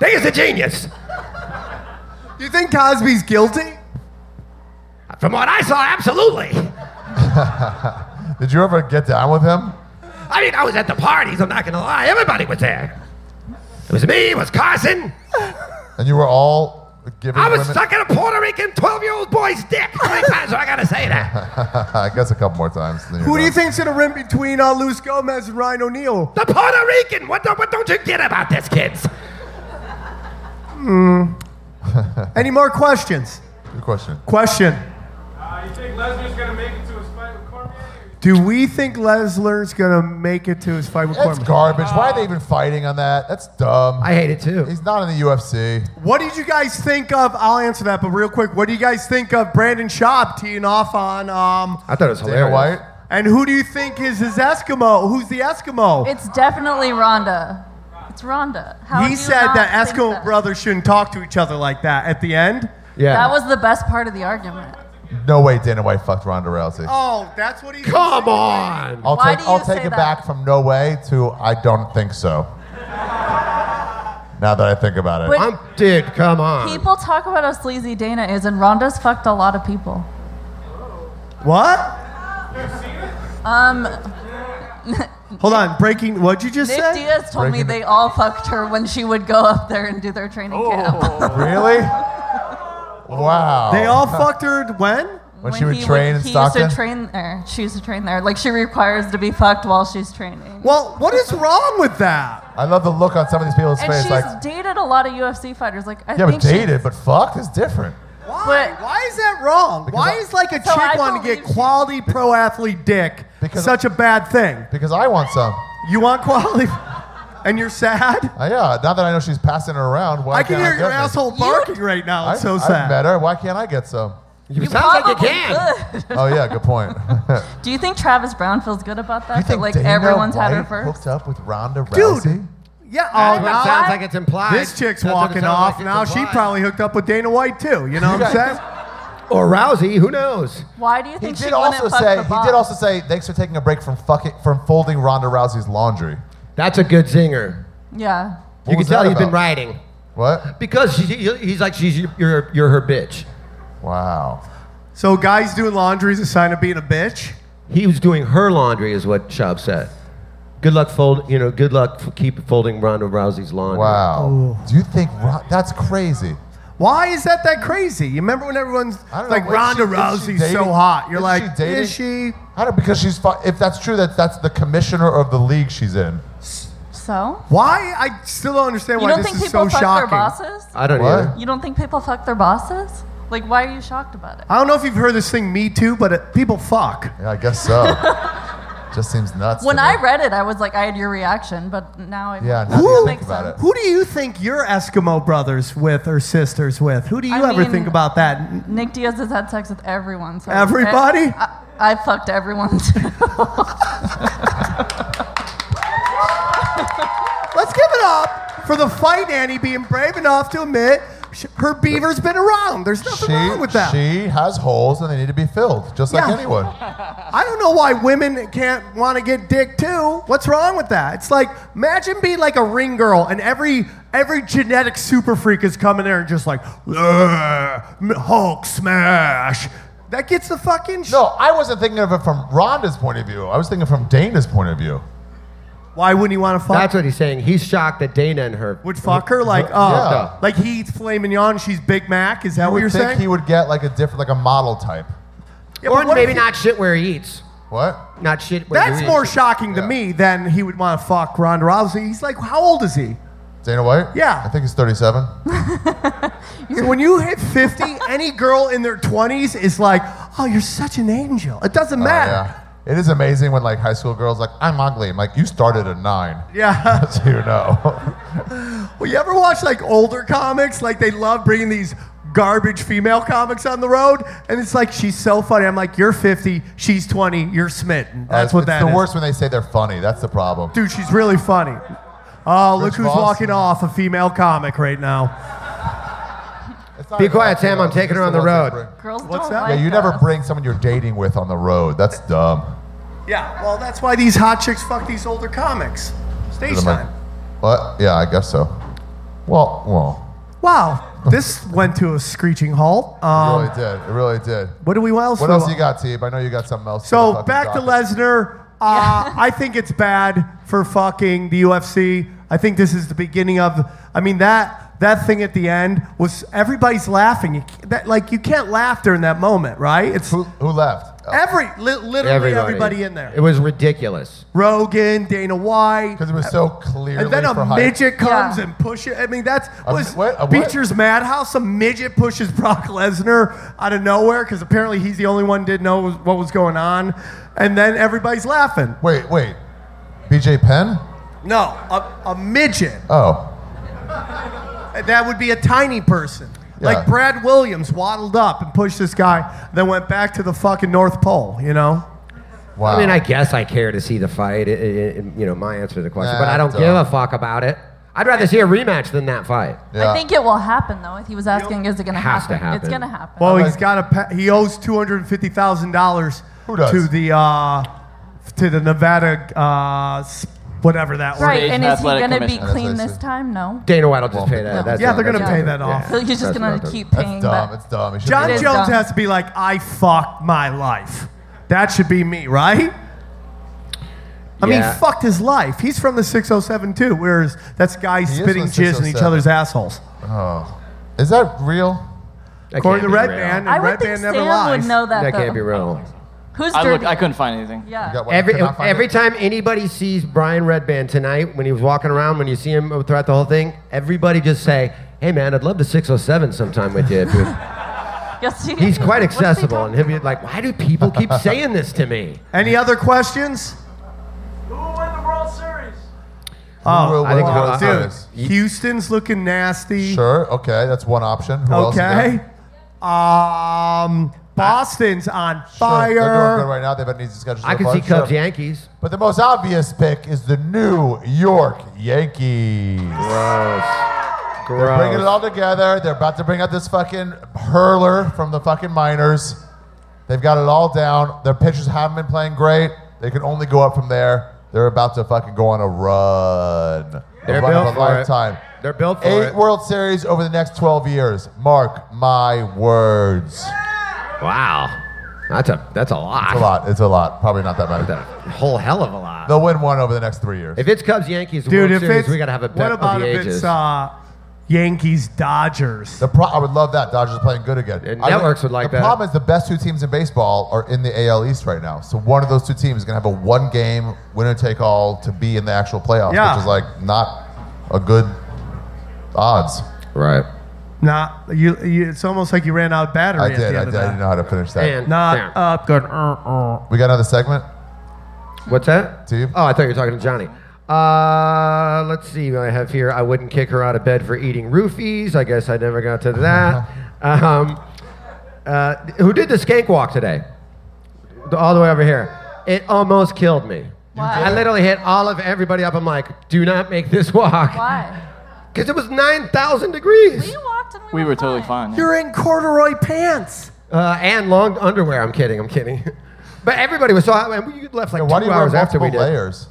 Speaker 6: They is a genius!
Speaker 3: You think Cosby's guilty?
Speaker 6: From what I saw, absolutely!
Speaker 5: Did you ever get down with him?
Speaker 6: I mean, I was at the parties, I'm not gonna lie. Everybody was there. It was me, it was Carson.
Speaker 5: And you were all giving
Speaker 6: I was
Speaker 5: women.
Speaker 6: sucking a Puerto Rican 12 year old boy's dick. How many times do I gotta say that?
Speaker 5: I guess a couple more times. then you're
Speaker 3: Who do you
Speaker 5: done.
Speaker 3: think's gonna rim between uh, Luis Gomez and Ryan O'Neal?
Speaker 6: The Puerto Rican! What, the, what don't you get about this, kids?
Speaker 3: Hmm. Any more questions?
Speaker 5: Good question.
Speaker 3: Question:
Speaker 16: Uh, you think Lesnar's gonna make it to his fight with Cormier?
Speaker 3: Do we think Lesnar's gonna make it to his fight with
Speaker 5: That's
Speaker 3: Cormier?
Speaker 5: garbage. Why are they even fighting on that? That's dumb.
Speaker 6: I hate it too.
Speaker 5: He's not in the UFC.
Speaker 3: What did you guys think of? I'll answer that, but real quick, what do you guys think of Brandon Schaub teeing off on? Um,
Speaker 6: I thought it was
Speaker 5: Dana White.
Speaker 3: and who do you think is his Eskimo? Who's the Eskimo?
Speaker 8: It's definitely Rhonda. It's Rhonda. How do
Speaker 3: he
Speaker 8: you
Speaker 3: said
Speaker 8: not
Speaker 3: that
Speaker 8: think
Speaker 3: Eskimo
Speaker 8: that?
Speaker 3: brothers shouldn't talk to each other like that at the end.
Speaker 6: Yeah.
Speaker 8: That was the best part of the argument.
Speaker 5: No way. Dana White fucked Ronda Rousey.
Speaker 3: Oh, that's what he.
Speaker 6: Come on!
Speaker 5: I'll
Speaker 8: Why
Speaker 5: take
Speaker 8: do you
Speaker 5: I'll take
Speaker 8: say
Speaker 5: it
Speaker 8: that?
Speaker 5: back from no way to I don't think so. Now that I think about it,
Speaker 8: Wait.
Speaker 6: I'm, dude, come on.
Speaker 8: People talk about how sleazy Dana is, and Rhonda's fucked a lot of people.
Speaker 3: What?
Speaker 8: Um,
Speaker 3: Hold on. Breaking. What'd you just
Speaker 8: Nick
Speaker 3: say?
Speaker 8: Diaz told me they all fucked her when she would go up there and do their training camp.
Speaker 5: really? wow.
Speaker 3: They all fucked her when?
Speaker 5: When, she would
Speaker 8: he
Speaker 5: train in
Speaker 8: he
Speaker 5: Stockton.
Speaker 8: used to train there. She used to train there. Like she requires to be fucked while she's training.
Speaker 3: Well, what is wrong with that?
Speaker 5: I love the look on some of these people's
Speaker 8: and
Speaker 5: face.
Speaker 8: she's
Speaker 5: Like,
Speaker 8: dated a lot of UFC fighters. Like I
Speaker 5: yeah, but
Speaker 8: think
Speaker 5: dated, but fucked is different.
Speaker 3: Why? Why is that wrong? Why is like a
Speaker 8: So I
Speaker 3: chick wanting to get quality pro athlete dick such a bad thing?
Speaker 5: Because I want some.
Speaker 3: You want quality? And you're sad?
Speaker 5: Uh, yeah. Now that I know she's passing her around, why
Speaker 3: I can
Speaker 5: can't I
Speaker 3: hear your
Speaker 5: get me?
Speaker 3: asshole barking right now. It's
Speaker 5: I-
Speaker 3: so
Speaker 5: I've
Speaker 3: sad.
Speaker 5: met her. Why can't I get some?
Speaker 6: You sounds like you can.
Speaker 8: she- Good.
Speaker 5: Oh yeah, good point.
Speaker 8: Do you think Travis Brown feels good about that?
Speaker 5: you
Speaker 8: That
Speaker 5: think
Speaker 8: like
Speaker 5: Dana
Speaker 8: everyone's had her
Speaker 5: White
Speaker 8: first.
Speaker 5: hooked up with Ronda
Speaker 3: Dude.
Speaker 5: Rousey?
Speaker 3: Yeah,
Speaker 6: That's
Speaker 3: oh,
Speaker 6: what it
Speaker 3: now-
Speaker 6: sounds like it's implied.
Speaker 3: This chick's
Speaker 6: That's what it
Speaker 3: walking
Speaker 6: sounds like
Speaker 3: off
Speaker 6: it's
Speaker 3: now. She
Speaker 6: implied.
Speaker 3: probably hooked up with Dana White too. You know what I'm saying?
Speaker 6: Or Rousey, who knows?
Speaker 8: Why do you
Speaker 5: He
Speaker 8: think she
Speaker 5: did
Speaker 8: wouldn't
Speaker 5: also
Speaker 8: fuck
Speaker 5: say
Speaker 8: the
Speaker 5: he
Speaker 8: boss?
Speaker 5: did also say thanks for taking a break from fucking from folding Ronda Rousey's laundry.
Speaker 6: That's a good zinger.
Speaker 8: Yeah.
Speaker 5: What
Speaker 6: you can
Speaker 5: was
Speaker 6: tell
Speaker 5: that
Speaker 6: he's been
Speaker 5: about?
Speaker 6: writing.
Speaker 5: What?
Speaker 6: Because she, he's like, she's, you're, you're her bitch.
Speaker 5: Wow.
Speaker 3: So, guys doing laundry is a sign of being a bitch.
Speaker 6: He was doing her laundry, is what Shab said. Good luck fold, you know. Good luck f- keep folding Ronda Rousey's laundry.
Speaker 5: Wow. Do you think Ron- that's crazy?
Speaker 3: Why is that that crazy? You remember when everyone's
Speaker 5: I don't
Speaker 3: like
Speaker 5: know, is
Speaker 3: Ronda
Speaker 5: she- is she
Speaker 3: Rousey's so
Speaker 5: dating-
Speaker 3: hot? You're
Speaker 5: is
Speaker 3: like,
Speaker 5: she dating?
Speaker 3: is she?
Speaker 5: I don't because she's fu- if that's true that that's the commissioner of the league she's in.
Speaker 8: So
Speaker 3: Why? I still don't understand
Speaker 8: you
Speaker 3: why
Speaker 8: don't
Speaker 3: this
Speaker 8: think
Speaker 3: is
Speaker 8: people
Speaker 3: so
Speaker 8: fuck their
Speaker 3: shocking.
Speaker 8: bosses?
Speaker 6: I don't
Speaker 5: What?
Speaker 6: know.
Speaker 8: You don't think people fuck their bosses? Like why are you shocked about it?
Speaker 3: I don't know if you've heard this thing, Me Too, but it, people fuck.
Speaker 5: Yeah, I guess so. Just seems nuts. to
Speaker 8: When
Speaker 5: me.
Speaker 8: I read it, I was like, I had your reaction, but now I
Speaker 5: yeah, now
Speaker 8: It
Speaker 5: that you
Speaker 3: Who-
Speaker 5: think
Speaker 8: makes
Speaker 5: about
Speaker 8: sense.
Speaker 5: it.
Speaker 3: Who do you think your Eskimo brothers with or sisters with? Who do you
Speaker 8: I
Speaker 3: ever
Speaker 8: mean-
Speaker 3: think about that?
Speaker 8: Nick Diaz has had sex with everyone. So
Speaker 3: Everybody?
Speaker 8: I, I fucked everyone too.
Speaker 3: Let's give it up for the fight Annie being brave enough to admit sh- her beaver's been around. There's nothing wrong with that.
Speaker 5: she has holes and they need to be filled, just
Speaker 3: Yeah.
Speaker 5: like anyone.
Speaker 3: I don't know why women can't want to get dick too. What's wrong with that? It's like imagine being like a ring girl and every every genetic super freak is coming there and just like "Ugh, Hulk smash. That gets the fucking sh-
Speaker 5: No, I wasn't thinking of it from Rhonda's point of view. I was thinking from Dana's point of view.
Speaker 3: Why wouldn't he want to fuck?
Speaker 6: That's what he's saying. He's shocked that Dana and her.
Speaker 3: would fuck her like oh
Speaker 5: Yeah.
Speaker 3: like he eats filet mignon, she's Big Mac. Is that
Speaker 5: I
Speaker 3: what
Speaker 5: would
Speaker 3: you're
Speaker 5: think
Speaker 3: saying?
Speaker 5: he would get like a different, like a model type.
Speaker 3: Yeah, but
Speaker 6: or
Speaker 3: what if
Speaker 6: maybe
Speaker 3: he-
Speaker 6: not shit where he eats.
Speaker 5: What?
Speaker 6: Not shit. Where
Speaker 3: That's
Speaker 6: you
Speaker 3: more
Speaker 6: eat.
Speaker 3: shocking to
Speaker 5: Yeah.
Speaker 3: me than he would want to fuck Ronda Rousey. He's like, how old is he?
Speaker 5: Dana White?
Speaker 3: Yeah.
Speaker 5: I think he's 37.
Speaker 3: So when you hit 50, any girl in their 20s is like, oh, you're such an angel. It doesn't
Speaker 5: Oh,
Speaker 3: matter.
Speaker 5: yeah. It is amazing when like high school girls like, I'm ugly. I'm like, you started at nine.
Speaker 3: yeah.
Speaker 5: So you know.
Speaker 3: Well, you ever watch like older comics? Like they love bringing these garbage female comics on the road, and it's like she's so funny. I'm like, you're 50, she's 20, you're smitten. That's
Speaker 5: Uh,
Speaker 3: what
Speaker 5: it's
Speaker 3: that
Speaker 5: the
Speaker 3: is.
Speaker 5: worst when they say they're funny. That's the problem.
Speaker 3: Dude, she's really funny. Oh, look
Speaker 5: Rich
Speaker 3: who's
Speaker 5: Voss.
Speaker 3: walking off a female comic right now.
Speaker 5: It's not
Speaker 6: Be
Speaker 5: even
Speaker 6: quiet,
Speaker 5: about
Speaker 6: Sam.
Speaker 5: females,
Speaker 6: I'm
Speaker 5: it's
Speaker 6: taking her
Speaker 5: just
Speaker 6: on the
Speaker 5: ones they
Speaker 6: road.
Speaker 5: bring.
Speaker 8: Girls
Speaker 3: What's
Speaker 8: don't
Speaker 3: that?
Speaker 5: Yeah,
Speaker 8: like
Speaker 5: you never
Speaker 8: us.
Speaker 5: bring someone you're dating with on the road. That's dumb.
Speaker 3: Yeah, well, that's why these hot chicks fuck these older comics. Stage
Speaker 5: I'm like,
Speaker 3: time.
Speaker 5: What? Yeah, I guess so. Well, well,
Speaker 3: Wow, this went to a screeching halt.
Speaker 5: it
Speaker 3: Um,
Speaker 5: really did. It really did.
Speaker 3: What do we else?
Speaker 5: What
Speaker 3: we-
Speaker 5: else you got, Teeb? I know you got something else. for the
Speaker 3: So
Speaker 5: fucking
Speaker 3: back to
Speaker 5: docket.
Speaker 3: Lesnar. Uh, I think it's bad for fucking the UFC. I think this is the beginning of. I mean that that thing at the end was everybody's laughing. You, ca- that like you can't laugh during that moment, right? It's
Speaker 5: Who, who left?
Speaker 3: every li- literally everybody in there.
Speaker 6: It was ridiculous.
Speaker 3: Rogan, Dana White,
Speaker 5: Because it was so clearly
Speaker 3: and then
Speaker 5: for
Speaker 3: a
Speaker 5: hype.
Speaker 3: midget comes
Speaker 8: Yeah.
Speaker 3: and pushes. I mean, that's
Speaker 5: A
Speaker 3: was
Speaker 5: what- a what?
Speaker 3: Beecher's madhouse. A midget pushes Brock Lesnar out of nowhere because apparently he's the only one didn't know was- what was going on, and then everybody's laughing.
Speaker 5: Wait, wait. BJ Penn?
Speaker 3: No, a, a midget.
Speaker 5: Oh.
Speaker 3: That would be a tiny person.
Speaker 5: Yeah.
Speaker 3: Like Brad Williams waddled up and pushed this guy, then went back to the fucking North Pole. You know.
Speaker 5: Wow.
Speaker 6: I mean, I guess I care to see the fight. It, it- it- you know, my answer to the question,
Speaker 5: Nah,
Speaker 6: but I don't
Speaker 5: dumb.
Speaker 6: give
Speaker 3: uh,
Speaker 6: a fuck about it. I'd rather see a rematch than that fight.
Speaker 5: Yeah.
Speaker 8: I think it will happen though. If he was asking, is it gonna
Speaker 6: Has to
Speaker 8: happen?
Speaker 6: happen.
Speaker 8: It's gonna happen.
Speaker 3: Well,
Speaker 5: Like-
Speaker 3: he's got a pa- he owes two hundred and fifty thousand dollars
Speaker 5: Who does?
Speaker 3: to the uh, to the Nevada uh, s- whatever that was.
Speaker 8: Right, and is he going to be clean this time? No.
Speaker 6: Dana White will just pay that. That's
Speaker 3: yeah,
Speaker 6: not-
Speaker 3: they're going to
Speaker 6: that's
Speaker 3: pay
Speaker 6: not-
Speaker 3: that off.
Speaker 6: yeah.
Speaker 8: So he's just
Speaker 6: That's
Speaker 8: going
Speaker 6: not
Speaker 8: to
Speaker 6: the-
Speaker 8: keep
Speaker 5: That's
Speaker 8: paying.
Speaker 5: dumb.
Speaker 8: but
Speaker 5: It's dumb. It should
Speaker 3: John
Speaker 5: be-
Speaker 3: Jones has to be like, I fucked my life. That should be me, right? I
Speaker 6: Yeah.
Speaker 3: mean, fucked his life. He's from the 607 too, whereas that's guys
Speaker 5: He is
Speaker 3: spitting
Speaker 5: from
Speaker 3: jizz in each
Speaker 5: 607.
Speaker 3: other's assholes.
Speaker 5: Oh. Is that real?
Speaker 3: According to
Speaker 6: can't be
Speaker 3: Red
Speaker 6: real.
Speaker 3: Man,
Speaker 8: I
Speaker 3: and
Speaker 8: would
Speaker 3: Red
Speaker 8: think
Speaker 3: Man never
Speaker 8: Sam
Speaker 3: lies.
Speaker 8: would know that.
Speaker 6: That
Speaker 8: though.
Speaker 6: can't be real.
Speaker 8: Who's
Speaker 7: I, looked,
Speaker 8: dirty?
Speaker 7: I couldn't find anything.
Speaker 5: You
Speaker 8: yeah.
Speaker 5: got one?
Speaker 6: Every
Speaker 5: Could not find
Speaker 6: every
Speaker 5: it?
Speaker 6: time anybody sees Brian Redband tonight, when he was walking around, when you see him throughout the whole thing, everybody just say, "Hey man, I'd love to 607 sometime with you." if you-"
Speaker 8: Yes, he-
Speaker 6: He's quite
Speaker 8: what's he
Speaker 6: accessible,
Speaker 8: talking
Speaker 6: and he'll be like, "Why do people keep saying this to me?"
Speaker 3: Any other questions?
Speaker 16: Who will win the World Series?
Speaker 5: will
Speaker 3: Oh,
Speaker 5: win
Speaker 6: I think-
Speaker 5: the World
Speaker 6: uh,
Speaker 3: dude,
Speaker 5: Series?
Speaker 3: Houston's looking nasty.
Speaker 5: Sure. Okay, that's one option. Who else? you got?
Speaker 3: Okay. Um, Boston's on fire.
Speaker 5: Sure, they're doing good right now. They've had an easy schedule. so
Speaker 6: I can
Speaker 5: far.
Speaker 6: see Cubs
Speaker 5: Sure.
Speaker 6: Yankees.
Speaker 5: But the most obvious pick is the New York Yankees.
Speaker 6: Gross.
Speaker 5: They're bringing it
Speaker 6: Gross.
Speaker 5: all together. They're about to bring out this fucking hurler from the fucking minors. They've got it all down. Their pitchers haven't been playing great. They can only go up from there. They're about to fucking go on a run.
Speaker 6: They're
Speaker 5: a run
Speaker 6: built
Speaker 5: of a
Speaker 6: for it.
Speaker 5: lifetime.
Speaker 6: They're built for
Speaker 5: Eight
Speaker 6: it.
Speaker 5: World Series over the next 12 years. Mark my words.
Speaker 6: Wow, that's a that's a lot.
Speaker 5: It's a lot. It's a lot. Probably not that
Speaker 6: That's
Speaker 5: many.
Speaker 6: a whole hell of a lot.
Speaker 5: They'll win one over the next three years.
Speaker 6: If it's Cubs Yankees
Speaker 3: Dude,
Speaker 6: World
Speaker 3: if
Speaker 6: Series,
Speaker 3: it's
Speaker 6: we gotta have a bet
Speaker 3: what about
Speaker 6: of the
Speaker 3: if
Speaker 6: ages.
Speaker 3: it's uh, Yankees Dodgers?
Speaker 5: The pro- I would love that. Dodgers are playing good again.
Speaker 6: And
Speaker 5: I
Speaker 6: networks would like
Speaker 5: the
Speaker 6: that.
Speaker 5: problem is the best two teams in baseball are in the AL East right now. So one of those two teams is going to have a one game winner take all to be in the actual playoffs,
Speaker 3: Yeah.
Speaker 5: which is like not a good odds.
Speaker 6: right.
Speaker 3: Nah, you, you, it's almost like you ran out of battery
Speaker 5: I
Speaker 3: at the
Speaker 5: did.
Speaker 3: end
Speaker 5: I
Speaker 3: of
Speaker 5: did. I
Speaker 3: that.
Speaker 5: didn't know how to finish that.
Speaker 6: And
Speaker 3: Not
Speaker 6: Bam.
Speaker 3: up, good. Uh, uh.
Speaker 5: We got another segment.
Speaker 6: What's that?
Speaker 5: To you.
Speaker 6: Oh, I thought you were talking to Johnny. Uh, let's see what I have here. I wouldn't kick her out of bed for eating roofies. I guess I never got to that. um, uh, who did the skank walk today? All the way over here. It almost killed me.
Speaker 8: Why?
Speaker 6: I literally hit all of everybody up. I'm like, do not make this walk.
Speaker 8: Why?
Speaker 6: Because it was 9,000 degrees.
Speaker 8: We walked and we,
Speaker 7: We
Speaker 8: were,
Speaker 7: were totally fine. yeah.
Speaker 3: You're in corduroy pants.
Speaker 6: Uh, and long underwear. I'm kidding. I'm kidding. but everybody was so hot. And we left like
Speaker 5: Why do
Speaker 6: two
Speaker 5: you wear
Speaker 6: hours after
Speaker 5: multiple
Speaker 6: we did.
Speaker 5: layers?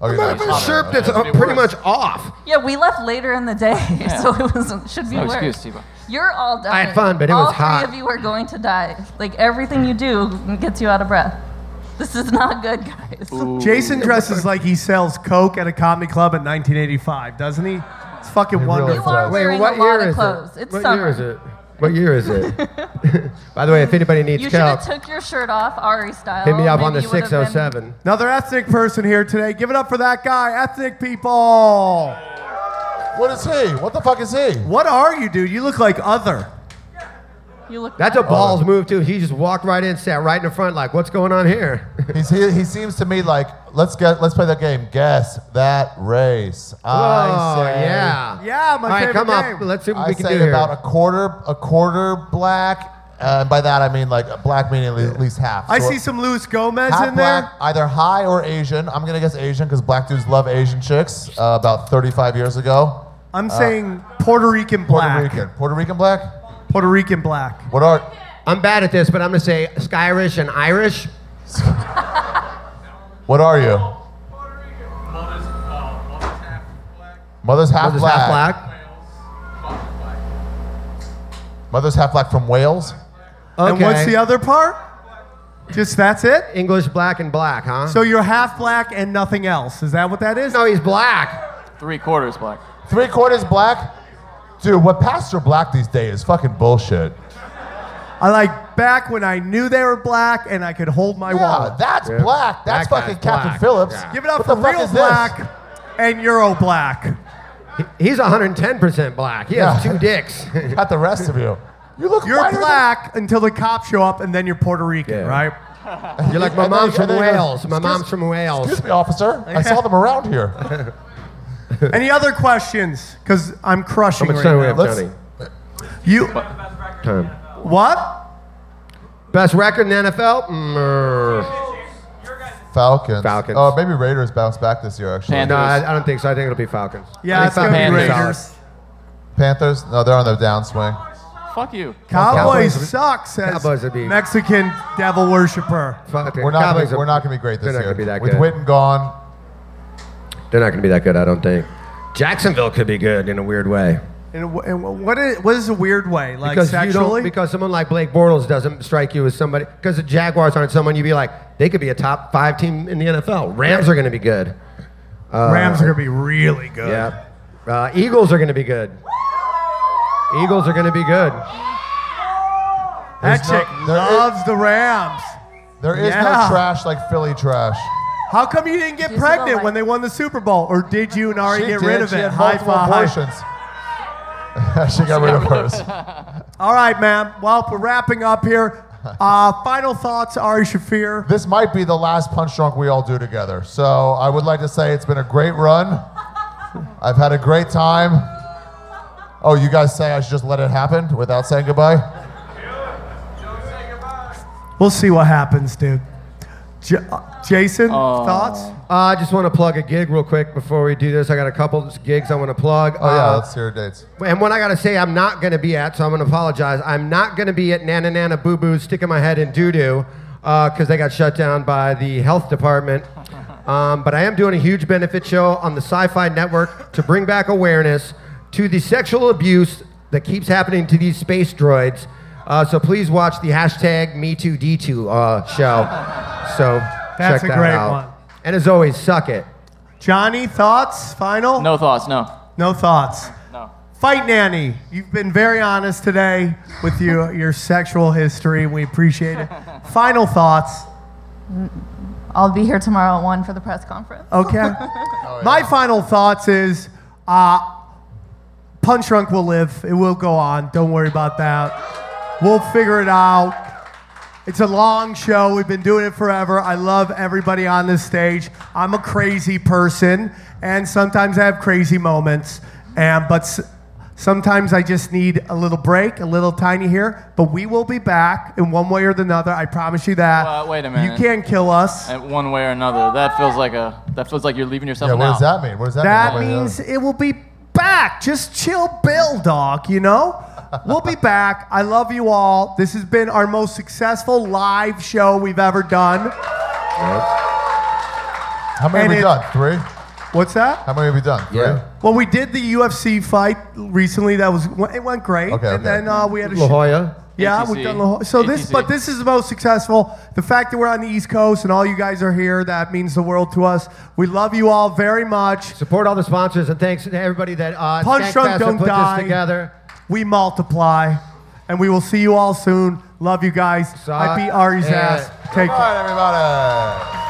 Speaker 5: Oh, you're not-
Speaker 6: Motherfucker's shirt that's
Speaker 7: That'd be
Speaker 6: pretty
Speaker 7: worse.
Speaker 6: much off.
Speaker 8: Yeah, we left later in the day, so it wasn't should be
Speaker 7: No
Speaker 8: worse.
Speaker 7: excuse, T-Bone.
Speaker 8: You're all done.
Speaker 6: had fun, but it was
Speaker 8: all
Speaker 6: hot.
Speaker 8: three of you are going to die. Like everything you do gets you out of breath. This is not good, guys.
Speaker 3: Jason dresses like he sells coke at a comedy club in 1985, doesn't he? It's fucking
Speaker 8: You
Speaker 3: wonderful.
Speaker 8: are wearing a lot of clothes.
Speaker 6: it?
Speaker 8: It's
Speaker 6: what
Speaker 8: summer.
Speaker 6: year is it? What year is it? By the way, if anybody needs
Speaker 8: You should
Speaker 6: help,
Speaker 8: have took your shirt off, Ari style.
Speaker 6: hit me up on the
Speaker 8: Maybe you would've been-
Speaker 6: 607.
Speaker 3: Another ethnic person here today. Give it up for that guy, ethnic people.
Speaker 5: What is he? What the fuck is he?
Speaker 3: What are you, dude? You look like other.
Speaker 8: You look.
Speaker 6: That's a
Speaker 5: Oh.
Speaker 6: balls move too. He just walked right in, sat right in the front, like, "What's going on here?"
Speaker 5: He's, he, he seems to me like let's get let's play that game. Guess that race. I
Speaker 6: oh
Speaker 5: say
Speaker 6: yeah,
Speaker 3: Yeah, my
Speaker 6: All right,
Speaker 3: favorite
Speaker 6: come
Speaker 3: game.
Speaker 6: up. Let's see what
Speaker 5: I
Speaker 6: we can
Speaker 5: say
Speaker 6: do
Speaker 5: about
Speaker 6: here.
Speaker 5: a quarter, a quarter black, uh, and by that I mean like black meaning at least- at least half.
Speaker 3: I
Speaker 5: So
Speaker 3: see some Luis Gomez
Speaker 5: half
Speaker 3: in
Speaker 5: black,
Speaker 3: there.
Speaker 5: either high or Asian. I'm gonna guess Asian because black dudes love Asian chicks. Uh, about 35 years ago, Uh,
Speaker 3: I'm saying Puerto Rican
Speaker 5: Puerto
Speaker 3: black.
Speaker 5: Rican, Puerto Rican black.
Speaker 3: Puerto Rican black.
Speaker 5: What are?
Speaker 6: I'm bad at this, but I'm gonna say Skyrish and Irish.
Speaker 5: What are you? Mother's half
Speaker 6: Mother's
Speaker 5: black.
Speaker 6: half black.
Speaker 5: Mother's half black from Wales.
Speaker 6: Okay.
Speaker 3: And what's the other part? Just that's it?
Speaker 6: English black and black, huh?
Speaker 3: So you're half black and nothing else. Is that what that is?
Speaker 6: no, he's black.
Speaker 7: Three quarters black.
Speaker 5: Three quarters black. Dude, what pastor black these days is fucking bullshit.
Speaker 3: I like back when I knew they were black and I could hold my
Speaker 5: Yeah,
Speaker 3: wallet.
Speaker 5: that's
Speaker 6: Yeah.
Speaker 5: black. That's
Speaker 6: That guy's
Speaker 5: fucking Captain
Speaker 6: black.
Speaker 5: Phillips.
Speaker 6: Yeah.
Speaker 3: Give it up
Speaker 5: What the
Speaker 3: for
Speaker 5: fuck
Speaker 3: real
Speaker 5: is this?
Speaker 3: black and Euro black.
Speaker 6: He- He's 110% black. He has
Speaker 5: Yeah.
Speaker 6: two dicks.
Speaker 5: Not the rest of you. You look
Speaker 3: You're
Speaker 5: whiter than-
Speaker 3: black until the cops show up and then you're Puerto Rican,
Speaker 6: Yeah.
Speaker 3: right?
Speaker 6: You're like, my
Speaker 5: And then-
Speaker 6: mom's from
Speaker 5: and then he goes,
Speaker 6: Wales. My mom's from Wales.
Speaker 5: Excuse me, officer. I saw them around here.
Speaker 3: Any other questions? Because I'm crushing
Speaker 6: How much
Speaker 3: right
Speaker 6: time
Speaker 3: now.
Speaker 6: we have,
Speaker 5: Let's-
Speaker 6: Johnny?
Speaker 3: You
Speaker 6: Time.
Speaker 3: what?
Speaker 6: Best record in the NFL? Mm,
Speaker 5: Falcons.
Speaker 6: Falcons.
Speaker 5: Oh, maybe Raiders bounce back this year, actually.
Speaker 6: no,
Speaker 7: Panthers.
Speaker 6: I, I don't think so. I think it'll be Falcons.
Speaker 3: Yeah,
Speaker 6: I
Speaker 3: it's
Speaker 6: think
Speaker 3: gonna be
Speaker 6: Falcons are
Speaker 3: Raiders.
Speaker 6: solid.
Speaker 5: Panthers? No, they're on their downswing.
Speaker 7: Fuck you.
Speaker 3: Cowboys,
Speaker 6: Cowboys-
Speaker 3: suck, says
Speaker 6: Cowboys would be-
Speaker 3: Mexican devil worshiper.
Speaker 6: Fuck it.
Speaker 5: We're not, gonna
Speaker 6: Cowboys
Speaker 5: be,
Speaker 6: are-
Speaker 5: we're not going to be great this
Speaker 6: they're not
Speaker 5: year.
Speaker 6: gonna be that
Speaker 5: With
Speaker 6: good.
Speaker 5: Witten gone,
Speaker 6: They're not going to be that good, I don't think. Jacksonville could be good in a weird way.
Speaker 3: And, wh- and wh- what is, what is a weird way? Like
Speaker 6: because you
Speaker 3: sexually?
Speaker 6: don't, because someone like Blake Bortles doesn't strike you as somebody. Because the Jaguars aren't someone you'd be like, they could be a top five team in the NFL. Rams are going to be good. Uh,
Speaker 3: Rams are going to be really good.
Speaker 6: Yeah. Uh, Eagles are going to be good. Eagles are going to be good.
Speaker 3: That chick loves the Rams.
Speaker 5: There is
Speaker 3: Yeah.
Speaker 5: no trash like Philly trash.
Speaker 3: How come you didn't get
Speaker 5: She's
Speaker 3: pregnant
Speaker 5: about
Speaker 3: when they won the Super Bowl? Or did you and Ari
Speaker 5: She
Speaker 3: get
Speaker 5: did.
Speaker 3: rid of
Speaker 5: She
Speaker 3: it?
Speaker 5: had
Speaker 3: High
Speaker 5: multiple
Speaker 3: five.
Speaker 5: abortions. she got rid of hers.
Speaker 3: All right, ma'am. Well, we're wrapping up here. Uh, final thoughts, Ari Shafir.
Speaker 5: This might be the last punch drunk we all do together. So I would like to say it's been a great run. I've had a great time. Oh, you guys say I should just let it happen without saying goodbye?
Speaker 3: We'll see what happens, dude. J- uh, Jason, thoughts?
Speaker 6: Uh, I just want to plug a gig real quick before we do this. I got a couple gigs I want to plug.
Speaker 5: Oh, yeah,
Speaker 6: Uh,
Speaker 5: let's hear dates.
Speaker 6: And one I gotta say, I'm not gonna be at, so I'm gonna apologize. I'm not gonna be at Nana Nana Boo Boo sticking my head in doo doo because they got shut down by the health department. Um, but I am doing a huge benefit show on the Sci Fi Network to bring back awareness to the sexual abuse that keeps happening to these space droids. Uh, so please watch the hashtag Me2D2 uh, show. So
Speaker 3: That's
Speaker 6: check
Speaker 3: a
Speaker 6: that
Speaker 3: great
Speaker 6: out.
Speaker 3: one.
Speaker 6: And as always, suck it.
Speaker 3: Johnny, thoughts? Final?
Speaker 7: No thoughts, no.
Speaker 3: No thoughts.
Speaker 7: No.
Speaker 3: Fight Nanny, you've been very honest today with you, your sexual history. We appreciate it. Final thoughts.
Speaker 8: I'll be here tomorrow at 1 for the press conference.
Speaker 3: Okay. My final thoughts is uh, Punch Drunk will live. It will go on. Don't worry about that. We'll figure it out. It's a long show. We've been doing it forever. I love everybody on this stage. I'm a crazy person, and sometimes I have crazy moments. And but s- sometimes I just need a little break, a little tiny here. But we will be back in one way or another. I promise you that.
Speaker 7: Well, wait a minute.
Speaker 3: You can't kill us.
Speaker 7: And one way or another. That feels like a that feels like you're leaving yourself
Speaker 5: Yeah,
Speaker 7: an
Speaker 5: what does
Speaker 7: out.
Speaker 5: that mean? What does that,
Speaker 3: That
Speaker 5: mean?
Speaker 3: means it will be back. Just chill, Bill, dog, you know? We'll be back. I love you all. This has been our most successful live show we've ever done.
Speaker 5: How many have
Speaker 3: And
Speaker 5: we
Speaker 3: it-
Speaker 5: done? Three?
Speaker 3: What's that?
Speaker 5: How many have we done? Three?
Speaker 6: Yeah.
Speaker 3: Well, we did the UFC fight recently. That was it went great.
Speaker 5: Okay,
Speaker 3: and
Speaker 5: okay.
Speaker 3: then uh, we had a
Speaker 6: La
Speaker 3: sh-
Speaker 6: Jolla.
Speaker 3: Yeah,
Speaker 6: ATC.
Speaker 3: we've done La Jolla. So this,
Speaker 6: ATC.
Speaker 3: but this is the most successful. The fact that we're on the East Coast and all you guys are here, that means the world to us. We love you all very much.
Speaker 6: Support all the sponsors and thanks to everybody that uh,
Speaker 3: Punch Drunk
Speaker 6: Snackfest that
Speaker 3: Don't
Speaker 6: put
Speaker 3: Die.
Speaker 6: this together.
Speaker 3: We multiply. And we will see you all soon. Love you guys. I beat Ari's
Speaker 6: it.
Speaker 3: ass. Take
Speaker 5: Come on, everybody.